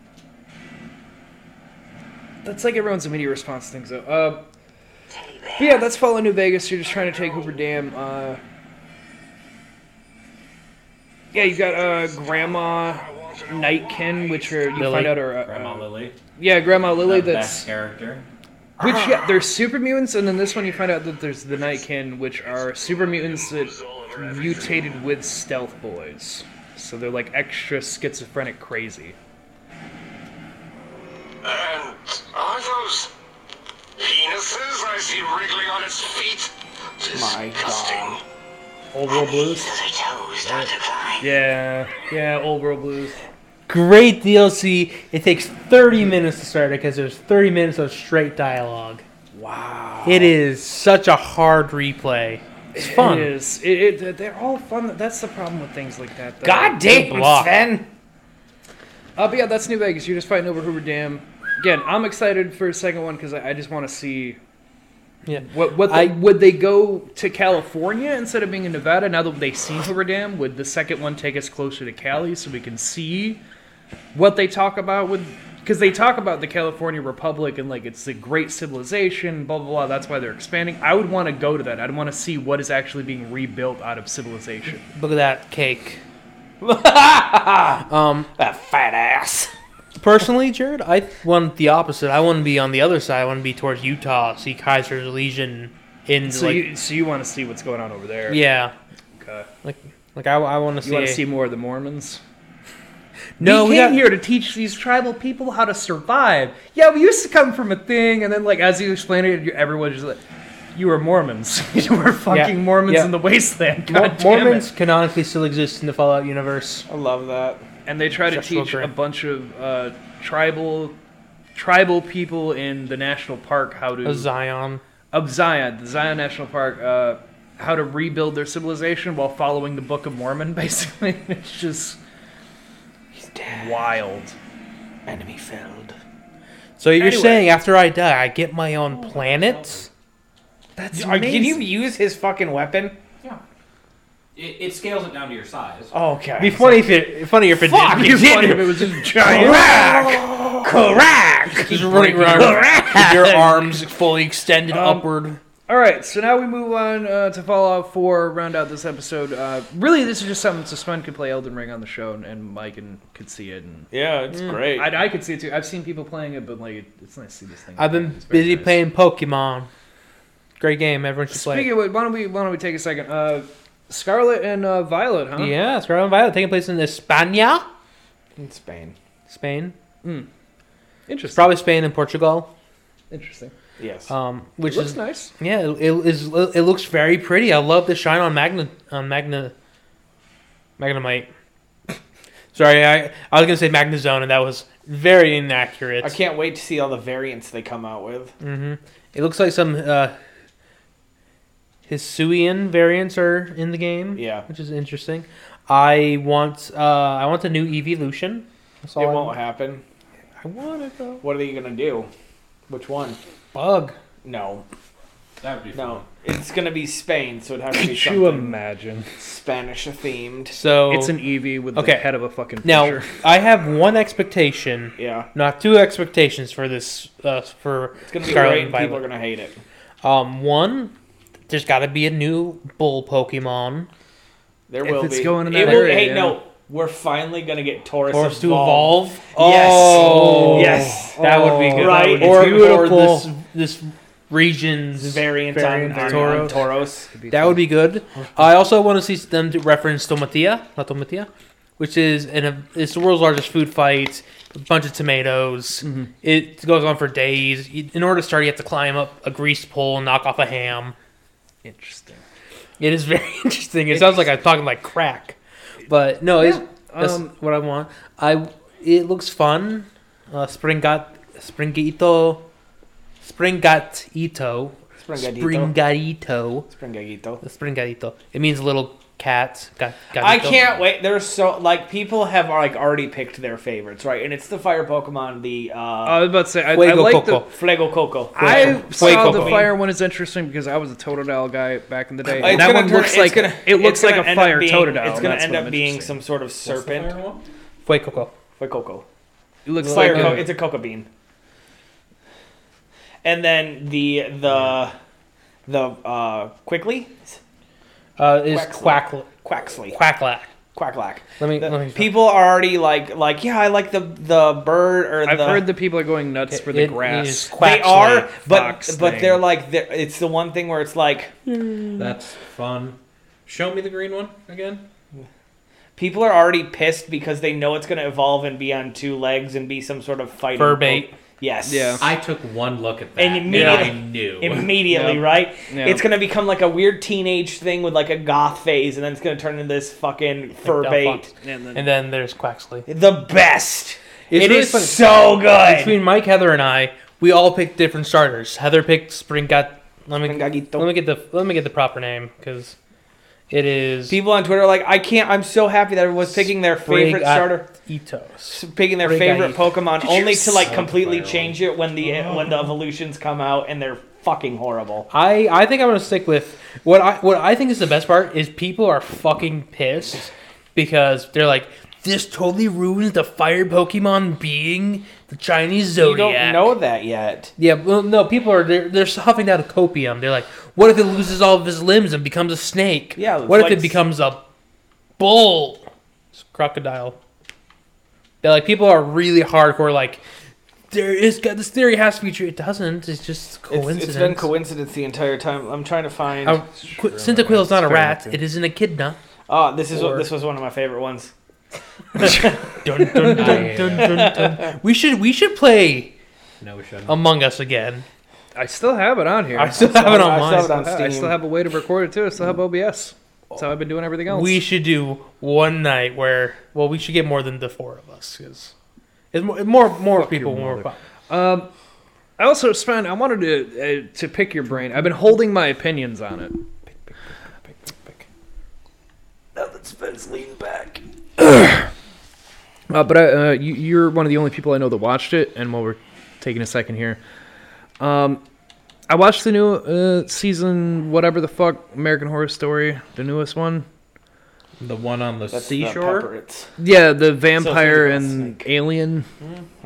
[SPEAKER 6] That's like everyone's immediate response things though. Uh, but yeah, that's Fallout New Vegas. You're just trying to take Hoover Dam. Uh, yeah, you got uh, Grandma Nightkin, which are you
[SPEAKER 7] Lily.
[SPEAKER 6] find out are uh,
[SPEAKER 8] Grandma
[SPEAKER 6] uh,
[SPEAKER 8] Lily,
[SPEAKER 6] yeah Grandma Lily.
[SPEAKER 8] that
[SPEAKER 6] That's
[SPEAKER 8] best character.
[SPEAKER 6] which yeah, they're super mutants, and then this one you find out that there's the Nightkin, which are super mutants that mutated with Stealth Boys. So they're like extra schizophrenic crazy.
[SPEAKER 10] And are those penises I see wriggling on its feet?
[SPEAKER 5] My God.
[SPEAKER 6] Old World Blues. Yeah, yeah, Old World Blues.
[SPEAKER 7] Great DLC. It takes 30 minutes to start it because there's 30 minutes of straight dialogue. Wow. It is such a hard replay. It's fun.
[SPEAKER 6] It is. It, it, they're all fun. That's the problem with things like that. Though.
[SPEAKER 5] God Ah, damn,
[SPEAKER 7] block.
[SPEAKER 5] Sven.
[SPEAKER 6] Uh, but yeah, that's New Vegas. You're just fighting over Hoover Dam. Again, I'm excited for a second one because I, I just want to see
[SPEAKER 7] Yeah.
[SPEAKER 6] what what
[SPEAKER 7] I-
[SPEAKER 6] they, would they go to California instead of being in Nevada. Now that they've seen Hoover Dam, would the second one take us closer to Cali so we can see what they talk about with? Because they talk about the California Republic and like it's a great civilization, blah blah blah. That's why they're expanding. I would want to go to that. I'd want to see what is actually being rebuilt out of civilization.
[SPEAKER 7] Look at that cake. Um,
[SPEAKER 5] That fat ass.
[SPEAKER 7] Personally, Jared, I want the opposite. I want to be on the other side. I want to be towards Utah, see Kaiser's Legion in
[SPEAKER 6] So
[SPEAKER 7] like
[SPEAKER 6] you so you want to see what's going on over there?
[SPEAKER 7] yeah.
[SPEAKER 6] Okay.
[SPEAKER 7] Like like I, I want to
[SPEAKER 6] You
[SPEAKER 7] see,
[SPEAKER 6] want
[SPEAKER 7] a-
[SPEAKER 6] to see more of the Mormons?
[SPEAKER 7] No,
[SPEAKER 6] we,
[SPEAKER 7] we
[SPEAKER 6] came
[SPEAKER 7] got-
[SPEAKER 6] here to teach these tribal people how to survive. Yeah, we used to come from a thing, and then like as you explained it, you- everyone just like, you were Mormons. you were fucking
[SPEAKER 7] Yeah,
[SPEAKER 6] Mormons
[SPEAKER 7] yeah.
[SPEAKER 6] in the wasteland.
[SPEAKER 7] Mor-
[SPEAKER 6] God
[SPEAKER 7] Mormons canonically still exist in the Fallout universe.
[SPEAKER 5] I love that.
[SPEAKER 6] and they try to
[SPEAKER 7] Sexual
[SPEAKER 6] teach
[SPEAKER 7] gray.
[SPEAKER 6] a bunch of uh, tribal tribal people in the national park how to
[SPEAKER 7] A Zion.
[SPEAKER 6] of Zion, the Zion National Park, uh, how to rebuild their civilization while following the Book of Mormon. Basically, it's just wild.
[SPEAKER 5] Enemy felled.
[SPEAKER 7] So you're
[SPEAKER 6] Anyway.
[SPEAKER 7] saying after I die, I get my own planet?
[SPEAKER 6] That's
[SPEAKER 5] Are, can you use his fucking weapon?
[SPEAKER 8] It, it scales it down to your size.
[SPEAKER 5] Okay.
[SPEAKER 7] It'd be funny if it funnier if it
[SPEAKER 5] Fuck,
[SPEAKER 7] didn't.
[SPEAKER 5] you did.
[SPEAKER 6] it was just giant.
[SPEAKER 5] Crack! Crack!
[SPEAKER 7] Just running around with- with your arms fully extended
[SPEAKER 6] Um,
[SPEAKER 7] upward.
[SPEAKER 6] All right, so now we move on uh, to Fallout 4, round out this episode. Uh, really, this is just something so Sven could play Elden Ring on the show, and, and Mike and could see it, and
[SPEAKER 5] Yeah, it's
[SPEAKER 7] Mm.
[SPEAKER 5] great.
[SPEAKER 6] I, I could see it too. I've seen people playing it, but like, it- it's nice to see this thing.
[SPEAKER 7] I've been
[SPEAKER 6] It's very
[SPEAKER 7] busy
[SPEAKER 6] nice.
[SPEAKER 7] playing Pokemon. Great game. Everyone should play.
[SPEAKER 6] Speaking of which, why don't we why don't we take a second? Uh, Scarlet and uh, Violet, huh?
[SPEAKER 7] Yeah, Scarlet and Violet taking place in España.
[SPEAKER 5] in Spain.
[SPEAKER 7] Spain. It's
[SPEAKER 5] Interesting.
[SPEAKER 7] probably Spain and Portugal.
[SPEAKER 6] Interesting.
[SPEAKER 5] yes.
[SPEAKER 7] Um, which
[SPEAKER 6] Which looks
[SPEAKER 7] is
[SPEAKER 6] nice.
[SPEAKER 7] yeah, it, it is. It looks very pretty. I love the shine on magna on magna magnemite. Sorry, I I was gonna say magnezone, and that was very inaccurate.
[SPEAKER 5] I can't wait to see all the variants they come out with.
[SPEAKER 7] Mm. It looks like some uh, Hisuian variants are in the game.
[SPEAKER 5] Yeah.
[SPEAKER 7] which is interesting. I want uh, I want the new Evolution. That's all
[SPEAKER 5] it
[SPEAKER 7] I
[SPEAKER 5] won't happen.
[SPEAKER 7] I want it though.
[SPEAKER 5] What are you gonna do? Which one?
[SPEAKER 7] Bug.
[SPEAKER 5] No,
[SPEAKER 8] That would be fun.
[SPEAKER 5] no. It's gonna be Spain, so it has to be
[SPEAKER 6] Could you
[SPEAKER 5] something
[SPEAKER 6] imagine?
[SPEAKER 5] Spanish themed.
[SPEAKER 7] So
[SPEAKER 6] It's an EV with
[SPEAKER 7] Oh. Okay.
[SPEAKER 6] the head of a fucking
[SPEAKER 7] now
[SPEAKER 6] pitcher.
[SPEAKER 7] I have one expectation,
[SPEAKER 5] Yeah,
[SPEAKER 7] not two expectations for this uh, for
[SPEAKER 5] it's gonna be
[SPEAKER 7] Scarlet
[SPEAKER 5] great.
[SPEAKER 7] and
[SPEAKER 5] And people are
[SPEAKER 7] Violet.
[SPEAKER 5] gonna hate it.
[SPEAKER 7] Um, one, there's got to be a new bull Pokemon.
[SPEAKER 5] There
[SPEAKER 6] If
[SPEAKER 5] will
[SPEAKER 6] it's
[SPEAKER 5] be.
[SPEAKER 6] going in
[SPEAKER 5] It
[SPEAKER 6] that
[SPEAKER 5] will-
[SPEAKER 6] area,
[SPEAKER 5] hey,
[SPEAKER 6] yeah.
[SPEAKER 5] no, we're finally gonna get Taurus,
[SPEAKER 7] Or to
[SPEAKER 5] evolve.
[SPEAKER 7] evolve. Oh,
[SPEAKER 5] Yes.
[SPEAKER 7] that would be good.
[SPEAKER 5] Right.
[SPEAKER 7] That would be
[SPEAKER 5] Or-
[SPEAKER 7] beautiful.
[SPEAKER 5] or
[SPEAKER 7] this, this region's
[SPEAKER 5] Variant,
[SPEAKER 6] Variant
[SPEAKER 5] on, on,
[SPEAKER 7] Tauros.
[SPEAKER 5] on Tauros.
[SPEAKER 7] That would be good. I also want to see them to reference Tomatia, La Tomatia, which is an it's the world's largest food fight. A bunch of tomatoes.
[SPEAKER 6] Mm-hmm.
[SPEAKER 7] It goes on for days. You- In order to start, you have to climb up a greased pole and knock off a ham.
[SPEAKER 6] Interesting.
[SPEAKER 7] It is very interesting. It sounds like I'm talking like crack, but no, it's, that's
[SPEAKER 6] um,
[SPEAKER 7] what I want. I it looks fun. Uh, Springat, Springito,
[SPEAKER 5] Springadito.
[SPEAKER 7] Springatito, Springatito.
[SPEAKER 5] Springadito.
[SPEAKER 7] The spring gatito. It means little cat. Ga- gatito.
[SPEAKER 5] I can't wait. There's so like people have like already picked their favorites, right? And it's the fire Pokemon, the uh,
[SPEAKER 6] I was about to say, I, I
[SPEAKER 7] Fuego
[SPEAKER 6] like the.
[SPEAKER 7] Coco.
[SPEAKER 5] Flego Coco.
[SPEAKER 6] I
[SPEAKER 7] Fuego
[SPEAKER 6] saw the
[SPEAKER 7] Coco.
[SPEAKER 6] fire one is interesting because I was a Totodile guy back in the day.
[SPEAKER 5] It's
[SPEAKER 6] And that
[SPEAKER 5] gonna
[SPEAKER 6] one
[SPEAKER 5] turn-
[SPEAKER 6] looks
[SPEAKER 5] it's
[SPEAKER 6] like
[SPEAKER 5] gonna-
[SPEAKER 6] it looks
[SPEAKER 5] it's gonna
[SPEAKER 6] like a
[SPEAKER 5] end up
[SPEAKER 6] fire
[SPEAKER 5] being-
[SPEAKER 6] Totodile.
[SPEAKER 5] It's gonna
[SPEAKER 6] That's
[SPEAKER 5] end
[SPEAKER 6] what
[SPEAKER 5] up
[SPEAKER 6] I'm
[SPEAKER 5] being
[SPEAKER 6] interested
[SPEAKER 5] some sort of serpent.
[SPEAKER 7] Fue coco.
[SPEAKER 5] Fue Coco.
[SPEAKER 6] in. It looks
[SPEAKER 5] Fire
[SPEAKER 6] like
[SPEAKER 5] co-
[SPEAKER 6] a,
[SPEAKER 5] it's a coca bean. And then the the the uh quickly
[SPEAKER 7] Uh, is quack
[SPEAKER 5] Quaxley. Quaxley.
[SPEAKER 7] quacklack.
[SPEAKER 5] Quacklack.
[SPEAKER 7] Let me.
[SPEAKER 5] The-
[SPEAKER 7] let me
[SPEAKER 5] people are already like like yeah, I like the the bird or
[SPEAKER 6] I've
[SPEAKER 5] the
[SPEAKER 6] heard the people are going nuts for the
[SPEAKER 7] It is
[SPEAKER 6] grass.
[SPEAKER 7] quack
[SPEAKER 5] they are,
[SPEAKER 7] slay.
[SPEAKER 5] but
[SPEAKER 6] fox
[SPEAKER 5] but
[SPEAKER 6] thing.
[SPEAKER 5] they're like they're, it's the one thing where it's like
[SPEAKER 9] That's fun. Show me the green one again.
[SPEAKER 5] People are already pissed because they know it's going to evolve and be on two legs and be some sort of fighting.
[SPEAKER 7] Fur bait.
[SPEAKER 5] Yes.
[SPEAKER 6] Yeah.
[SPEAKER 9] I took one look at that,
[SPEAKER 5] And
[SPEAKER 9] and,
[SPEAKER 5] immediately-
[SPEAKER 9] I knew.
[SPEAKER 5] Immediately,
[SPEAKER 6] Yeah.
[SPEAKER 5] right?
[SPEAKER 6] Yeah.
[SPEAKER 5] It's going to become like a weird teenage thing with like a goth phase, and then it's going to turn into this fucking fur
[SPEAKER 7] Del
[SPEAKER 5] bait.
[SPEAKER 7] Fox.
[SPEAKER 6] And then-
[SPEAKER 7] And then there's Quaxley.
[SPEAKER 5] The best. It's
[SPEAKER 7] really funny.
[SPEAKER 5] so good.
[SPEAKER 7] Between Mike, Heather, and I, we all picked different starters. Heather picked Springat. Let me
[SPEAKER 5] Springagito.
[SPEAKER 7] let me get the let me get the proper name because it is
[SPEAKER 5] People on Twitter are like, I can't. I'm so happy that everyone's picking their favorite starter,
[SPEAKER 7] Itos.
[SPEAKER 5] picking their favorite
[SPEAKER 7] Springat-
[SPEAKER 5] Pokemon, only to like
[SPEAKER 9] so
[SPEAKER 5] completely
[SPEAKER 9] viral.
[SPEAKER 5] change it when the when the evolutions come out and they're fucking horrible.
[SPEAKER 7] I, I think I'm gonna stick with what I what I think is the best part is people are fucking pissed because they're like this totally ruins the fire Pokemon being the Chinese
[SPEAKER 5] You don't
[SPEAKER 7] zodiac.
[SPEAKER 5] know that yet.
[SPEAKER 7] Yeah, well, no, people are they're, they're huffing down copium. They're like, what if it loses all of his limbs and becomes a snake?
[SPEAKER 5] Yeah, it's
[SPEAKER 7] What if
[SPEAKER 5] like-
[SPEAKER 7] it becomes a bull? It's a crocodile. They're like people are really hardcore. Like there is this theory has to be true. It doesn't. It's just coincidence.
[SPEAKER 5] It's, it's been coincidence the entire time. I'm trying to find.
[SPEAKER 6] Oh.
[SPEAKER 7] Uh, Qu- Cyndaquil's not a rat. It is an echidna.
[SPEAKER 5] Oh, this is
[SPEAKER 7] Or-
[SPEAKER 5] this was one of my favorite ones.
[SPEAKER 7] Dun, dun, dun, dun, dun, dun. We should we should play
[SPEAKER 9] no, we shouldn't.
[SPEAKER 7] Among Us again.
[SPEAKER 6] I still have it on here.
[SPEAKER 7] I still have it on
[SPEAKER 5] I still have it
[SPEAKER 7] mine.
[SPEAKER 5] on
[SPEAKER 6] I
[SPEAKER 5] Steam.
[SPEAKER 6] still have a way to record it too. I still have OBS. That's how I've been doing everything else.
[SPEAKER 7] We should do one night where well we should get more than the four of us because it's more more, more people more.
[SPEAKER 6] I also spent. I wanted to uh, to pick your brain. I've been holding my opinions on it. Now that Spence leaning back. uh, but I, uh, you, you're one of the only people I know that watched it. And while we're taking a second here, um, I watched the new uh, season, whatever the fuck, American Horror Story, the newest one.
[SPEAKER 9] The one on the
[SPEAKER 5] That's the
[SPEAKER 9] seashore.
[SPEAKER 5] Pepperitz.
[SPEAKER 6] Yeah, the vampire
[SPEAKER 5] about
[SPEAKER 6] and
[SPEAKER 5] snake.
[SPEAKER 6] alien.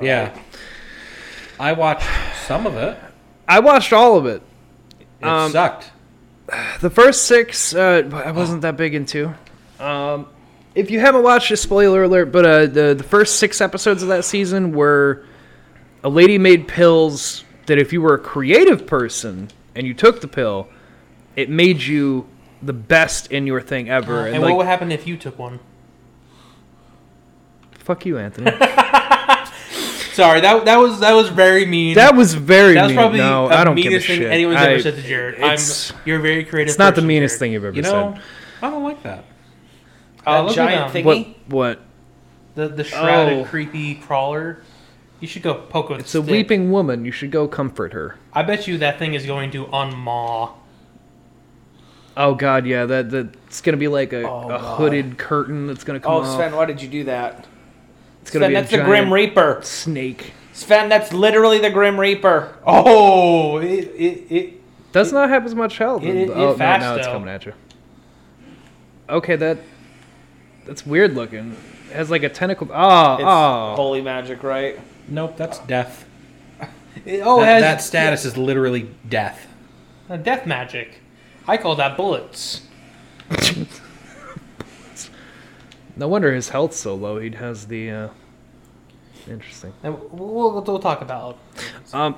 [SPEAKER 9] yeah, I watched some of it.
[SPEAKER 6] I watched all of it.
[SPEAKER 9] It
[SPEAKER 6] Um,
[SPEAKER 9] sucked.
[SPEAKER 6] The first six, uh, I wasn't that big into. Um, if you haven't watched it, spoiler alert, but uh, the, the first six episodes of that season were a lady made pills that if you were a creative person and you took the pill, it made you the best in your thing ever.
[SPEAKER 7] And
[SPEAKER 6] and
[SPEAKER 7] what
[SPEAKER 6] like,
[SPEAKER 7] would happen if you took one?
[SPEAKER 6] Fuck you, Anthony.
[SPEAKER 7] Sorry, that that was that was very mean.
[SPEAKER 6] that was very.
[SPEAKER 7] That was probably
[SPEAKER 6] mean. No,
[SPEAKER 7] the
[SPEAKER 6] I don't give a
[SPEAKER 7] meanest thing
[SPEAKER 6] shit.
[SPEAKER 7] anyone's
[SPEAKER 6] I-
[SPEAKER 7] ever said to Jared. I'm,
[SPEAKER 6] it's-
[SPEAKER 7] you're a very creative.
[SPEAKER 6] It's not the
[SPEAKER 7] person,
[SPEAKER 6] meanest
[SPEAKER 7] Jared.
[SPEAKER 6] thing you've ever
[SPEAKER 8] You know,
[SPEAKER 6] said.
[SPEAKER 8] I don't like that.
[SPEAKER 7] Uh,
[SPEAKER 5] That
[SPEAKER 7] look
[SPEAKER 5] giant
[SPEAKER 7] at him.
[SPEAKER 5] thing-
[SPEAKER 6] What?
[SPEAKER 5] Thingy?
[SPEAKER 6] What?
[SPEAKER 7] The the shrouded
[SPEAKER 6] Oh.
[SPEAKER 7] creepy crawler. You should go poke with
[SPEAKER 6] It's
[SPEAKER 7] stick.
[SPEAKER 6] a weeping woman. You should go comfort her.
[SPEAKER 7] I bet you that thing is going to unmaw.
[SPEAKER 6] Oh God, yeah. That that it's gonna be like a,
[SPEAKER 5] Oh,
[SPEAKER 6] a
[SPEAKER 5] God.
[SPEAKER 6] hooded curtain that's gonna come
[SPEAKER 5] Oh,
[SPEAKER 6] off.
[SPEAKER 5] Sven, why did you do that?
[SPEAKER 6] it's gonna
[SPEAKER 5] Sven,
[SPEAKER 6] be a
[SPEAKER 5] that's the
[SPEAKER 6] giant
[SPEAKER 5] Grim Reaper.
[SPEAKER 6] snake.
[SPEAKER 5] Sven, that's literally the Grim Reaper.
[SPEAKER 7] Oh, it it, it
[SPEAKER 6] Does not have as much health.
[SPEAKER 7] it- it-
[SPEAKER 6] oh no,
[SPEAKER 7] fast,
[SPEAKER 6] now it's
[SPEAKER 7] though.
[SPEAKER 6] coming at you. Okay, that that's weird looking. It has like a tentacle. Oh,
[SPEAKER 5] It's
[SPEAKER 6] oh.
[SPEAKER 5] holy magic, right?
[SPEAKER 8] Nope, that's death.
[SPEAKER 7] it- oh it
[SPEAKER 8] that,
[SPEAKER 7] has
[SPEAKER 8] that status is literally death.
[SPEAKER 7] uh, death magic. I call that bullets.
[SPEAKER 6] No wonder his health's so low. He has the. Uh... Interesting.
[SPEAKER 7] And we'll, we'll, we'll talk about.
[SPEAKER 6] Um.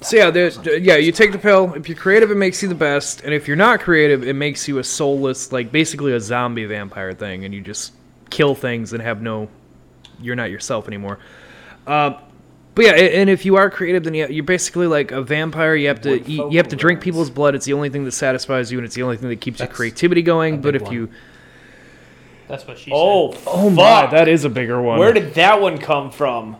[SPEAKER 6] So yeah, there's yeah. You take the pill. If you're creative, it makes you the best, and if you're not creative, it makes you a soulless, like basically a zombie vampire thing, and you just kill things and have no. You're not yourself anymore. Uh, but yeah, a- and if you are creative, then yeah, you're basically like a vampire. You have to eat, you have to drink people's blood. It's the only thing that satisfies you, and it's the only thing that keeps your
[SPEAKER 8] That's
[SPEAKER 6] creativity going. But
[SPEAKER 8] big
[SPEAKER 6] if
[SPEAKER 8] one.
[SPEAKER 6] you
[SPEAKER 7] That's what she said.
[SPEAKER 5] Oh,
[SPEAKER 6] oh my, that is a bigger one.
[SPEAKER 5] Where did that one come from?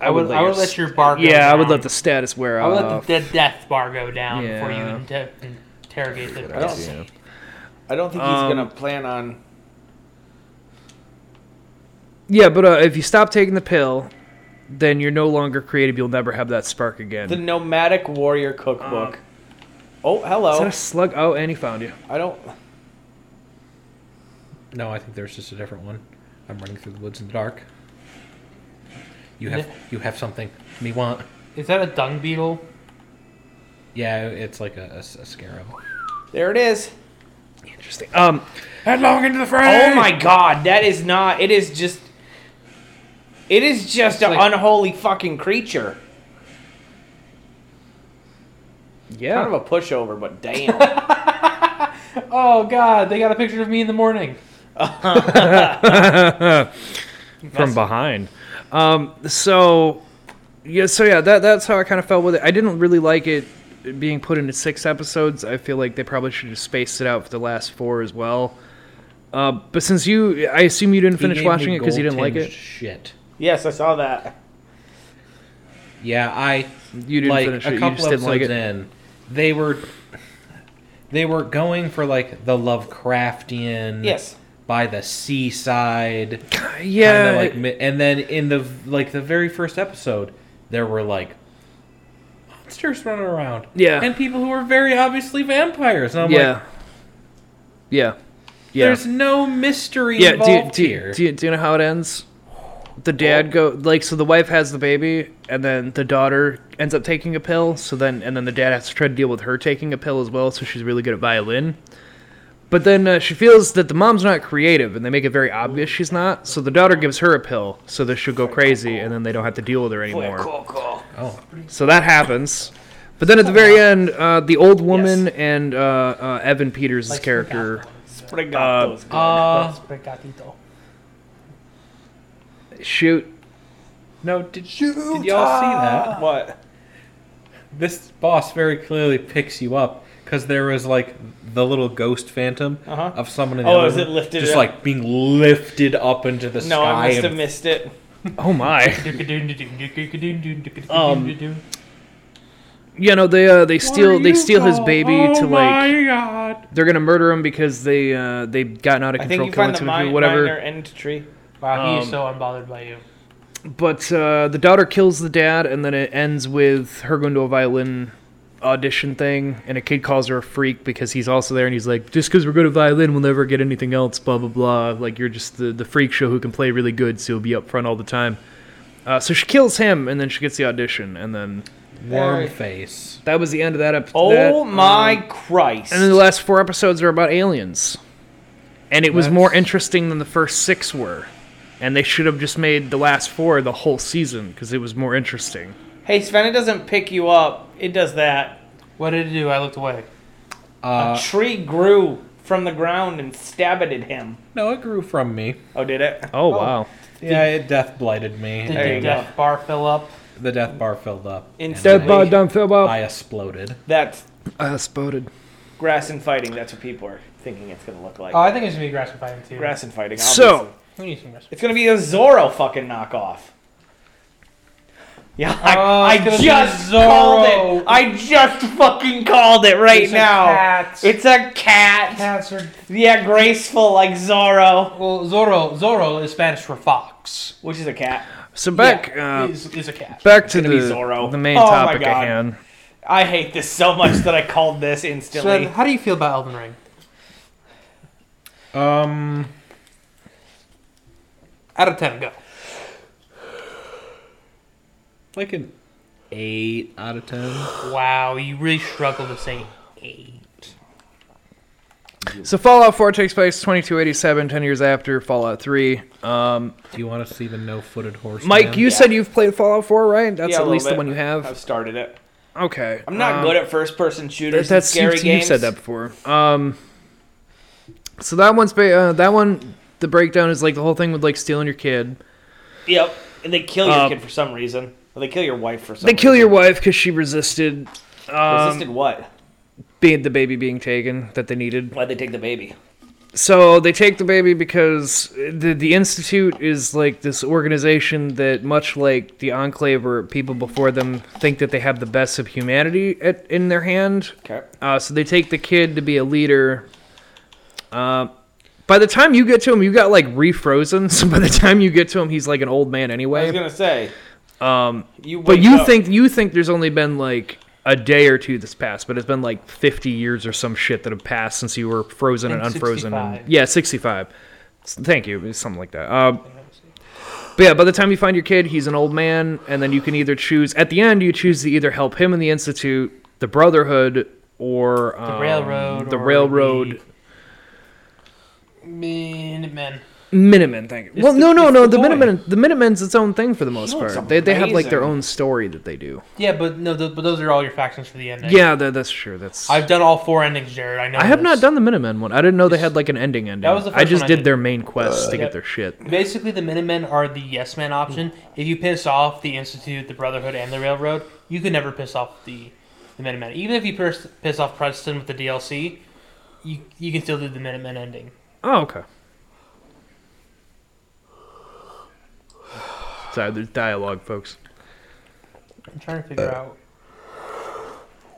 [SPEAKER 7] I would,
[SPEAKER 6] would
[SPEAKER 7] I would
[SPEAKER 6] let
[SPEAKER 7] let your bar. Go
[SPEAKER 6] yeah, I would
[SPEAKER 7] down.
[SPEAKER 6] let the status wear
[SPEAKER 7] I
[SPEAKER 6] off.
[SPEAKER 7] would let the, the death bar go down before you
[SPEAKER 6] Yeah.
[SPEAKER 7] inter- interrogate the
[SPEAKER 5] idea.
[SPEAKER 7] person.
[SPEAKER 5] I don't think he's
[SPEAKER 6] Um,
[SPEAKER 5] gonna plan on.
[SPEAKER 6] Yeah, but uh, if you stop taking the pill, then you're no longer creative. You'll never have that spark again.
[SPEAKER 5] The Nomadic Warrior Cookbook. oh,
[SPEAKER 6] Is that
[SPEAKER 5] hello.
[SPEAKER 6] a slug? Oh, and he found you.
[SPEAKER 5] I don't.
[SPEAKER 8] No, I think there's just a different one. I'm running through the woods in the dark. You have you have something me want.
[SPEAKER 7] Is that a dung beetle?
[SPEAKER 8] Yeah, it's like a, a, a scarab.
[SPEAKER 5] There it is.
[SPEAKER 6] Interesting. Um,
[SPEAKER 8] Headlong into the fray!
[SPEAKER 5] Oh my god, that is not. It is just. It is just an
[SPEAKER 7] like-
[SPEAKER 5] unholy fucking creature.
[SPEAKER 6] yeah.
[SPEAKER 5] Kind of a pushover, but damn.
[SPEAKER 7] Oh god, they got a picture of me in the morning.
[SPEAKER 6] from behind. Um, so yeah, so yeah, that that's how I kind of felt with it. I didn't really like it being put into six episodes. I feel like they probably should have spaced it out for the last four as well. Uh, but since you, I assume you didn't
[SPEAKER 8] He
[SPEAKER 6] finish
[SPEAKER 8] gave me
[SPEAKER 6] watching it because you didn't like
[SPEAKER 8] gold-tinged
[SPEAKER 6] it.
[SPEAKER 8] Shit.
[SPEAKER 5] yes, I saw that.
[SPEAKER 8] Yeah, I
[SPEAKER 6] You didn't
[SPEAKER 8] like
[SPEAKER 6] finish
[SPEAKER 8] a
[SPEAKER 6] it.
[SPEAKER 8] couple
[SPEAKER 6] You just didn't like
[SPEAKER 8] episodes
[SPEAKER 6] it.
[SPEAKER 8] in. They were they were going for like the Lovecraftian
[SPEAKER 5] Yes.
[SPEAKER 8] by the seaside.
[SPEAKER 6] Yeah,
[SPEAKER 8] kinda like
[SPEAKER 6] it-
[SPEAKER 8] mi- and then in the like the very first episode there were like monsters running around
[SPEAKER 6] Yeah.
[SPEAKER 8] and people who were very obviously vampires and i'm
[SPEAKER 6] yeah.
[SPEAKER 8] like
[SPEAKER 6] yeah. Yeah.
[SPEAKER 8] there's no mystery
[SPEAKER 6] yeah. Do you,
[SPEAKER 8] involved
[SPEAKER 6] do, you,
[SPEAKER 8] here
[SPEAKER 6] do, you, do you know how it ends? The dad go like so the wife has the baby and then the daughter ends up taking a pill so then and then the dad has to try to deal with her taking a pill as well so she's really good at violin. But then uh, she feels that the mom's not creative and they make it very obvious she's not so the daughter gives her a pill so that she'll go crazy and then they don't have to deal with her anymore. So that happens. But then at the very end, uh, the old woman and uh, uh, Evan Peters' character
[SPEAKER 5] Sprigatos.
[SPEAKER 8] uh
[SPEAKER 7] Spregatito.
[SPEAKER 6] shoot.
[SPEAKER 8] no did, did y'all see that
[SPEAKER 5] what?
[SPEAKER 8] this boss very clearly picks you up because there was like the little ghost phantom
[SPEAKER 5] Uh-huh.
[SPEAKER 8] of someone in the
[SPEAKER 5] Oh,
[SPEAKER 8] other
[SPEAKER 5] is it
[SPEAKER 8] room
[SPEAKER 5] lifted
[SPEAKER 8] just
[SPEAKER 5] up?
[SPEAKER 8] like being lifted up into the
[SPEAKER 5] No,
[SPEAKER 8] sky
[SPEAKER 5] I must
[SPEAKER 8] and
[SPEAKER 5] have missed it.
[SPEAKER 6] Oh my.
[SPEAKER 7] Um,
[SPEAKER 6] You know they uh, they steal they steal his baby to like
[SPEAKER 8] God.
[SPEAKER 6] they're gonna murder him because they uh, they've gotten out of
[SPEAKER 5] I think
[SPEAKER 6] control
[SPEAKER 5] you find the
[SPEAKER 6] cognitively,
[SPEAKER 5] mine,
[SPEAKER 6] whatever.
[SPEAKER 5] minor entry.
[SPEAKER 7] wow,
[SPEAKER 6] Um,
[SPEAKER 7] he is so unbothered by you.
[SPEAKER 6] But uh, the daughter kills the dad, and then it ends with her going to a violin audition thing, and a kid calls her a freak because he's also there, and he's like, just because we're good at violin, we'll never get anything else, blah, blah, blah. Like, you're just the, the freak show who can play really good, so you'll be up front all the time. Uh, so she kills him, and then she gets the audition, and then
[SPEAKER 8] Worm face.
[SPEAKER 6] that was the end of that episode.
[SPEAKER 5] Oh my Christ!
[SPEAKER 6] And then the last four episodes are about aliens. And it was more interesting than the first six were. And they should have just made the last four the whole season because it was more interesting.
[SPEAKER 5] hey, Sven, it doesn't pick you up. It does that.
[SPEAKER 7] What did it do? I looked away.
[SPEAKER 5] A tree grew from the ground and stab it at him.
[SPEAKER 9] No, it grew from me.
[SPEAKER 5] Oh, did it?
[SPEAKER 6] Oh, wow.
[SPEAKER 9] Yeah, it death blighted me.
[SPEAKER 7] Did
[SPEAKER 5] There
[SPEAKER 7] the
[SPEAKER 5] you
[SPEAKER 7] death bar fill up?
[SPEAKER 9] The death bar filled up. and
[SPEAKER 5] Instead-
[SPEAKER 9] then
[SPEAKER 5] bar
[SPEAKER 6] done, Phil Bob.
[SPEAKER 9] I exploded.
[SPEAKER 5] That's
[SPEAKER 6] I spotted.
[SPEAKER 5] grass and fighting. That's what people are thinking it's gonna look like.
[SPEAKER 7] Oh, I think it's gonna be grass and fighting too.
[SPEAKER 5] grass and fighting. Obviously.
[SPEAKER 6] So-
[SPEAKER 7] We need some grass.
[SPEAKER 5] it's gonna be a Zorro fucking knockoff. Yeah, I,
[SPEAKER 7] Oh,
[SPEAKER 5] I
[SPEAKER 7] it's gonna be
[SPEAKER 5] just
[SPEAKER 7] Zorro.
[SPEAKER 5] called it. I just fucking called it right
[SPEAKER 7] It's a
[SPEAKER 5] now.
[SPEAKER 7] cat.
[SPEAKER 5] It's a cat.
[SPEAKER 7] Cats are
[SPEAKER 5] Yeah, graceful like Zorro,
[SPEAKER 7] well. Zorro. Zorro is Spanish for fox.
[SPEAKER 5] which is a cat.
[SPEAKER 6] So back
[SPEAKER 7] Yeah,
[SPEAKER 6] uh,
[SPEAKER 7] is, is a cat.
[SPEAKER 6] back to the,
[SPEAKER 5] gonna be Zorro.
[SPEAKER 6] the main
[SPEAKER 5] Oh my
[SPEAKER 6] topic at
[SPEAKER 5] God.
[SPEAKER 6] hand.
[SPEAKER 5] I hate this so much that I called this
[SPEAKER 7] So, then,
[SPEAKER 5] instantly.
[SPEAKER 7] how do you feel about Elden Ring?
[SPEAKER 9] Um,
[SPEAKER 7] Out of ten, go.
[SPEAKER 9] like an eight out of ten.
[SPEAKER 7] Wow, you really struggle to say eight.
[SPEAKER 6] So Fallout 4 takes place 2287, 10 years after Fallout 3. Um,
[SPEAKER 9] Do you want to see the no-footed horse?
[SPEAKER 6] Mike, you said you've played Fallout 4, right? That's
[SPEAKER 5] Yeah, a
[SPEAKER 6] at
[SPEAKER 5] little
[SPEAKER 6] least the
[SPEAKER 5] bit.
[SPEAKER 6] one you
[SPEAKER 5] I've
[SPEAKER 6] have.
[SPEAKER 5] started it.
[SPEAKER 6] Okay.
[SPEAKER 5] I'm not
[SPEAKER 6] um,
[SPEAKER 5] good at first person shooters.
[SPEAKER 6] That's
[SPEAKER 5] and scary
[SPEAKER 6] you,
[SPEAKER 5] games.
[SPEAKER 6] have said that before. Um, so that one's ba- uh, that one. The breakdown is like the whole thing with like stealing your kid.
[SPEAKER 5] Yep. And they kill your
[SPEAKER 6] Um,
[SPEAKER 5] kid for some reason. Or they kill your wife for some.
[SPEAKER 6] They kill your um,
[SPEAKER 5] reason.
[SPEAKER 6] wife because she resisted
[SPEAKER 5] Resisted what?
[SPEAKER 6] being the baby being taken that they needed.
[SPEAKER 5] Why'd they take the baby?
[SPEAKER 6] So they take the baby because the the institute is like this organization that much like the enclave or people before them think that they have the best of humanity at, in their hand
[SPEAKER 5] Okay.
[SPEAKER 6] Uh, so they take the kid to be a leader. Uh, by the time you get to him, you got like refrozen. So by the time you get to him, he's like an old man
[SPEAKER 5] I
[SPEAKER 6] anyway.
[SPEAKER 5] was gonna say. Um. You
[SPEAKER 6] but
[SPEAKER 5] wake
[SPEAKER 6] you
[SPEAKER 5] up-
[SPEAKER 6] think you think there's only been like a day or two that's passed, but it's been like 50 years or some shit that have passed since you were frozen and,
[SPEAKER 7] And
[SPEAKER 6] unfrozen. and-
[SPEAKER 7] 65.
[SPEAKER 6] yeah, 65. S- Thank you, something like that. Uh, but yeah, by the time you find your kid, he's an old man, and then you can either choose. At the end, you choose to either help him in the institute, the brotherhood, or um,
[SPEAKER 7] railroad
[SPEAKER 6] the
[SPEAKER 7] or
[SPEAKER 6] railroad.
[SPEAKER 7] Minutemen.
[SPEAKER 6] Minutemen, thank you. well,
[SPEAKER 5] the-
[SPEAKER 6] no, no,
[SPEAKER 5] it's
[SPEAKER 6] no.
[SPEAKER 5] the
[SPEAKER 6] The,
[SPEAKER 5] boy.
[SPEAKER 6] Minutemen, the Minutemen's its own thing for the most
[SPEAKER 5] looks
[SPEAKER 6] part. They, they have like their
[SPEAKER 5] amazing.
[SPEAKER 6] own story that they do.
[SPEAKER 7] Yeah, but no, th- but those are all your factions for the ending.
[SPEAKER 6] Yeah, that, that's true. That's I've,
[SPEAKER 7] I've done all four endings, Jared. I know.
[SPEAKER 6] not
[SPEAKER 7] this.
[SPEAKER 6] done the Minutemen one. I didn't know they had like an ending ending.
[SPEAKER 7] was the
[SPEAKER 6] I
[SPEAKER 7] first
[SPEAKER 6] just
[SPEAKER 7] one I
[SPEAKER 6] did
[SPEAKER 7] did.
[SPEAKER 6] their main quests to
[SPEAKER 7] Yep.
[SPEAKER 6] get their shit.
[SPEAKER 7] Basically, the Minutemen are the yes man option. If you piss off the Institute, the Brotherhood, and the Railroad, you can never piss off the, the Minutemen. Even if you piss, piss off Preston with the DLC, you you can still do the Minutemen ending.
[SPEAKER 6] Oh, okay. Sorry, there's dialogue, folks.
[SPEAKER 7] I'm trying to figure out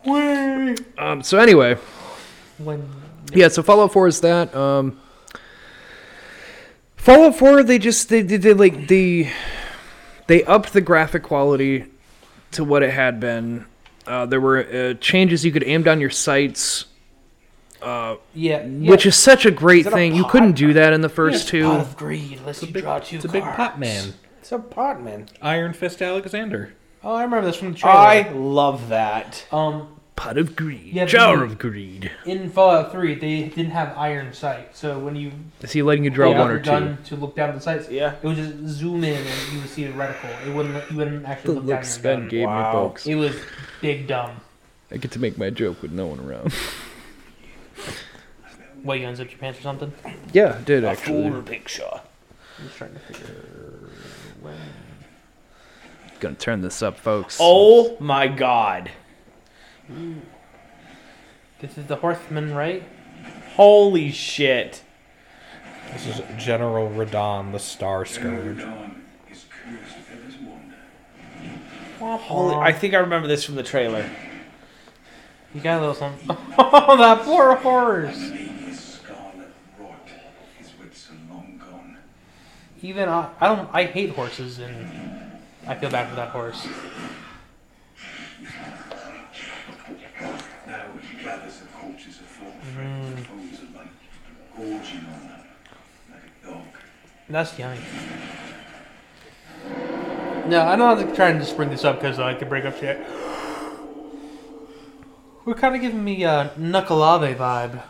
[SPEAKER 7] where
[SPEAKER 6] Um, so anyway,
[SPEAKER 7] when
[SPEAKER 6] yeah. So Fallout Four is that. Um, Fallout Four, they just they they, they like the they upped the graphic quality to what it had been. Uh, there were uh, changes you could aim down your sights,
[SPEAKER 7] yeah,
[SPEAKER 6] which is such a great
[SPEAKER 5] a
[SPEAKER 6] thing. you
[SPEAKER 5] pod?
[SPEAKER 6] couldn't do that in the first two.
[SPEAKER 7] pot of greed. Let's you draw two
[SPEAKER 9] It's a big
[SPEAKER 7] cards.
[SPEAKER 9] pot man,
[SPEAKER 5] It's a pot man.
[SPEAKER 9] Iron Fist Alexander.
[SPEAKER 7] Oh, I remember this from the trailer.
[SPEAKER 5] I love that.
[SPEAKER 7] um,
[SPEAKER 6] Pot of greed,
[SPEAKER 7] Yeah, but
[SPEAKER 6] jar
[SPEAKER 7] you-
[SPEAKER 6] of greed.
[SPEAKER 7] In Fallout 3, they didn't have iron sight, so when you
[SPEAKER 6] Is he letting you draw
[SPEAKER 7] pulled out
[SPEAKER 6] one or
[SPEAKER 7] your
[SPEAKER 6] two?
[SPEAKER 7] gun to look down at the sights,
[SPEAKER 5] Yeah.
[SPEAKER 7] it would just zoom in and you would see a reticle. It wouldn't. You wouldn't
[SPEAKER 6] The
[SPEAKER 7] actually look down
[SPEAKER 6] looks
[SPEAKER 7] your
[SPEAKER 6] Ben
[SPEAKER 7] gun.
[SPEAKER 6] gave me, folks.
[SPEAKER 7] It was big dumb.
[SPEAKER 6] I get to make my joke with no one around.
[SPEAKER 7] What you unzip your pants or something?
[SPEAKER 6] yeah, I did
[SPEAKER 5] A
[SPEAKER 6] actually.
[SPEAKER 5] full picture.
[SPEAKER 7] I'm just trying to figure.
[SPEAKER 6] Gonna turn this up, folks.
[SPEAKER 5] Oh my god.
[SPEAKER 7] This is the Horseman, right?
[SPEAKER 5] Holy shit.
[SPEAKER 9] This is General Radon, the Star Scourge.
[SPEAKER 5] Holy, I think I remember this from the trailer.
[SPEAKER 7] You got a little something. Oh, that poor horse. Even I, I don't. I hate horses, and I feel bad for that horse. That's yummy. No, I don't have to try and just bring this up because I could break up shit. We're kind of giving me a Knuckalave vibe.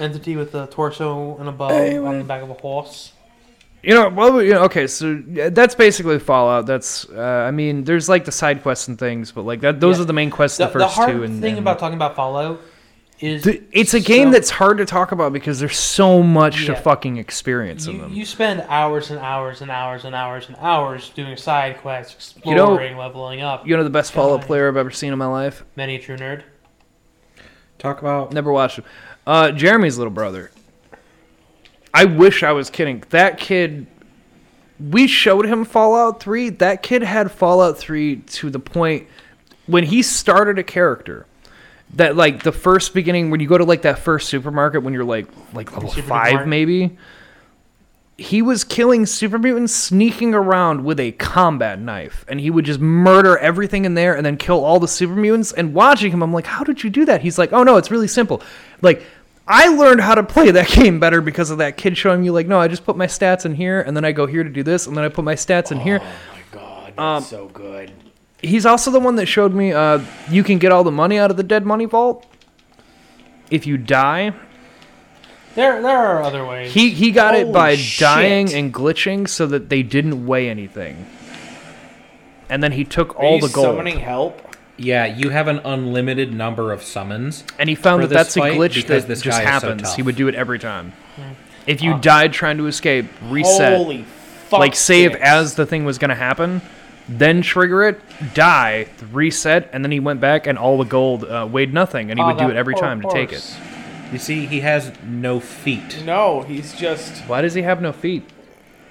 [SPEAKER 7] Entity with a torso and a bow on the back of a horse.
[SPEAKER 6] You know, well, we- you know, okay, so yeah, that's basically Fallout. That's, uh, I mean, there's like the side quests and things, but like that, those
[SPEAKER 7] Yeah.
[SPEAKER 6] are the main quests.
[SPEAKER 7] The,
[SPEAKER 6] in
[SPEAKER 7] the
[SPEAKER 6] the first
[SPEAKER 7] hard
[SPEAKER 6] two, and
[SPEAKER 7] thing
[SPEAKER 6] and-
[SPEAKER 7] about talking about Fallout is
[SPEAKER 6] Th- It's a game
[SPEAKER 7] so-
[SPEAKER 6] that's hard to talk about because there's so much
[SPEAKER 7] Yeah.
[SPEAKER 6] to fucking experience in
[SPEAKER 7] you,
[SPEAKER 6] them.
[SPEAKER 7] you spend hours and hours and hours and hours and hours doing side quests,
[SPEAKER 6] You know-
[SPEAKER 7] exploring, leveling up.
[SPEAKER 6] You know the best Fallout
[SPEAKER 7] God.
[SPEAKER 6] player I've ever seen in my life.
[SPEAKER 7] Many a true nerd.
[SPEAKER 9] Talk about
[SPEAKER 6] Never watched him. Uh, Jeremy's little brother. I wish I was kidding. That kid. We showed him Fallout 3. That kid had Fallout 3 to the point when he started a character. That like the first beginning when you go to like that first supermarket when you're like like level five
[SPEAKER 7] Supermarket.
[SPEAKER 6] maybe. He was killing super mutants, sneaking around with a combat knife, and he would just murder everything in there and then kill all the super mutants. And watching him, I'm like, how did you do that? He's like, oh no, it's really simple. Like, I learned how to play that game better because of that kid showing me, like, no, I just put my stats in here, and then I go here to do this, and then I put my stats in here.
[SPEAKER 5] God, that's
[SPEAKER 6] Um,
[SPEAKER 5] so good.
[SPEAKER 6] He's also the one that showed me uh, you can get all the money out of the dead money vault if you die.
[SPEAKER 7] There, there are other ways.
[SPEAKER 6] He he got it
[SPEAKER 5] Holy
[SPEAKER 6] by
[SPEAKER 5] shit.
[SPEAKER 6] dying and glitching so that they didn't weigh anything. And then he took
[SPEAKER 5] Are
[SPEAKER 6] all
[SPEAKER 5] you
[SPEAKER 6] the gold,
[SPEAKER 5] Summoning help.
[SPEAKER 9] yeah. You have an unlimited number of summons.
[SPEAKER 6] and he found
[SPEAKER 9] for
[SPEAKER 6] that
[SPEAKER 9] this
[SPEAKER 6] that's a
[SPEAKER 9] fight
[SPEAKER 6] glitch
[SPEAKER 9] because
[SPEAKER 6] that
[SPEAKER 9] this
[SPEAKER 6] just
[SPEAKER 9] guy is so
[SPEAKER 6] happens.
[SPEAKER 9] tough.
[SPEAKER 6] he would do it every time. If you died trying to escape, reset,
[SPEAKER 5] Holy fuck.
[SPEAKER 6] like save
[SPEAKER 5] dicks.
[SPEAKER 6] as the thing was gonna happen, then trigger it, die, reset, and then he went back and all the gold uh, weighed nothing, and he
[SPEAKER 7] Oh,
[SPEAKER 6] would do
[SPEAKER 7] that
[SPEAKER 6] it every
[SPEAKER 7] poor
[SPEAKER 6] time to take it.
[SPEAKER 7] horse.
[SPEAKER 9] You see, he has no feet.
[SPEAKER 5] No, he's just.
[SPEAKER 6] Why does he have no feet?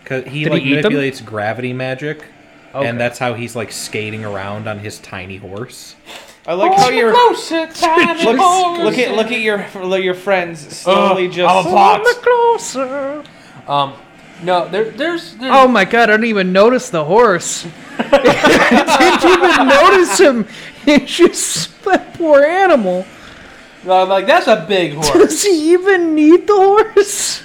[SPEAKER 9] Cause he
[SPEAKER 6] Did he
[SPEAKER 9] like
[SPEAKER 6] eat them?
[SPEAKER 9] manipulates gravity magic,
[SPEAKER 6] Okay.
[SPEAKER 9] and that's how he's like skating around on his tiny horse.
[SPEAKER 5] I like how you're.
[SPEAKER 7] Closer, Oh, tiny
[SPEAKER 5] Look,
[SPEAKER 7] horse.
[SPEAKER 5] look at look at your look at your friends slowly
[SPEAKER 7] Uh,
[SPEAKER 5] just.
[SPEAKER 7] I'm a bot.
[SPEAKER 6] Closer.
[SPEAKER 7] Um, no, there, there's, there's
[SPEAKER 6] Oh my god, I didn't even notice the horse. I didn't even notice him. It's just that poor animal.
[SPEAKER 7] uh, like that's a big horse.
[SPEAKER 6] Does he even need the horse?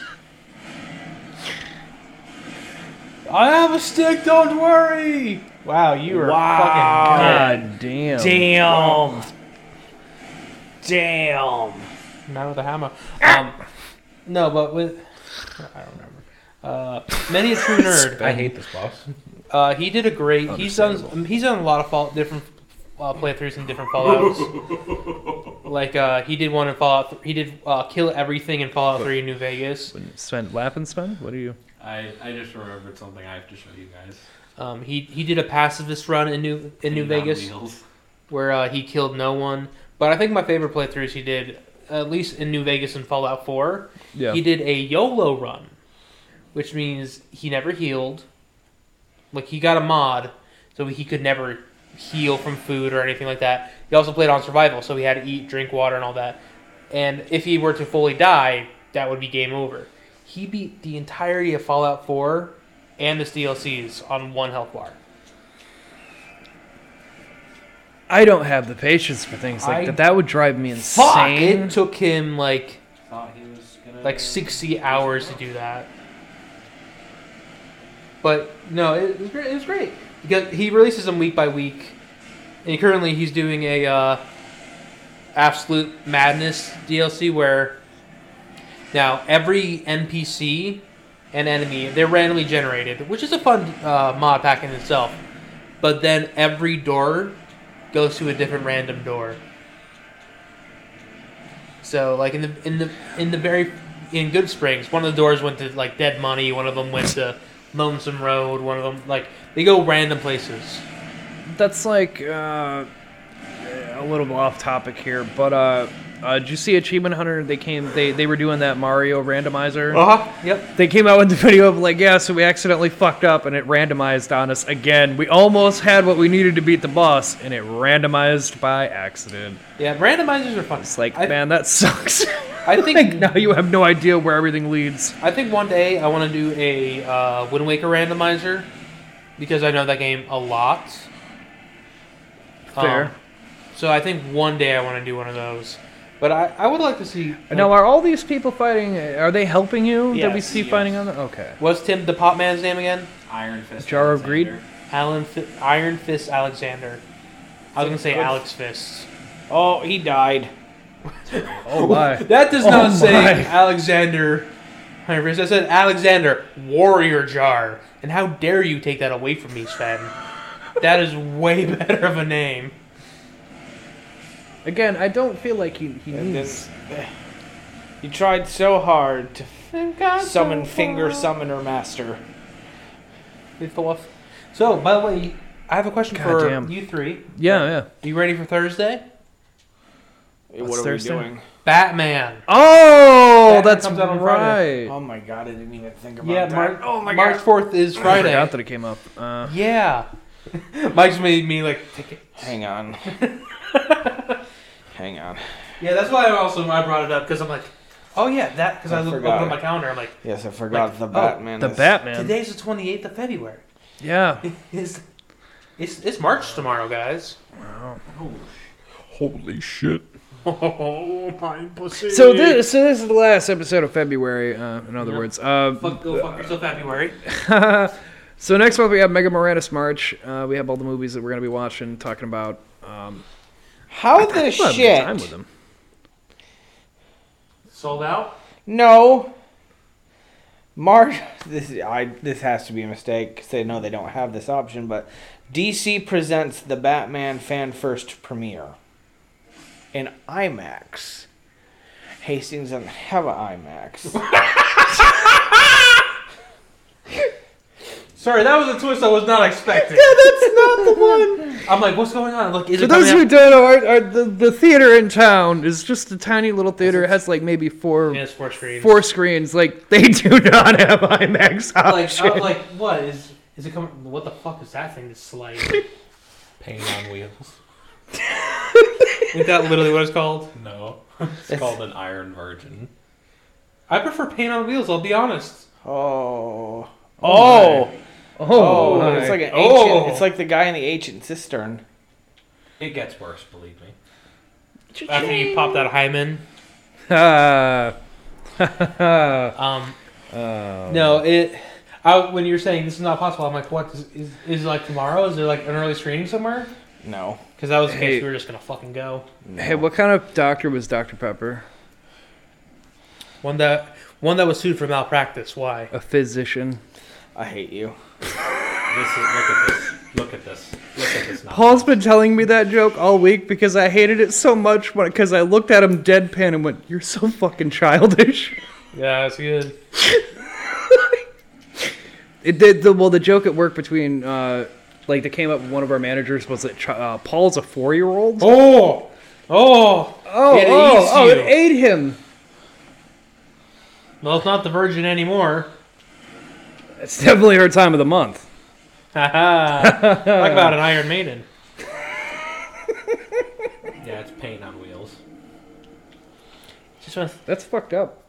[SPEAKER 7] I have a stick. Don't worry. Wow, you are fucking
[SPEAKER 6] God damn.
[SPEAKER 5] Damn. Damn.
[SPEAKER 7] good. Not with a hammer. Um, no, but with I don't remember. Uh, many a true nerd.
[SPEAKER 9] I hate this boss.
[SPEAKER 7] Uh, he did a great. He's done. um, He's done a lot of fall, different uh, playthroughs and different Fallout's. like uh, he did one in Fallout. Th- he did uh, kill everything in Fallout Three in New Vegas.
[SPEAKER 6] Sven, laugh and Sven? What are you?
[SPEAKER 8] I, I just remembered something I have to show you guys.
[SPEAKER 7] Um, he he did a pacifist run in New in New
[SPEAKER 8] On
[SPEAKER 7] Vegas
[SPEAKER 8] wheels.
[SPEAKER 7] where uh, he killed no one. But I think my favorite playthroughs he did, at least in New Vegas and Fallout Four,
[SPEAKER 6] Yeah.
[SPEAKER 7] he did a YOLO run, which means he never healed. Like he got a mod, so he could never heal from food or anything like that. He also played on survival, so he had to eat, drink water, and all that. And if he were to fully die, that would be game over. He beat the entirety of Fallout 4 and its DLCs on one health bar.
[SPEAKER 6] I don't have the patience for things like
[SPEAKER 7] I-
[SPEAKER 6] that. That would drive me
[SPEAKER 7] Fuck!
[SPEAKER 6] insane.
[SPEAKER 7] It took him like
[SPEAKER 8] Thought he was gonna
[SPEAKER 7] like 60 hours to do that. But no, it was great. It was great because he releases them week by week, and currently he's doing a uh, absolute madness DLC where now every NPC and enemy they're randomly generated, which is a fun uh, mod pack in itself. But then every door goes to a different random door. So like in the in the in the very in Good Springs, one of the doors went to like Dead Money, one of them went to Lonesome Road, one of them like they go random places.
[SPEAKER 6] That's like uh, a little off topic here, but uh, uh, did you see Achievement Hunter? They came. They they were doing that Mario randomizer.
[SPEAKER 7] huh. Uh-huh, Yep.
[SPEAKER 6] They came out with the video of like, yeah, so we accidentally fucked up and it randomized on us again. We almost had what we needed to beat the boss, and it randomized by accident.
[SPEAKER 7] Yeah. Randomizers are fun.
[SPEAKER 6] It's like,
[SPEAKER 7] I,
[SPEAKER 6] man, that sucks.
[SPEAKER 7] I think
[SPEAKER 6] like now you have no idea where everything leads.
[SPEAKER 7] I think one day I want to do a uh, Wind Waker randomizer because I know that game a lot. Um,
[SPEAKER 6] Fair.
[SPEAKER 7] so I think one day I want to do one of those. But I, I would like to see. like,
[SPEAKER 6] Um, now, are all these people fighting? Are they helping you that we
[SPEAKER 5] Yes,
[SPEAKER 6] see
[SPEAKER 8] yes.
[SPEAKER 6] fighting on the? Okay.
[SPEAKER 7] what's Tim the Pop Man's name again?
[SPEAKER 8] Iron Fist.
[SPEAKER 6] Jar of Greed?
[SPEAKER 8] Alexander.
[SPEAKER 7] Alan F- Iron Fist Alexander. I was gonna say Alex Fist.
[SPEAKER 5] Oh, he died.
[SPEAKER 6] Oh my.
[SPEAKER 7] That does not
[SPEAKER 6] Oh
[SPEAKER 7] say
[SPEAKER 6] my.
[SPEAKER 7] Alexander Iron Fist. That said Alexander Warrior Jar. And how dare you take that away from me, Sven? that is way better of a name.
[SPEAKER 6] Again, I don't feel like he, he
[SPEAKER 5] And then-
[SPEAKER 6] needs.
[SPEAKER 5] You tried so hard to summon Finger Summoner Master.
[SPEAKER 7] It's the wolf. So, by the way, I have a question for
[SPEAKER 6] Goddamn.
[SPEAKER 7] you three.
[SPEAKER 6] Yeah, yeah.
[SPEAKER 7] You ready for Thursday?
[SPEAKER 5] Hey,
[SPEAKER 6] What's
[SPEAKER 5] What are
[SPEAKER 6] Thursday?
[SPEAKER 5] we doing?
[SPEAKER 7] Batman.
[SPEAKER 6] Oh,
[SPEAKER 7] Batman
[SPEAKER 6] that's
[SPEAKER 7] comes out on Friday.
[SPEAKER 6] right.
[SPEAKER 5] Oh my god, I didn't even think about
[SPEAKER 7] Yeah,
[SPEAKER 5] that.
[SPEAKER 7] Mar-
[SPEAKER 5] oh my
[SPEAKER 7] March
[SPEAKER 5] god.
[SPEAKER 7] fourth is
[SPEAKER 6] I
[SPEAKER 7] Friday.
[SPEAKER 6] forgot that it came up. Uh,
[SPEAKER 7] Yeah. Mike's made me like take it.
[SPEAKER 5] Hang on. Hang on.
[SPEAKER 7] Yeah, that's why I also I brought it up because I'm like, oh yeah, that because
[SPEAKER 5] I
[SPEAKER 7] I, look
[SPEAKER 5] forgot.
[SPEAKER 7] open up my calendar. I'm like,
[SPEAKER 5] Yes, I forgot
[SPEAKER 7] Like,
[SPEAKER 5] the
[SPEAKER 7] oh,
[SPEAKER 5] Batman.
[SPEAKER 6] the
[SPEAKER 5] is-
[SPEAKER 6] Batman.
[SPEAKER 7] today's the 28th of February.
[SPEAKER 6] Yeah.
[SPEAKER 7] It's it's, it's March tomorrow, guys.
[SPEAKER 9] Holy shit.
[SPEAKER 7] Oh my pussy.
[SPEAKER 6] So this, so this is the last episode of February. Uh, in other words, uh,
[SPEAKER 7] Fuck, go fuck yourself, February.
[SPEAKER 6] so next month we have Mega Moranis March. Uh, we have all the movies that we're gonna be watching, talking about. Um,
[SPEAKER 5] How the
[SPEAKER 6] we'll have a good Time with
[SPEAKER 5] shit?
[SPEAKER 6] them.
[SPEAKER 7] Sold out.
[SPEAKER 5] No. March. This I. This has to be a mistake. 'cause They know they don't have this option, but DC presents the Batman fan first premiere in IMAX. Hastings doesn't have an IMAX.
[SPEAKER 7] Sorry, that was a twist I was not expecting.
[SPEAKER 6] That's not the one.
[SPEAKER 7] I'm like, what's going on? Look, is
[SPEAKER 6] For
[SPEAKER 7] it coming
[SPEAKER 6] those who don't know, our, our, the, the theater in town is just a tiny little theater. It has like maybe four
[SPEAKER 7] out? Yeah, it's four screens.
[SPEAKER 6] four screens. Like they do not have IMAX
[SPEAKER 7] Like,
[SPEAKER 6] option.
[SPEAKER 7] I'm like, what is? Is it coming? What the fuck is that thing that's sliding?
[SPEAKER 9] Pain on wheels.
[SPEAKER 7] Isn't that literally what it's called?
[SPEAKER 9] No. It's called an Iron Virgin.
[SPEAKER 7] I prefer paint on wheels. I'll be honest.
[SPEAKER 5] Oh. Oh.
[SPEAKER 6] oh,
[SPEAKER 5] Oh, it's
[SPEAKER 6] my.
[SPEAKER 5] like an ancient.
[SPEAKER 7] Oh.
[SPEAKER 5] It's like the guy in the ancient cistern.
[SPEAKER 8] It gets worse, believe me.
[SPEAKER 7] After you pop that hymen,
[SPEAKER 6] Ah.
[SPEAKER 7] um,
[SPEAKER 8] Oh.
[SPEAKER 7] no, it. I, when you were saying this is not possible, I'm like, what is is, is it like tomorrow? Is there like an early screening somewhere?
[SPEAKER 5] No.
[SPEAKER 7] Because that was the
[SPEAKER 6] Hey.
[SPEAKER 7] case. We were just gonna fucking go.
[SPEAKER 6] Hey, what kind of doctor was Dr. Pepper?
[SPEAKER 7] One that one that was sued for malpractice. Why?
[SPEAKER 6] A physician.
[SPEAKER 5] I hate you.
[SPEAKER 8] This is, look at this. Look at this. Look at this. Now.
[SPEAKER 6] Paul's been telling me that joke all week because I hated it so much because I looked at him deadpan and went, You're so fucking childish.
[SPEAKER 7] Yeah, it's good.
[SPEAKER 6] It did the well. The joke at work between uh, like that came up with one of our managers was that uh, Paul's a four year old. Oh,
[SPEAKER 7] Oh, oh,
[SPEAKER 6] oh,
[SPEAKER 7] it
[SPEAKER 6] oh,
[SPEAKER 7] eats
[SPEAKER 6] it
[SPEAKER 7] you.
[SPEAKER 6] ate him.
[SPEAKER 7] Well, it's not the Virgin anymore.
[SPEAKER 6] It's definitely her time of the month.
[SPEAKER 7] Haha. Talk about an Iron Maiden.
[SPEAKER 8] Yeah, it's paint on wheels.
[SPEAKER 7] Just want
[SPEAKER 6] That's fucked up.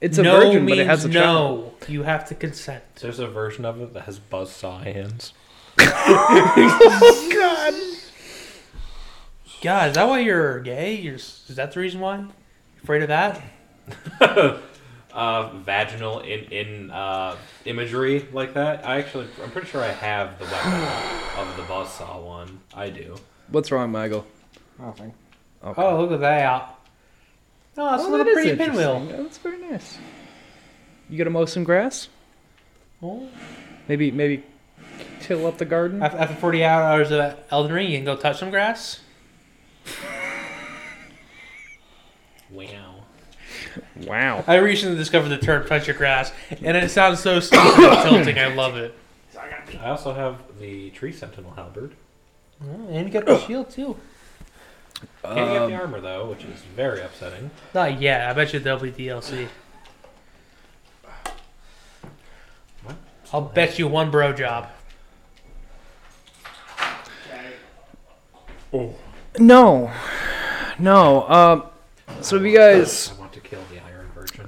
[SPEAKER 6] It's
[SPEAKER 7] to
[SPEAKER 6] a
[SPEAKER 7] no
[SPEAKER 6] virgin,
[SPEAKER 7] means
[SPEAKER 6] but it has a child.
[SPEAKER 7] no. You have to consent.
[SPEAKER 9] There's a version of it that has buzzsaw hands.
[SPEAKER 7] God, is that why you're gay? You're, is that the reason why? You're afraid of that?
[SPEAKER 8] Uh, vaginal in in uh, imagery like that. I actually, I'm pretty sure I have the weapon of the buzzsaw one. I do.
[SPEAKER 6] What's wrong, Michael?
[SPEAKER 5] Nothing.
[SPEAKER 7] Oh, look at that. Oh, that's a
[SPEAKER 6] that
[SPEAKER 7] little
[SPEAKER 6] is
[SPEAKER 7] pretty
[SPEAKER 6] interesting.
[SPEAKER 7] pinwheel.
[SPEAKER 6] Yeah, that's very nice. You gonna mow some grass? Oh.
[SPEAKER 7] Well,
[SPEAKER 6] Maybe, maybe till up the garden.
[SPEAKER 7] af- After 40 hours of Elden Ring, you can go touch some grass.
[SPEAKER 8] Wow.
[SPEAKER 6] Wow.
[SPEAKER 7] I recently discovered the term touch your grass, and it sounds so stupid and tilting. I love it.
[SPEAKER 8] I also have the tree sentinel halberd.
[SPEAKER 7] And you got the shield, too.
[SPEAKER 8] Can't get the
[SPEAKER 5] Um,
[SPEAKER 8] armor though, which is very upsetting.
[SPEAKER 7] Not yet. I bet you there'll be DLC. I'll bet you one bro job.
[SPEAKER 6] No, no. Um, so if you guys,
[SPEAKER 8] I want to kill the Iron Virgin.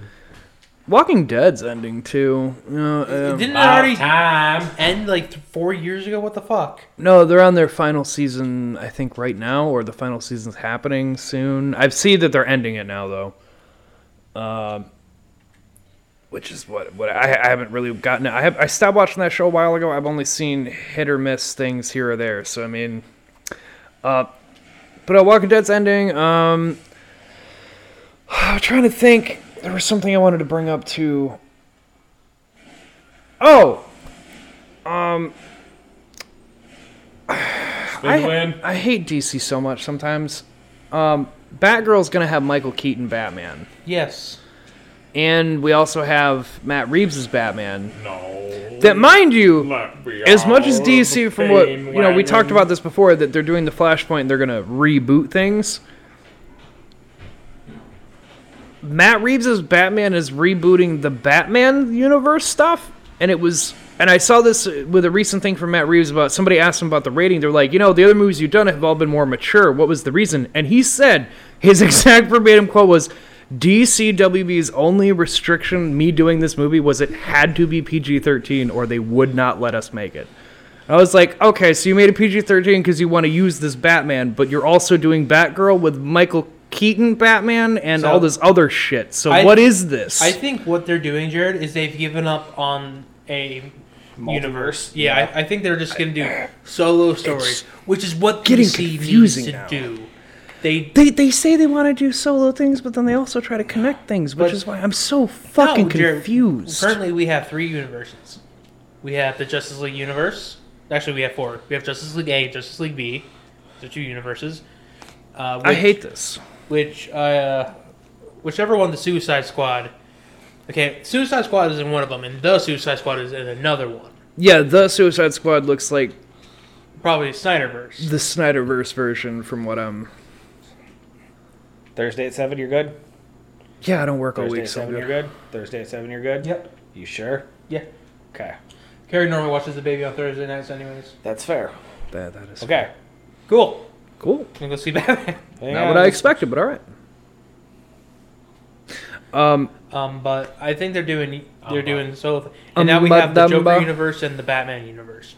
[SPEAKER 6] Walking Dead's ending too. No, um,
[SPEAKER 7] Didn't it already
[SPEAKER 8] time.
[SPEAKER 7] end like th- four years ago? What the fuck?
[SPEAKER 6] no, they're on their final season, I think, right now, or the final season's happening soon. I've seen that they're ending it now, though. Um, which is what what I, I haven't really gotten. I have I stopped watching that show a while ago. I've only seen hit or miss things here or there. So I mean, uh, but uh, Walking Dead's ending. Um, I'm trying to think. There was something I wanted to bring up too. Oh, I, I hate DC so much sometimes. Um, Batgirl's going to have Michael Keaton Batman.
[SPEAKER 7] Yes.
[SPEAKER 6] And we also have Matt Reeves' Batman.
[SPEAKER 8] No.
[SPEAKER 6] That, mind you,
[SPEAKER 8] Let me
[SPEAKER 6] as much as
[SPEAKER 8] out of the
[SPEAKER 6] DC, from what
[SPEAKER 8] pain
[SPEAKER 6] you know, we talked
[SPEAKER 8] wagon.
[SPEAKER 6] about this before that they're doing the Flashpoint, they're gonna reboot things. Matt Reeves' Batman is rebooting the Batman universe stuff, and it was. And I saw this with a recent thing from Matt Reeves about somebody asked him about the rating. They're like, you know, the other movies you've done have all been more mature. What was the reason? And he said his exact verbatim quote was, "DCWB's only restriction me doing this movie was it had to be PG-13 or they would not let us make it." I was like, okay, so you made a PG 13 because you want to use this Batman, but you're also doing Batgirl with Michael Keaton Batman and
[SPEAKER 7] So-
[SPEAKER 6] all this other shit. So
[SPEAKER 7] I-
[SPEAKER 6] what is this?
[SPEAKER 7] I think what they're doing, Jared, is they've given up on a universe. Yeah, I, I think they're just gonna do solo stories, which is what
[SPEAKER 6] getting
[SPEAKER 7] DC
[SPEAKER 6] confusing
[SPEAKER 7] needs to
[SPEAKER 6] now.
[SPEAKER 7] do. They
[SPEAKER 6] they, they say they want to do solo things, but then they also try to connect things, which
[SPEAKER 7] But-
[SPEAKER 6] is why I'm so fucking
[SPEAKER 7] No, Jared,
[SPEAKER 6] confused.
[SPEAKER 7] Currently, we have three universes. We have the Justice League universe. Actually, we have four. We have Justice League A, Justice League B. They're two universes. Uh,
[SPEAKER 6] I
[SPEAKER 7] which-
[SPEAKER 6] hate this.
[SPEAKER 7] which uh, whichever one the Suicide Squad. Okay, Suicide Squad is in one of them, and the Suicide Squad is in another one.
[SPEAKER 6] Yeah, the Suicide Squad looks like
[SPEAKER 7] Probably Snyderverse.
[SPEAKER 6] the Snyderverse version from what um, I'm.
[SPEAKER 5] Thursday at seven, you're good.
[SPEAKER 6] Yeah, I don't work all
[SPEAKER 5] Thursday
[SPEAKER 6] week,
[SPEAKER 5] at
[SPEAKER 6] so
[SPEAKER 5] seven,
[SPEAKER 6] I'm
[SPEAKER 5] you're
[SPEAKER 6] good.
[SPEAKER 5] good. Thursday at seven, you're good.
[SPEAKER 7] Yep.
[SPEAKER 5] You sure?
[SPEAKER 7] Yeah.
[SPEAKER 5] Okay,
[SPEAKER 7] Carrie normally watches the baby on Thursday nights, anyways.
[SPEAKER 5] that's fair.
[SPEAKER 6] That, that is
[SPEAKER 5] Okay,
[SPEAKER 7] Cool.
[SPEAKER 6] cool.
[SPEAKER 7] I'm gonna go see Batman.
[SPEAKER 5] Hang
[SPEAKER 6] Not
[SPEAKER 5] on.
[SPEAKER 6] what I expected, but all right. Um,
[SPEAKER 7] Um, but I think they're doing they're doing so. And
[SPEAKER 6] Um,
[SPEAKER 7] now we have the
[SPEAKER 6] but, um,
[SPEAKER 7] Joker
[SPEAKER 6] but-
[SPEAKER 7] universe and the Batman universe.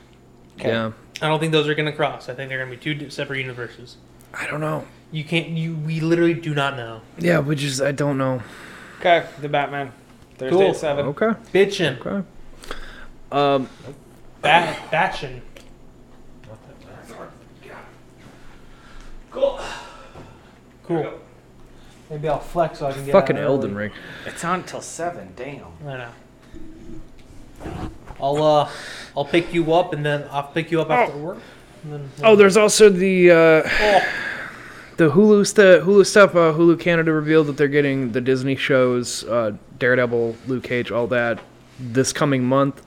[SPEAKER 6] yeah,
[SPEAKER 7] I don't think those are gonna cross. I think they're gonna be two di- separate universes.
[SPEAKER 6] I don't know.
[SPEAKER 7] You can't. You we literally do not know.
[SPEAKER 6] Yeah, we just I don't know.
[SPEAKER 5] okay, the Batman. Thursday
[SPEAKER 7] Cool.
[SPEAKER 5] at seven.
[SPEAKER 6] Okay.
[SPEAKER 7] Bitchin,
[SPEAKER 6] Okay. Um,
[SPEAKER 7] bat, batchin. Cool. Cool. Maybe I'll flex so I can get
[SPEAKER 6] fucking
[SPEAKER 7] out
[SPEAKER 6] Elden
[SPEAKER 7] early.
[SPEAKER 6] Ring.
[SPEAKER 5] It's on till seven. Damn.
[SPEAKER 7] I know. I'll uh, I'll pick you up and then I'll pick you up after work. And then
[SPEAKER 6] Oh, there's also the uh,
[SPEAKER 7] Oh.
[SPEAKER 6] the Hulu st- Hulu stuff. Uh, Hulu Canada revealed that they're getting the Disney shows, uh, Daredevil, Luke Cage, all that, this coming month.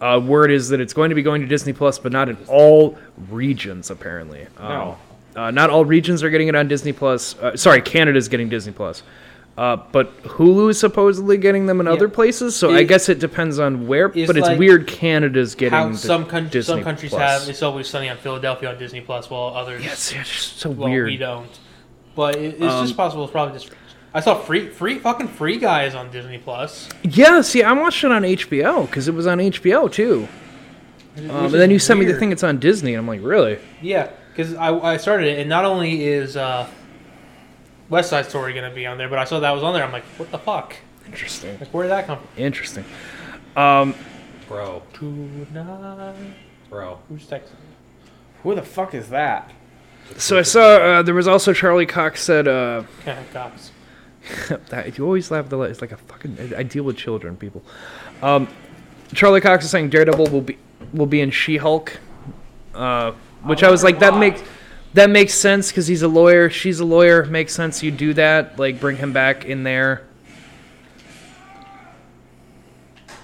[SPEAKER 6] Uh, word is that it's going to be going to Disney Plus, but not in all regions apparently. Um,
[SPEAKER 5] No.
[SPEAKER 6] Uh, not all regions are getting it on Disney Plus. Uh, sorry, Canada's getting Disney Plus. Uh, but Hulu is supposedly getting them in other places, so I
[SPEAKER 7] It-
[SPEAKER 6] guess it depends on where.
[SPEAKER 7] it's
[SPEAKER 6] But it's
[SPEAKER 7] like
[SPEAKER 6] weird Canada's getting
[SPEAKER 7] how
[SPEAKER 6] the
[SPEAKER 7] some coun-
[SPEAKER 6] Disney
[SPEAKER 7] some countries
[SPEAKER 6] Plus.
[SPEAKER 7] have it's always sunny on Philadelphia on Disney Plus, while others
[SPEAKER 6] Yeah, it's, it's just so
[SPEAKER 7] well,
[SPEAKER 6] weird.
[SPEAKER 7] we don't. But it, it's
[SPEAKER 6] Um,
[SPEAKER 7] just possible. It's probably just. I saw free free fucking free guys on Disney Plus.
[SPEAKER 6] Yeah, see, I watched it on HBO because it was on HBO too. Um, and then you sent me the thing; it's on Disney, and I'm like, really?
[SPEAKER 7] Yeah, because I, I started it, and not only is uh, West Side Story gonna be on there, but I saw that was on there. I'm like, what the fuck?
[SPEAKER 6] Interesting.
[SPEAKER 7] Like, where did that come from?
[SPEAKER 6] Interesting. Um,
[SPEAKER 8] Bro,
[SPEAKER 7] Tonight,
[SPEAKER 8] bro.
[SPEAKER 7] who's texting?
[SPEAKER 5] Who the fuck is that?
[SPEAKER 6] so I saw uh, there was also Charlie Cox said, uh,
[SPEAKER 7] Okay, Cox.
[SPEAKER 6] that, "You always laugh at the light." It's like a fucking. I I deal with children, people. Um, Charlie Cox is saying Daredevil will be will be in She Hulk, uh, which I was like, that makes that makes sense because he's a lawyer, she's a lawyer. Makes sense. You do that, like bring him back in there.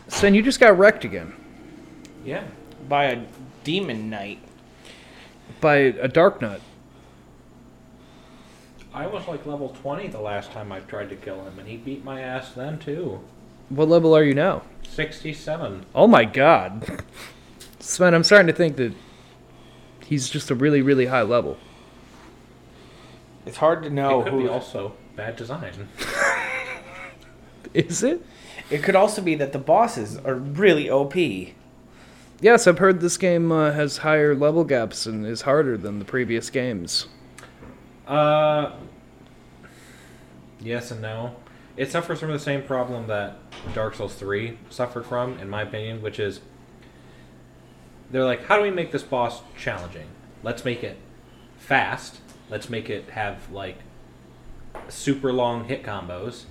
[SPEAKER 6] Sen, you just got wrecked again
[SPEAKER 8] Yeah.
[SPEAKER 5] By a demon knight.
[SPEAKER 6] by a dark nut.
[SPEAKER 8] I was like level 20 the last time I tried to kill him, and he beat my ass then too.
[SPEAKER 6] What level are you now?
[SPEAKER 8] 67.
[SPEAKER 6] Oh my god, Sven, I'm starting to think that he's just a really, really high level.
[SPEAKER 5] It's hard to know
[SPEAKER 8] it could
[SPEAKER 5] Oh, who.
[SPEAKER 8] be also bad design.
[SPEAKER 6] Is it?
[SPEAKER 5] it could also be that the bosses are really OP.
[SPEAKER 6] Yes, I've heard this game uh, has higher level gaps and is harder than the previous games.
[SPEAKER 8] Uh, yes and no. It suffers from the same problem that Dark Souls 3 suffered from, in my opinion, which is they're like, how do we make this boss challenging? Let's make it fast. Let's make it have, like, super long hit combos.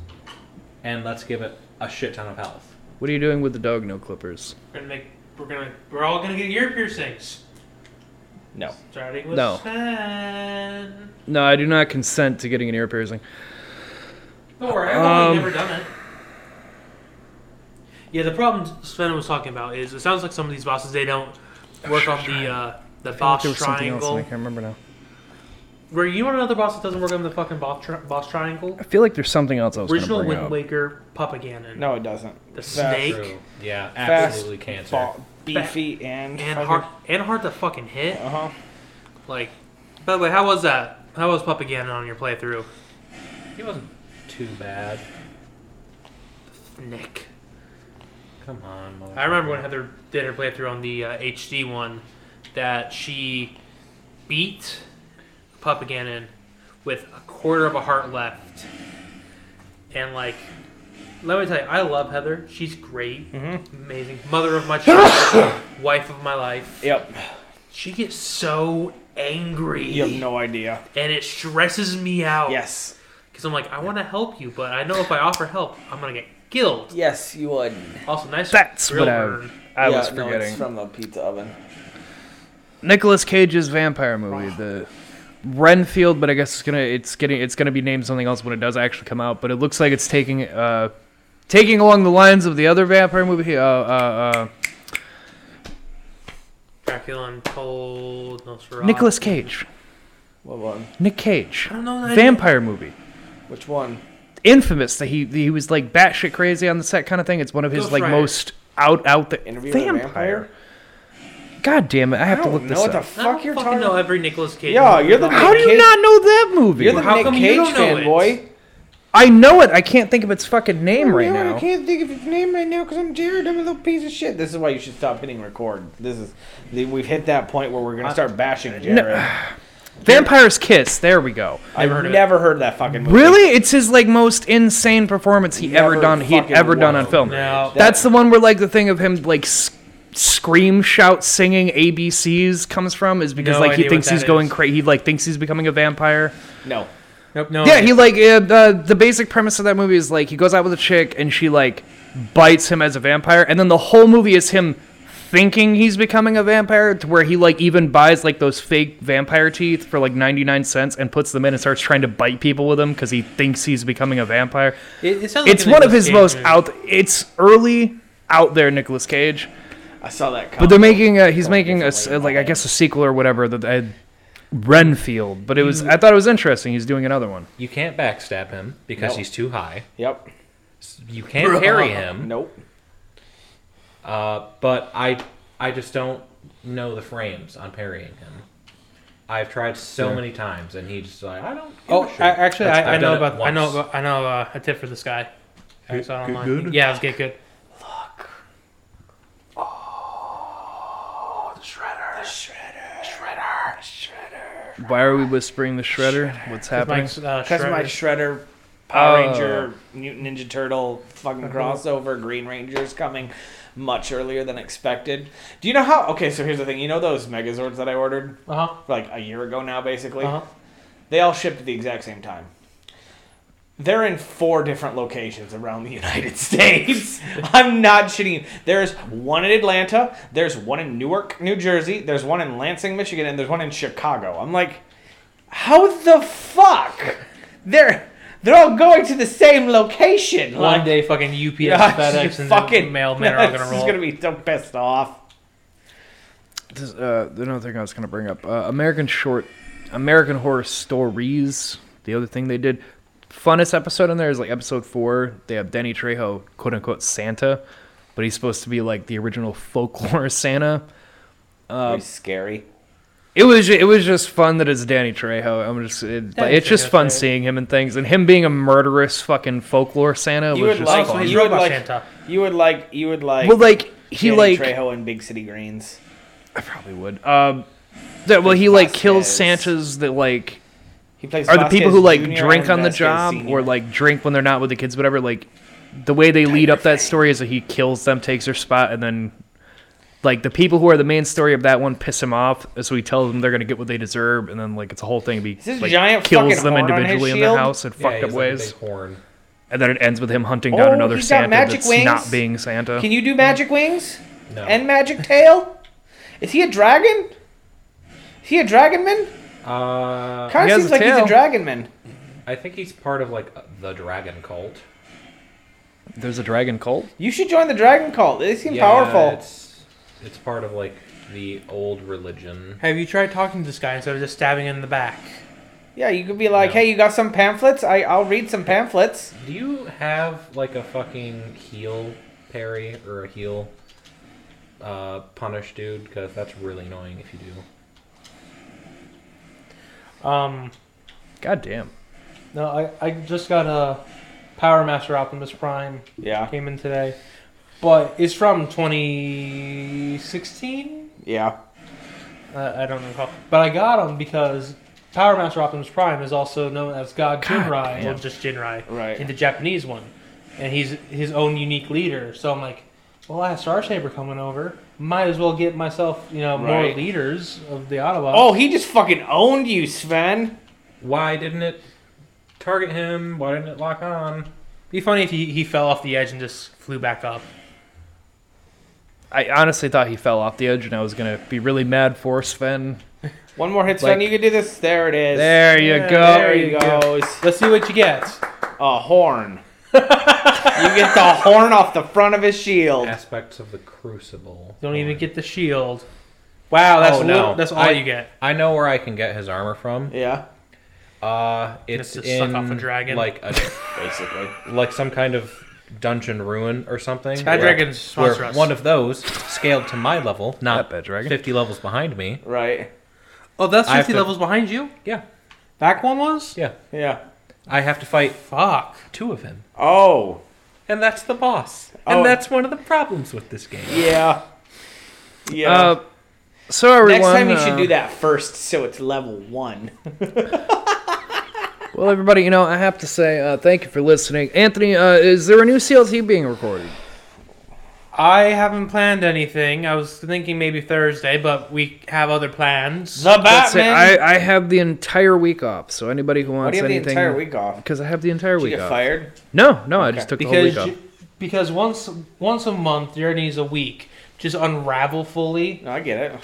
[SPEAKER 8] And let's give it a shit ton of health.
[SPEAKER 6] What are you doing with the dog no clippers?
[SPEAKER 7] We're gonna make. We're gonna. We're all gonna get ear piercings.
[SPEAKER 5] No.
[SPEAKER 7] Starting with
[SPEAKER 6] No.
[SPEAKER 7] Sven.
[SPEAKER 6] No, I do not consent to getting an ear piercing.
[SPEAKER 7] Don't worry, I've
[SPEAKER 6] Um,
[SPEAKER 7] only never done it. Yeah, the problem Sven was talking about is it sounds like some of these bosses they don't work on the uh, the boss
[SPEAKER 6] There was something else, and I
[SPEAKER 7] triangle.
[SPEAKER 6] can't remember now.
[SPEAKER 7] Were you on another boss that doesn't work on the fucking boss, tri- boss triangle?
[SPEAKER 6] I feel like there's something else I was going to
[SPEAKER 7] Original
[SPEAKER 6] bring
[SPEAKER 7] Wind
[SPEAKER 6] up.
[SPEAKER 7] Waker, Papa Ganon,
[SPEAKER 5] No, it doesn't.
[SPEAKER 7] the
[SPEAKER 5] Fast-
[SPEAKER 7] snake,
[SPEAKER 8] True. Yeah,
[SPEAKER 5] Fast
[SPEAKER 8] absolutely cancer.
[SPEAKER 5] Ba- beefy and
[SPEAKER 7] and
[SPEAKER 5] fucking-
[SPEAKER 7] hard and hard to fucking hit.
[SPEAKER 5] Uh-huh.
[SPEAKER 7] Like, by the way, how was that? How was Papa Ganon on your playthrough,
[SPEAKER 8] He wasn't too bad.
[SPEAKER 7] Nick?
[SPEAKER 8] Come on. mother-
[SPEAKER 7] I remember when Heather did her playthrough on the uh, HD one that she beat Papa Ganon with a quarter of a heart left. And, like, let me tell you, I love Heather. She's great,
[SPEAKER 5] Mm-hmm.
[SPEAKER 7] amazing, mother of my children, wife of my life.
[SPEAKER 5] Yep.
[SPEAKER 7] She gets so angry,
[SPEAKER 5] You have no idea.
[SPEAKER 7] and it stresses me out.
[SPEAKER 5] Yes.
[SPEAKER 7] Because I'm like, I want to help you, but I know if I offer help, I'm going to get killed.
[SPEAKER 5] Yes, you would.
[SPEAKER 7] Also, nice.
[SPEAKER 6] That's
[SPEAKER 7] grill
[SPEAKER 6] what I,
[SPEAKER 7] burn.
[SPEAKER 6] I was forgetting.
[SPEAKER 5] from the pizza oven.
[SPEAKER 6] Nicolas Cage's vampire movie, the Renfield, but I guess it's gonna it's getting it's gonna be named something else when it does actually come out. But it looks like it's taking uh taking along the lines of the other vampire movie. Uh, uh,
[SPEAKER 7] Dracula Untold, Nosferatu.
[SPEAKER 6] uh Nicolas Cage,
[SPEAKER 5] What one?
[SPEAKER 6] Nick Cage,
[SPEAKER 7] I don't know. that I-
[SPEAKER 6] vampire movie,
[SPEAKER 5] Which one?
[SPEAKER 6] infamous that he he was like batshit crazy on the set kind of thing. It's one of his
[SPEAKER 7] Ghost
[SPEAKER 6] like
[SPEAKER 7] Rider.
[SPEAKER 6] most out out the
[SPEAKER 5] Interview with a
[SPEAKER 6] vampire. God damn it! I have
[SPEAKER 5] I
[SPEAKER 6] to look
[SPEAKER 5] don't know
[SPEAKER 6] this
[SPEAKER 5] what the
[SPEAKER 6] up.
[SPEAKER 7] I don't
[SPEAKER 5] fuck you're
[SPEAKER 7] fucking
[SPEAKER 5] talking
[SPEAKER 7] know
[SPEAKER 5] about.
[SPEAKER 7] every Nicolas Cage.
[SPEAKER 5] Yeah,
[SPEAKER 7] movie.
[SPEAKER 5] you're the
[SPEAKER 6] How do you
[SPEAKER 5] Cage-
[SPEAKER 6] not know that movie?
[SPEAKER 5] You're the
[SPEAKER 7] How
[SPEAKER 5] Nick
[SPEAKER 7] come you
[SPEAKER 5] Cage
[SPEAKER 7] don't know it?
[SPEAKER 5] fanboy.
[SPEAKER 6] I know it. I can't think of its fucking name right
[SPEAKER 5] Yeah,
[SPEAKER 6] now.
[SPEAKER 5] I can't think of his name right now because I'm Jared. I'm a little piece of shit. This is why you should stop hitting record. This is the- we've hit that point where we're gonna start bashing Jared.
[SPEAKER 6] Vampire's Kiss. There we go.
[SPEAKER 5] I've
[SPEAKER 7] heard of it.
[SPEAKER 5] never heard that fucking movie.
[SPEAKER 6] Really, it's his like most insane performance he
[SPEAKER 5] Never
[SPEAKER 6] ever done. He had
[SPEAKER 5] fucking
[SPEAKER 6] ever done on
[SPEAKER 5] was.
[SPEAKER 6] film.
[SPEAKER 7] No.
[SPEAKER 6] That's the one where like the thing of him like s- scream, shout, singing ABCs comes from is because
[SPEAKER 7] No
[SPEAKER 6] like he
[SPEAKER 7] idea what
[SPEAKER 6] thinks
[SPEAKER 7] that
[SPEAKER 6] he's going
[SPEAKER 7] is.
[SPEAKER 6] crazy. He like thinks he's becoming a vampire.
[SPEAKER 5] No.
[SPEAKER 7] Nope, no.
[SPEAKER 6] Yeah, he like uh, the the basic premise of that movie is like he goes out with a chick and she like bites him as a vampire, and then the whole movie is him thinking he's becoming a vampire to where he like even buys like those fake vampire teeth for like 99 cents and puts them in and starts trying to bite people with them because he thinks he's becoming a vampire
[SPEAKER 7] It, it sounds like
[SPEAKER 6] it's
[SPEAKER 7] a
[SPEAKER 6] one of
[SPEAKER 7] Nicolas
[SPEAKER 6] his
[SPEAKER 7] Cage
[SPEAKER 6] most
[SPEAKER 7] movie.
[SPEAKER 6] out it's early out there Nicolas Cage
[SPEAKER 5] I saw that. Combo.
[SPEAKER 6] but
[SPEAKER 8] Oh,
[SPEAKER 6] they're making a, he's
[SPEAKER 5] Going
[SPEAKER 6] making a s- uh,
[SPEAKER 5] differently in
[SPEAKER 6] like
[SPEAKER 5] my
[SPEAKER 6] I guess a sequel or whatever that I, Renfield but it was I thought it was interesting he's doing another one
[SPEAKER 8] You can't backstab him because
[SPEAKER 5] No.
[SPEAKER 8] he's too high.
[SPEAKER 5] Yep.
[SPEAKER 8] You can't parry him.
[SPEAKER 5] Nope.
[SPEAKER 8] Uh, but I I just don't know the frames on parrying him. I've tried so many times, and he's just like, I don't. give
[SPEAKER 7] Oh,
[SPEAKER 8] a shit.
[SPEAKER 7] I, actually,
[SPEAKER 8] That's-
[SPEAKER 7] I, I
[SPEAKER 8] I've
[SPEAKER 7] know
[SPEAKER 8] done it
[SPEAKER 7] about. I know.
[SPEAKER 8] once.
[SPEAKER 7] About, I know uh, a tip for this guy. I saw it online.
[SPEAKER 3] good?
[SPEAKER 7] Yeah, let's get good.
[SPEAKER 6] why are we whispering the shredder what's happening
[SPEAKER 7] Mike's, uh,
[SPEAKER 5] Because my
[SPEAKER 7] Shredder.
[SPEAKER 5] Shredder, Power
[SPEAKER 6] Oh. Uh-huh.
[SPEAKER 5] Ranger, Mutant Ninja Turtle, fucking crossover, Green Ranger's coming much earlier than expected. Do you know how? Okay, so here's the thing. You know those Megazords that I ordered
[SPEAKER 7] Uh-huh.
[SPEAKER 5] like a year ago now, basically?
[SPEAKER 7] Uh-huh.
[SPEAKER 5] They all shipped at the exact same time. They're in four different locations around the United States. I'm not shitting you. There's one in Atlanta, there's one in Newark, New Jersey, there's one in Lansing, Michigan, and there's one in Chicago. I'm like, how the fuck? They're they're all going to the same location.
[SPEAKER 7] One
[SPEAKER 5] like,
[SPEAKER 7] day, fucking UPS,
[SPEAKER 5] God,
[SPEAKER 7] FedEx,
[SPEAKER 5] you
[SPEAKER 7] and
[SPEAKER 5] fucking
[SPEAKER 7] fucking mailman are all gonna
[SPEAKER 5] nuts.
[SPEAKER 7] roll.
[SPEAKER 5] He's gonna be so pissed off.
[SPEAKER 6] This, uh, another thing I was going to bring up uh, American Short, American Horror Stories. The other thing they did, funnest episode in there is like episode four. They have Danny Trejo, quote unquote Santa, but he's supposed to be like the original folklore Santa.
[SPEAKER 7] Uh,
[SPEAKER 5] Very scary.
[SPEAKER 6] It was ju- it was just fun that it's Danny Trejo. I'm just it, but
[SPEAKER 7] Danny
[SPEAKER 6] it's just
[SPEAKER 7] Trejo's
[SPEAKER 6] fun
[SPEAKER 7] great.
[SPEAKER 6] seeing him and things, and him being a murderous fucking folklore Santa
[SPEAKER 5] You
[SPEAKER 6] was
[SPEAKER 5] would
[SPEAKER 6] just
[SPEAKER 5] like.
[SPEAKER 7] Also, he's
[SPEAKER 5] You would
[SPEAKER 7] Robot
[SPEAKER 5] like.
[SPEAKER 7] Santa.
[SPEAKER 5] You would like. You would like.
[SPEAKER 6] well like he
[SPEAKER 5] Danny
[SPEAKER 6] like
[SPEAKER 5] Trejo and Big City Greens.
[SPEAKER 6] I probably would um that well he like kills
[SPEAKER 5] Vasquez.
[SPEAKER 6] Santas that like
[SPEAKER 5] He plays.
[SPEAKER 6] are the people who like
[SPEAKER 5] Vasquez Jr.
[SPEAKER 6] drink
[SPEAKER 5] and
[SPEAKER 6] on the
[SPEAKER 5] Vasquez
[SPEAKER 6] job
[SPEAKER 5] Sr.
[SPEAKER 6] or like drink when they're not with the kids, whatever. Like the way they lead up that story is that he kills them, takes their spot, and then like the people who are the main story of that one piss him off, so he tells them they're gonna get what they deserve, and then like it's a whole thing. He
[SPEAKER 5] this
[SPEAKER 6] like,
[SPEAKER 5] giant
[SPEAKER 6] kills
[SPEAKER 5] fucking
[SPEAKER 6] them
[SPEAKER 5] horn on his
[SPEAKER 6] individually in
[SPEAKER 5] shield?
[SPEAKER 6] their house in
[SPEAKER 8] Yeah, he
[SPEAKER 6] fucked up
[SPEAKER 8] has, like, a
[SPEAKER 6] ways,
[SPEAKER 8] big horn.
[SPEAKER 6] and then it ends with him hunting down
[SPEAKER 5] Oh,
[SPEAKER 6] another
[SPEAKER 5] he's got
[SPEAKER 6] Santa
[SPEAKER 5] magic
[SPEAKER 6] that's
[SPEAKER 5] wings?
[SPEAKER 6] not being Santa.
[SPEAKER 5] Can you do magic wings
[SPEAKER 8] No.
[SPEAKER 5] and magic tail? Is he a dragon? Is he a dragonman?
[SPEAKER 8] Uh,
[SPEAKER 5] Kind
[SPEAKER 6] He
[SPEAKER 5] of
[SPEAKER 6] has
[SPEAKER 5] seems
[SPEAKER 6] a
[SPEAKER 5] like he's a
[SPEAKER 6] tail.
[SPEAKER 5] dragonman.
[SPEAKER 8] I think he's part of like the Dragon Cult.
[SPEAKER 6] There's a dragon cult.
[SPEAKER 5] You should join the dragon cult. They seem
[SPEAKER 8] Yeah,
[SPEAKER 5] powerful.
[SPEAKER 8] It's it's part of like the old religion.
[SPEAKER 7] Have you tried talking to this guy instead of just stabbing him in the back?
[SPEAKER 5] Yeah, you could be like, hey, you got some pamphlets? I, I'll read some pamphlets.
[SPEAKER 8] Do you have like a fucking heel parry or a heel uh, punish, dude? Because that's really annoying if you do.
[SPEAKER 7] Um,
[SPEAKER 6] God damn.
[SPEAKER 7] no, I, I just got a Power Master Optimus Prime
[SPEAKER 5] Yeah,
[SPEAKER 7] came in today, but it's from 2016.
[SPEAKER 5] yeah.
[SPEAKER 7] Uh, I don't recall, but I got him because Power Master Optimus Prime is also known as God Jinrai or just Jinrai
[SPEAKER 5] Right.
[SPEAKER 7] in the Japanese one, and he's his own unique leader. So I'm like, well, I have Star Saber coming over. Might as well get myself, you know, more
[SPEAKER 5] Right.
[SPEAKER 7] leaders of the Autobots.
[SPEAKER 5] Oh, he just fucking owned you, Sven.
[SPEAKER 8] Why didn't it target him? Why didn't it lock on?
[SPEAKER 7] Be funny if he, he fell off the edge and just flew back up.
[SPEAKER 6] I honestly thought he fell off the edge, and I was gonna be really mad for Sven.
[SPEAKER 5] One more hit, Sven.
[SPEAKER 6] Like-
[SPEAKER 5] you can do this. There it is.
[SPEAKER 6] There you
[SPEAKER 7] Yeah,
[SPEAKER 6] go.
[SPEAKER 5] There he goes.
[SPEAKER 7] Let's see what you get.
[SPEAKER 5] A horn. you get the horn off the front of his shield.
[SPEAKER 8] Aspects of the Crucible.
[SPEAKER 7] Don't even get the shield. Wow, that's
[SPEAKER 8] Oh,
[SPEAKER 7] li-
[SPEAKER 8] no.
[SPEAKER 7] that's all
[SPEAKER 8] I-
[SPEAKER 7] you get.
[SPEAKER 8] I know where I can get his armor from.
[SPEAKER 5] Yeah,
[SPEAKER 8] Uh, it's
[SPEAKER 7] Just to suck
[SPEAKER 8] in
[SPEAKER 7] off a dragon.
[SPEAKER 8] like a
[SPEAKER 5] basically.
[SPEAKER 8] like some kind of dungeon ruin or something.
[SPEAKER 7] Bad
[SPEAKER 8] where-
[SPEAKER 7] dragons
[SPEAKER 8] where
[SPEAKER 7] sponsor us.
[SPEAKER 8] one of those scaled to my level, not
[SPEAKER 6] That bad dragon.
[SPEAKER 8] fifty levels behind me.
[SPEAKER 5] Right.
[SPEAKER 7] Oh, that's
[SPEAKER 8] I have
[SPEAKER 7] 50
[SPEAKER 8] to-
[SPEAKER 7] levels behind you?
[SPEAKER 8] Yeah,
[SPEAKER 7] Back one was?
[SPEAKER 8] yeah.
[SPEAKER 5] Yeah.
[SPEAKER 8] I have to fight
[SPEAKER 7] Fuck.
[SPEAKER 8] two of him,
[SPEAKER 5] Oh.
[SPEAKER 8] and that's the boss. And
[SPEAKER 5] Oh.
[SPEAKER 8] that's one of the problems with this game.
[SPEAKER 5] Yeah. Yeah.
[SPEAKER 6] Uh, so everyone.
[SPEAKER 5] Next time you should
[SPEAKER 6] uh,
[SPEAKER 5] do that first, so it's level one.
[SPEAKER 6] Well, everybody, you know, I have to say uh, thank you for listening. Anthony, uh, is there a new CLT being recorded?
[SPEAKER 7] I haven't planned anything. I was thinking maybe Thursday, but we have other plans.
[SPEAKER 5] The
[SPEAKER 6] That's it.
[SPEAKER 5] Batman.
[SPEAKER 6] I, I have the entire week off, so anybody who
[SPEAKER 5] Why do
[SPEAKER 6] wants
[SPEAKER 5] you have the
[SPEAKER 6] anything.
[SPEAKER 5] entire week off?
[SPEAKER 6] Because I have the entire
[SPEAKER 5] Did you
[SPEAKER 6] week
[SPEAKER 5] get
[SPEAKER 6] off.
[SPEAKER 5] fired?
[SPEAKER 6] No, no, I just took the whole
[SPEAKER 7] because
[SPEAKER 6] week off.
[SPEAKER 7] you- because once once a month, there needs a week. Just unravel fully,
[SPEAKER 5] No, I get it.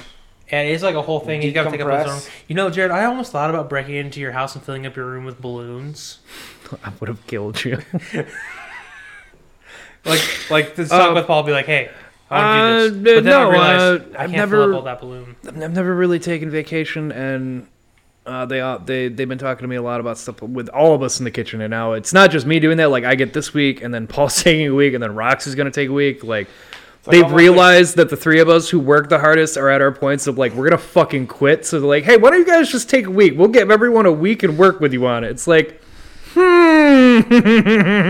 [SPEAKER 7] and it's like a whole thing. You gotta take up its
[SPEAKER 5] Decompress.
[SPEAKER 7] own. You know, Jared, I almost thought about breaking into your house and filling up your room with balloons.
[SPEAKER 6] I would have killed you.
[SPEAKER 7] Like, like this talk
[SPEAKER 6] Uh,
[SPEAKER 7] with Paul, be like, "Hey, I want to do
[SPEAKER 6] uh,
[SPEAKER 7] this," but then
[SPEAKER 6] no,
[SPEAKER 7] I realized
[SPEAKER 6] uh,
[SPEAKER 7] I
[SPEAKER 6] I've
[SPEAKER 7] can't
[SPEAKER 6] never-
[SPEAKER 7] fill up all that balloon.
[SPEAKER 6] I've never really taken vacation, and uh, they uh, they they've been talking to me a lot about stuff with all of us in the kitchen. And now it's not just me doing that. Like I get this week, and then Paul's taking a week, and then Rox is gonna take a week. Like they've
[SPEAKER 5] almost
[SPEAKER 6] realized that the three of us who work the hardest are at our points of like we're gonna fucking quit. So they're like, hey, why don't you guys just take a week? We'll give everyone a week and work with you on it. It's like. Hmm.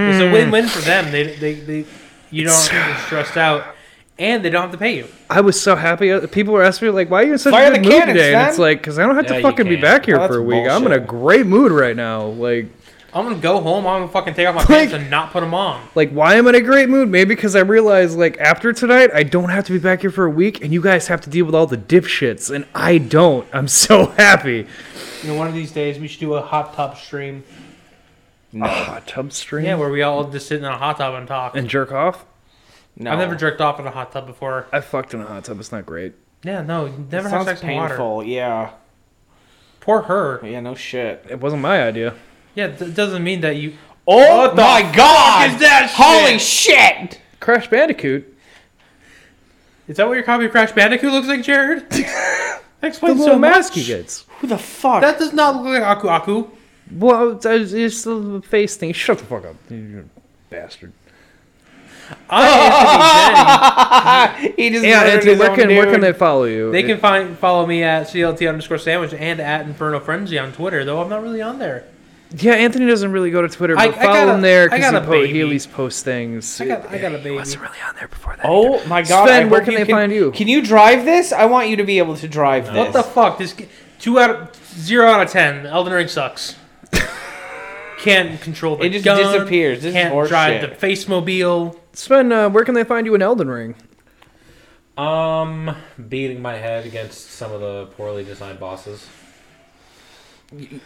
[SPEAKER 7] It's a win-win for them. They, they, they you don't have to be stressed out, and they don't have to pay you.
[SPEAKER 6] I was so happy. Uh, People were asking me like, "Why are you in such
[SPEAKER 5] Fire
[SPEAKER 6] a
[SPEAKER 5] the
[SPEAKER 6] good mood
[SPEAKER 5] cannons,
[SPEAKER 6] today?"
[SPEAKER 5] son.
[SPEAKER 6] And it's like, "Cause I don't have
[SPEAKER 8] Yeah,
[SPEAKER 6] to
[SPEAKER 8] you
[SPEAKER 6] fucking be
[SPEAKER 8] can't.
[SPEAKER 6] back here
[SPEAKER 5] Oh,
[SPEAKER 6] for
[SPEAKER 5] that's
[SPEAKER 6] a week. I'm in a
[SPEAKER 5] bullshit.
[SPEAKER 6] great mood right now. Like,
[SPEAKER 7] I'm gonna go home. I'm gonna fucking take off my pants and not put them on.
[SPEAKER 6] like why am I in a great mood? Maybe because I realize like after tonight, I don't have to be back here for a week, and you guys have to deal with all the dipshits, and I don't. I'm so happy.
[SPEAKER 7] You know, one of these days we should do a hot tub stream.
[SPEAKER 6] Hot tub stream
[SPEAKER 7] Yeah, where we all just sit in a hot tub and talk.
[SPEAKER 6] and jerk off.
[SPEAKER 5] No.
[SPEAKER 7] I've never jerked off in a hot tub before.
[SPEAKER 6] I fucked in a hot tub. It's not great.
[SPEAKER 7] Yeah, no, you never
[SPEAKER 5] It
[SPEAKER 7] have
[SPEAKER 5] sounds
[SPEAKER 7] sex in water.
[SPEAKER 5] painful. Yeah.
[SPEAKER 7] Poor her.
[SPEAKER 5] Yeah. No shit.
[SPEAKER 6] It wasn't my idea.
[SPEAKER 7] Yeah, it doesn't mean that you.
[SPEAKER 5] Oh my god!
[SPEAKER 7] is that
[SPEAKER 5] Holy shit!
[SPEAKER 6] Crash Bandicoot.
[SPEAKER 7] Is that what your copy of Crash Bandicoot looks like, Jared? That
[SPEAKER 6] The
[SPEAKER 7] explains
[SPEAKER 6] little
[SPEAKER 7] so
[SPEAKER 6] mask
[SPEAKER 7] much.
[SPEAKER 6] he gets.
[SPEAKER 5] Who the fuck?
[SPEAKER 7] That does not look like Aku Aku.
[SPEAKER 6] Well, it's- it's the face thing. Shut the fuck up, you bastard.
[SPEAKER 7] I am Anthony Zen.
[SPEAKER 5] he just
[SPEAKER 6] Yeah,
[SPEAKER 5] murdered
[SPEAKER 6] Anthony,
[SPEAKER 5] his
[SPEAKER 6] where
[SPEAKER 5] own
[SPEAKER 6] can where can
[SPEAKER 5] dude.
[SPEAKER 6] they follow you?
[SPEAKER 7] They can find follow me at CLT underscore sandwich and at Inferno Frenzy on Twitter, though I'm not really on there.
[SPEAKER 6] yeah, Anthony doesn't really go to Twitter, but
[SPEAKER 7] I- I
[SPEAKER 6] follow
[SPEAKER 7] got a-
[SPEAKER 6] him there
[SPEAKER 7] I
[SPEAKER 6] because
[SPEAKER 7] got a
[SPEAKER 6] he, po-
[SPEAKER 7] baby.
[SPEAKER 6] he at least posts things.
[SPEAKER 7] I got, I got a baby.
[SPEAKER 6] wasn't really on there before that. either.
[SPEAKER 5] Oh my god!
[SPEAKER 6] Sven,
[SPEAKER 5] I
[SPEAKER 6] where
[SPEAKER 5] hope
[SPEAKER 6] can they
[SPEAKER 5] can,
[SPEAKER 6] find you?
[SPEAKER 5] Can you drive this? I want you to be able to drive this.
[SPEAKER 7] What the fuck? This g- two out of zero out of ten. Elden Ring sucks. can't control the
[SPEAKER 5] It just
[SPEAKER 7] gun,
[SPEAKER 5] disappears. This is
[SPEAKER 7] can't
[SPEAKER 5] horseshit.
[SPEAKER 7] drive the face mobile.
[SPEAKER 6] Sven, uh, where can they find you in Elden Ring?
[SPEAKER 8] Um, beating my head against some of the poorly designed bosses.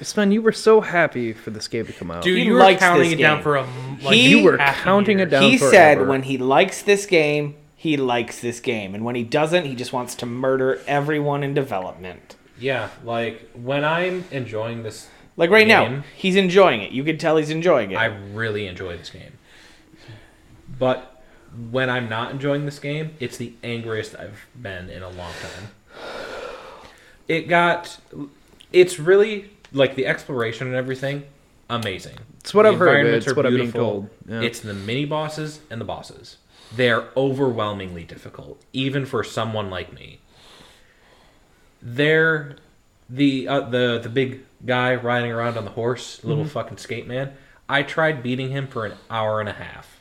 [SPEAKER 6] Sven, you were so happy for this game to come out.
[SPEAKER 7] Dude,
[SPEAKER 5] He
[SPEAKER 7] you were
[SPEAKER 5] likes
[SPEAKER 7] counting
[SPEAKER 5] this
[SPEAKER 7] it down
[SPEAKER 5] game.
[SPEAKER 7] for a m- like
[SPEAKER 5] He-
[SPEAKER 6] you were
[SPEAKER 7] half a
[SPEAKER 6] counting
[SPEAKER 7] year.
[SPEAKER 6] it down.
[SPEAKER 5] he
[SPEAKER 6] forever.
[SPEAKER 5] said when he likes this game, he likes this game, and when he doesn't, he just wants to murder everyone in development.
[SPEAKER 8] Yeah, like when I'm enjoying this,
[SPEAKER 5] Like right now,
[SPEAKER 8] Game.
[SPEAKER 5] he's enjoying it. You can tell he's enjoying it.
[SPEAKER 8] I really enjoy this game. But when I'm not enjoying this game, it's the angriest I've been in a long time. It got. It's really like the exploration and everything, amazing.
[SPEAKER 6] It's what
[SPEAKER 8] The
[SPEAKER 6] I've heard,
[SPEAKER 8] environments
[SPEAKER 6] it's
[SPEAKER 8] are
[SPEAKER 6] what I'm being
[SPEAKER 8] beautiful.
[SPEAKER 6] told, yeah.
[SPEAKER 8] It's the mini bosses and the bosses. They're overwhelmingly difficult, even for someone like me. They're the uh, the the big guy riding around on the horse,
[SPEAKER 6] Mm-hmm.
[SPEAKER 8] little fucking skate man. I tried beating him for an hour and a half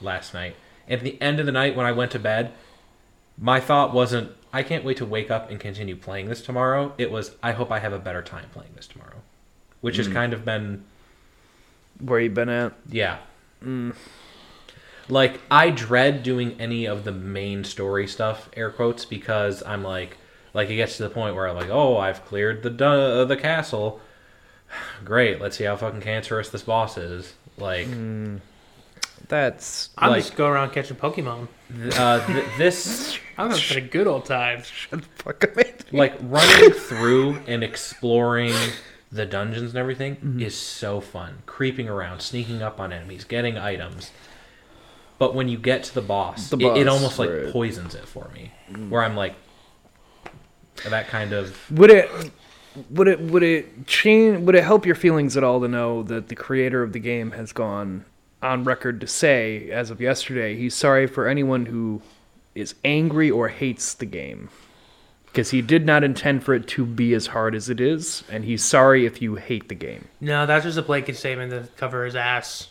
[SPEAKER 8] last night. At the end of the night, when I went to bed, my thought wasn't, "I can't wait to wake up and continue playing this tomorrow." It was, "I hope I have a better time playing this tomorrow," which has kind of been,
[SPEAKER 6] Where you been at?
[SPEAKER 8] yeah. Like I dread doing any of the main story stuff, air quotes, because I'm like, like it gets to the point where I'm like, "Oh, I've cleared the dun- the castle." Great, let's see how fucking cancerous this boss is. Like,
[SPEAKER 6] That's
[SPEAKER 7] I'm
[SPEAKER 8] Like-
[SPEAKER 7] just go around catching Pokemon.
[SPEAKER 8] th- uh, th- this
[SPEAKER 7] I'm having a good old time.
[SPEAKER 6] fuck I mean.
[SPEAKER 8] like running through and exploring the dungeons and everything
[SPEAKER 6] Mm-hmm.
[SPEAKER 8] is so fun. Creeping around, sneaking up on enemies, getting items. But when you get to the boss,
[SPEAKER 6] The
[SPEAKER 8] it- it,
[SPEAKER 6] boss,
[SPEAKER 8] almost like
[SPEAKER 6] right. Mm.
[SPEAKER 8] poisons it for me. Where I'm like, that kind of
[SPEAKER 6] Would it would it would it change would it help your feelings at all to know that the creator of the game has gone on record to say as of yesterday he's sorry for anyone who is angry or hates the game because he did not intend for it to be as hard as it is and he's sorry if you hate the game.
[SPEAKER 7] No, that's just a blanket statement to cover his ass.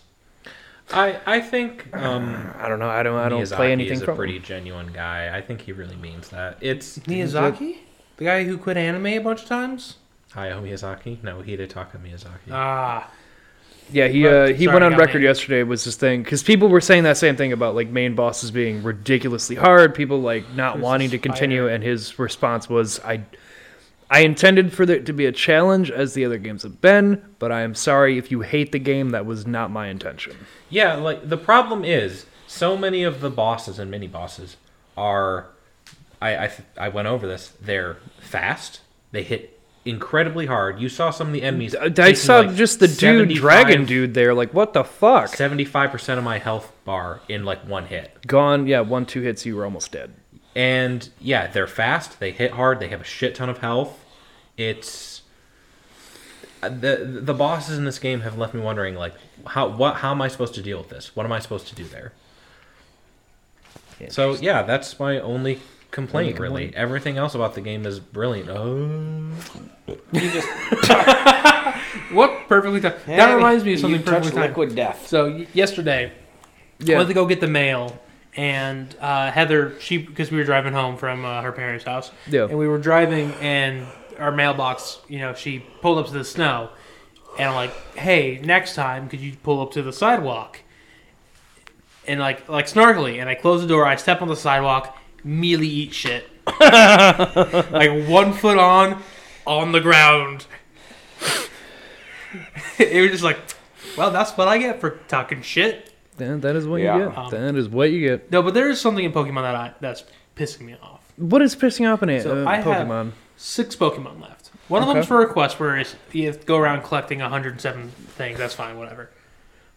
[SPEAKER 8] I I think um,
[SPEAKER 6] I don't know. I don't I don't
[SPEAKER 8] Miyazaki
[SPEAKER 6] play anything
[SPEAKER 8] is a
[SPEAKER 6] from
[SPEAKER 8] pretty genuine guy. I think he really means that. It's
[SPEAKER 7] Miyazaki? The guy who quit anime a bunch of times?
[SPEAKER 8] Hayao Miyazaki. No, Hidetaka Miyazaki.
[SPEAKER 7] Ah.
[SPEAKER 6] Yeah, he
[SPEAKER 7] Look,
[SPEAKER 6] uh, he
[SPEAKER 7] sorry,
[SPEAKER 6] went on
[SPEAKER 7] got
[SPEAKER 6] record
[SPEAKER 7] me.
[SPEAKER 6] yesterday was this thing because people were saying that same thing about like main bosses being ridiculously hard, people like not
[SPEAKER 7] There's
[SPEAKER 6] wanting
[SPEAKER 7] a
[SPEAKER 6] to continue,
[SPEAKER 7] spider.
[SPEAKER 6] and his response was, "I I intended for it to be a challenge as the other games have been, but I am sorry if you hate the game. That was not my intention."
[SPEAKER 8] Yeah, like the problem is so many of the bosses and mini bosses are. I I, th- I went over this. They're fast. They hit incredibly hard. You saw some of the enemies.
[SPEAKER 6] Uh, I, I saw just the dude dragon dude there, like what the fuck?
[SPEAKER 8] Seventy-five percent of my health bar in like one hit.
[SPEAKER 6] Gone. Yeah, one two hits, you were almost dead.
[SPEAKER 8] And yeah, they're fast. They hit hard. They have a shit ton of health. It's uh, the the bosses in this game have left me wondering like how what how am I supposed to deal with this? What am I supposed to do there? So yeah, that's my only complaint really. Everything else about the game is brilliant. Oh,
[SPEAKER 7] What perfectly timed?
[SPEAKER 5] Yeah,
[SPEAKER 7] that reminds me of something
[SPEAKER 5] you touch
[SPEAKER 7] perfectly timed.
[SPEAKER 5] liquid death.
[SPEAKER 7] So y- yesterday, I went to go get the mail, and uh, Heather, she because we were driving home from uh, her parents' house,
[SPEAKER 6] Yeah.
[SPEAKER 7] and we were driving, and our mailbox, you know, she pulled up to the snow, and I'm like, hey, next time, could you pull up to the sidewalk? And like, like snarkily, and I close the door, I step on the sidewalk, immediately eat shit, like one foot on, on the ground. it was just like, well, that's what I get for talking shit.
[SPEAKER 6] Then that is what you
[SPEAKER 5] Yeah.
[SPEAKER 6] get.
[SPEAKER 8] Um,
[SPEAKER 6] that is what you get.
[SPEAKER 7] No, but there is something in Pokemon that I, that's pissing me off.
[SPEAKER 6] What is pissing off in it?
[SPEAKER 7] So
[SPEAKER 6] uh,
[SPEAKER 7] I have-
[SPEAKER 6] Pokemon.
[SPEAKER 7] Six Pokemon left. One of
[SPEAKER 6] Okay.
[SPEAKER 7] them's for a quest where it's- you have to go around collecting 107 things. That's fine, whatever.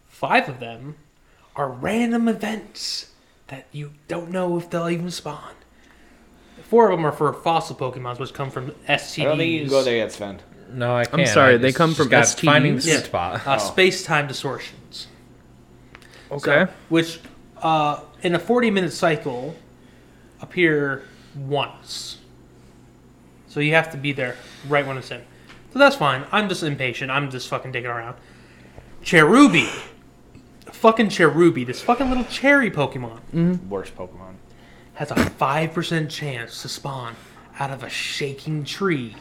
[SPEAKER 7] Five of them are random events that you don't know if they'll even spawn. Four of them are for fossil Pokemons, which come from STDs.
[SPEAKER 5] I don't think you can go there yet, Sven.
[SPEAKER 8] no, I can't.
[SPEAKER 6] sorry,
[SPEAKER 8] I
[SPEAKER 6] they
[SPEAKER 8] just-
[SPEAKER 6] come
[SPEAKER 8] just
[SPEAKER 6] from
[SPEAKER 8] got finding the
[SPEAKER 6] STDs?
[SPEAKER 8] sweet spot.
[SPEAKER 5] Oh.
[SPEAKER 7] Uh, Space-time distortions.
[SPEAKER 6] Okay.
[SPEAKER 7] which uh, in a 40 minute cycle appear once. So you have to be there right when it's in. So that's fine. I'm just impatient. I'm just fucking digging around. Cherubi. Fucking Cherubi, this fucking little cherry Pokemon,
[SPEAKER 5] Worst Pokemon.
[SPEAKER 7] has a 5% chance to spawn out of a shaking tree.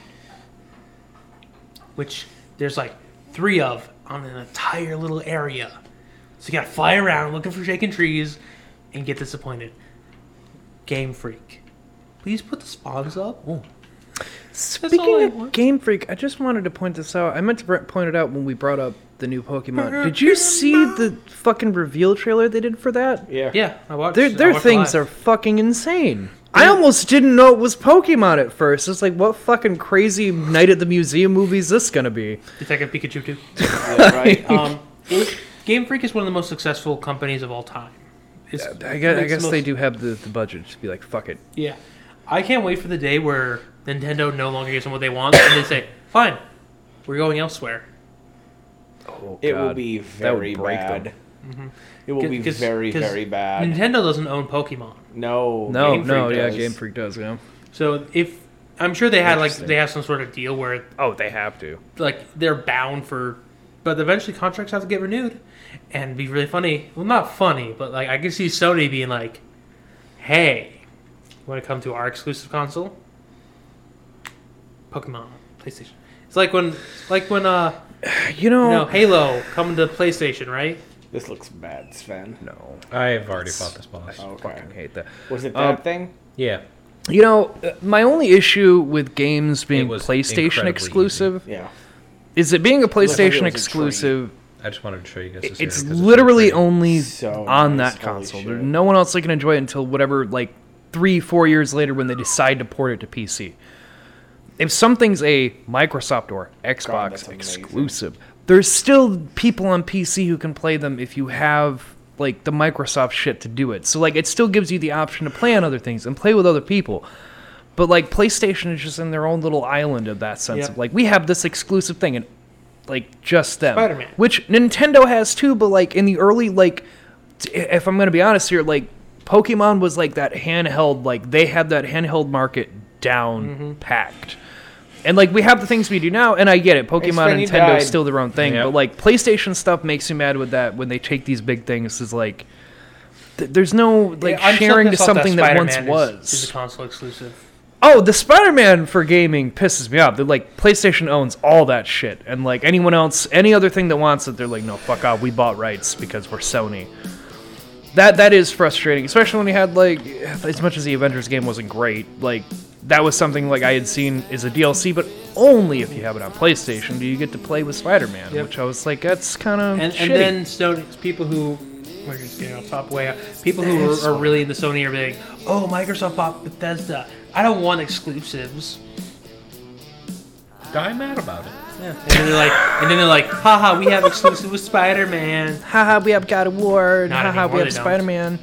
[SPEAKER 7] Which there's like three of on an entire little area. So you gotta fly around looking for shaking trees and get disappointed. Game Freak. Please put the spawns up. all
[SPEAKER 6] Speaking
[SPEAKER 7] I
[SPEAKER 6] of
[SPEAKER 7] want.
[SPEAKER 6] Game Freak, I just wanted to point this out. I meant to br- point it out when we brought up the new Pokemon.
[SPEAKER 7] Uh-huh.
[SPEAKER 6] Did you see the fucking reveal trailer they did for that?
[SPEAKER 5] Yeah.
[SPEAKER 7] Yeah, I watched
[SPEAKER 6] Their
[SPEAKER 7] I
[SPEAKER 6] their
[SPEAKER 7] watched
[SPEAKER 6] things
[SPEAKER 7] live.
[SPEAKER 6] are fucking insane. I almost didn't know it was Pokemon at first. It's like, what fucking crazy night at the museum movie is this gonna be?
[SPEAKER 7] Detective Pikachu too.
[SPEAKER 5] right?
[SPEAKER 6] Oh,
[SPEAKER 7] Um, it- Game Freak is one of the most successful companies of all time. It's-
[SPEAKER 6] I guess, I
[SPEAKER 7] makes the
[SPEAKER 6] guess they
[SPEAKER 7] most-
[SPEAKER 6] do have the, the budget to be like, fuck it.
[SPEAKER 7] Yeah, I can't wait for the day where Nintendo no longer gives them what they want, and they say, "Fine, we're going elsewhere."
[SPEAKER 6] Oh,
[SPEAKER 5] It will
[SPEAKER 6] God. Mm-hmm.
[SPEAKER 5] be
[SPEAKER 6] That would
[SPEAKER 5] very
[SPEAKER 6] break them.
[SPEAKER 5] bad. It will be
[SPEAKER 7] 'Cause-
[SPEAKER 5] very,
[SPEAKER 7] 'cause
[SPEAKER 5] very bad.
[SPEAKER 7] Nintendo doesn't own Pokemon,
[SPEAKER 5] No.
[SPEAKER 6] No,
[SPEAKER 5] Game
[SPEAKER 6] no,
[SPEAKER 5] Freak
[SPEAKER 6] yeah,
[SPEAKER 5] does.
[SPEAKER 6] Game Freak does, yeah.
[SPEAKER 7] so if I'm sure they had like they have some sort of deal where
[SPEAKER 6] Oh, they have to.
[SPEAKER 7] like they're bound for, but eventually contracts have to get renewed, and it'd be really funny. Well, not funny, but like I can see Sony being like, "Hey, you want to come to our exclusive console? Pokemon, PlayStation." It's like when, like when uh,
[SPEAKER 6] You know,
[SPEAKER 7] you know, Halo coming to PlayStation, right?
[SPEAKER 5] This looks bad, Sven.
[SPEAKER 6] no,
[SPEAKER 8] I've already fought this boss.
[SPEAKER 6] Oh.
[SPEAKER 5] Okay.
[SPEAKER 6] I hate that.
[SPEAKER 5] Was it
[SPEAKER 6] Um,
[SPEAKER 5] that thing?
[SPEAKER 8] Yeah.
[SPEAKER 6] You know, uh, my only issue with games being
[SPEAKER 8] was
[SPEAKER 6] PlayStation
[SPEAKER 8] incredibly
[SPEAKER 6] exclusive
[SPEAKER 5] Yeah.
[SPEAKER 6] is it being a
[SPEAKER 5] like it was a
[SPEAKER 6] PlayStation
[SPEAKER 5] train.
[SPEAKER 6] exclusive.
[SPEAKER 8] I just wanted to show you guys this. here
[SPEAKER 6] It's
[SPEAKER 8] 'cause
[SPEAKER 6] literally
[SPEAKER 8] it's
[SPEAKER 6] only
[SPEAKER 5] So
[SPEAKER 6] on
[SPEAKER 5] nice,
[SPEAKER 6] that
[SPEAKER 5] holy
[SPEAKER 6] console.
[SPEAKER 5] shit.
[SPEAKER 6] No one else can enjoy it until whatever, like three, four years later when they decide to port it to PC. If something's a Microsoft or
[SPEAKER 5] God,
[SPEAKER 6] Xbox
[SPEAKER 5] that's amazing.
[SPEAKER 6] exclusive, there's still people on PC who can play them if you have like the Microsoft shit to do it. So like it still gives you the option to play on other things and play with other people. But like PlayStation is just in their own little island of that sense
[SPEAKER 7] Yeah.
[SPEAKER 6] of like we have this exclusive thing and like just them.
[SPEAKER 7] Spider-Man.
[SPEAKER 6] Which Nintendo has too, but like in the early like t- if I'm gonna be honest here, like Pokemon was like that handheld, like they had that handheld market down
[SPEAKER 7] Mm-hmm.
[SPEAKER 6] packed. And like we have the things we do now, and I get it. Pokemon
[SPEAKER 5] Sven,
[SPEAKER 6] and
[SPEAKER 5] you
[SPEAKER 6] Nintendo
[SPEAKER 5] died.
[SPEAKER 6] is still their own thing,
[SPEAKER 8] Yep.
[SPEAKER 6] but like PlayStation stuff makes me mad with that when they take these big things is like th- there's no like
[SPEAKER 7] I'm still
[SPEAKER 6] sharing to
[SPEAKER 7] pissed off
[SPEAKER 6] something that, once
[SPEAKER 7] Spider-Man is-
[SPEAKER 6] was.
[SPEAKER 7] is, a console exclusive.
[SPEAKER 6] Oh, the Spider-Man for gaming pisses me off. They're like PlayStation owns all that shit, and like anyone else, any other thing that wants it, they're like, no, fuck off. We bought rights because we're Sony. That that is frustrating, especially when you had like, as much as the Avengers game wasn't great, like that was something like I had seen is a DLC, but only if you have it on PlayStation do you get to play with Spider-Man,
[SPEAKER 7] Yep.
[SPEAKER 6] which I was like, that's kind of
[SPEAKER 7] And, and then Sony people who we're just getting off top way up. People who are, are really into Sony are being, oh, Microsoft bought Bethesda. I don't want exclusives.
[SPEAKER 8] Die mad about it.
[SPEAKER 7] Yeah. And then they're like, and then they're like, haha, we have exclusive with Spider-Man.
[SPEAKER 6] haha, we have God of War, and
[SPEAKER 7] Not
[SPEAKER 6] haha, we
[SPEAKER 7] anymore,
[SPEAKER 6] have
[SPEAKER 7] they don't.
[SPEAKER 6] Spider Man.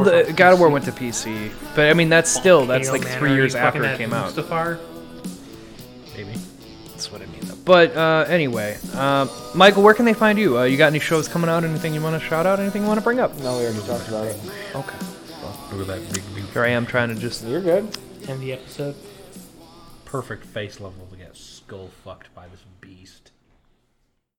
[SPEAKER 7] War
[SPEAKER 6] the
[SPEAKER 7] comes
[SPEAKER 6] God of War went to PC, but I mean that's still that's
[SPEAKER 7] Halo,
[SPEAKER 6] like
[SPEAKER 7] man,
[SPEAKER 6] three
[SPEAKER 7] are
[SPEAKER 6] years
[SPEAKER 7] you
[SPEAKER 6] after
[SPEAKER 7] fucking
[SPEAKER 6] it
[SPEAKER 7] at
[SPEAKER 6] came out.
[SPEAKER 7] Mustafar?
[SPEAKER 8] Maybe.
[SPEAKER 6] That's what I mean. Though. But uh, anyway, uh, Michael, where can they find you? Uh, you got any shows coming out? Anything you want to shout out? Anything you want to bring up?
[SPEAKER 5] No, we already talked about it.
[SPEAKER 6] Okay.
[SPEAKER 8] Look at that big, big,
[SPEAKER 6] Here I am trying to just.
[SPEAKER 5] You're good.
[SPEAKER 7] End the episode.
[SPEAKER 8] perfect face level to get skull fucked by this beast.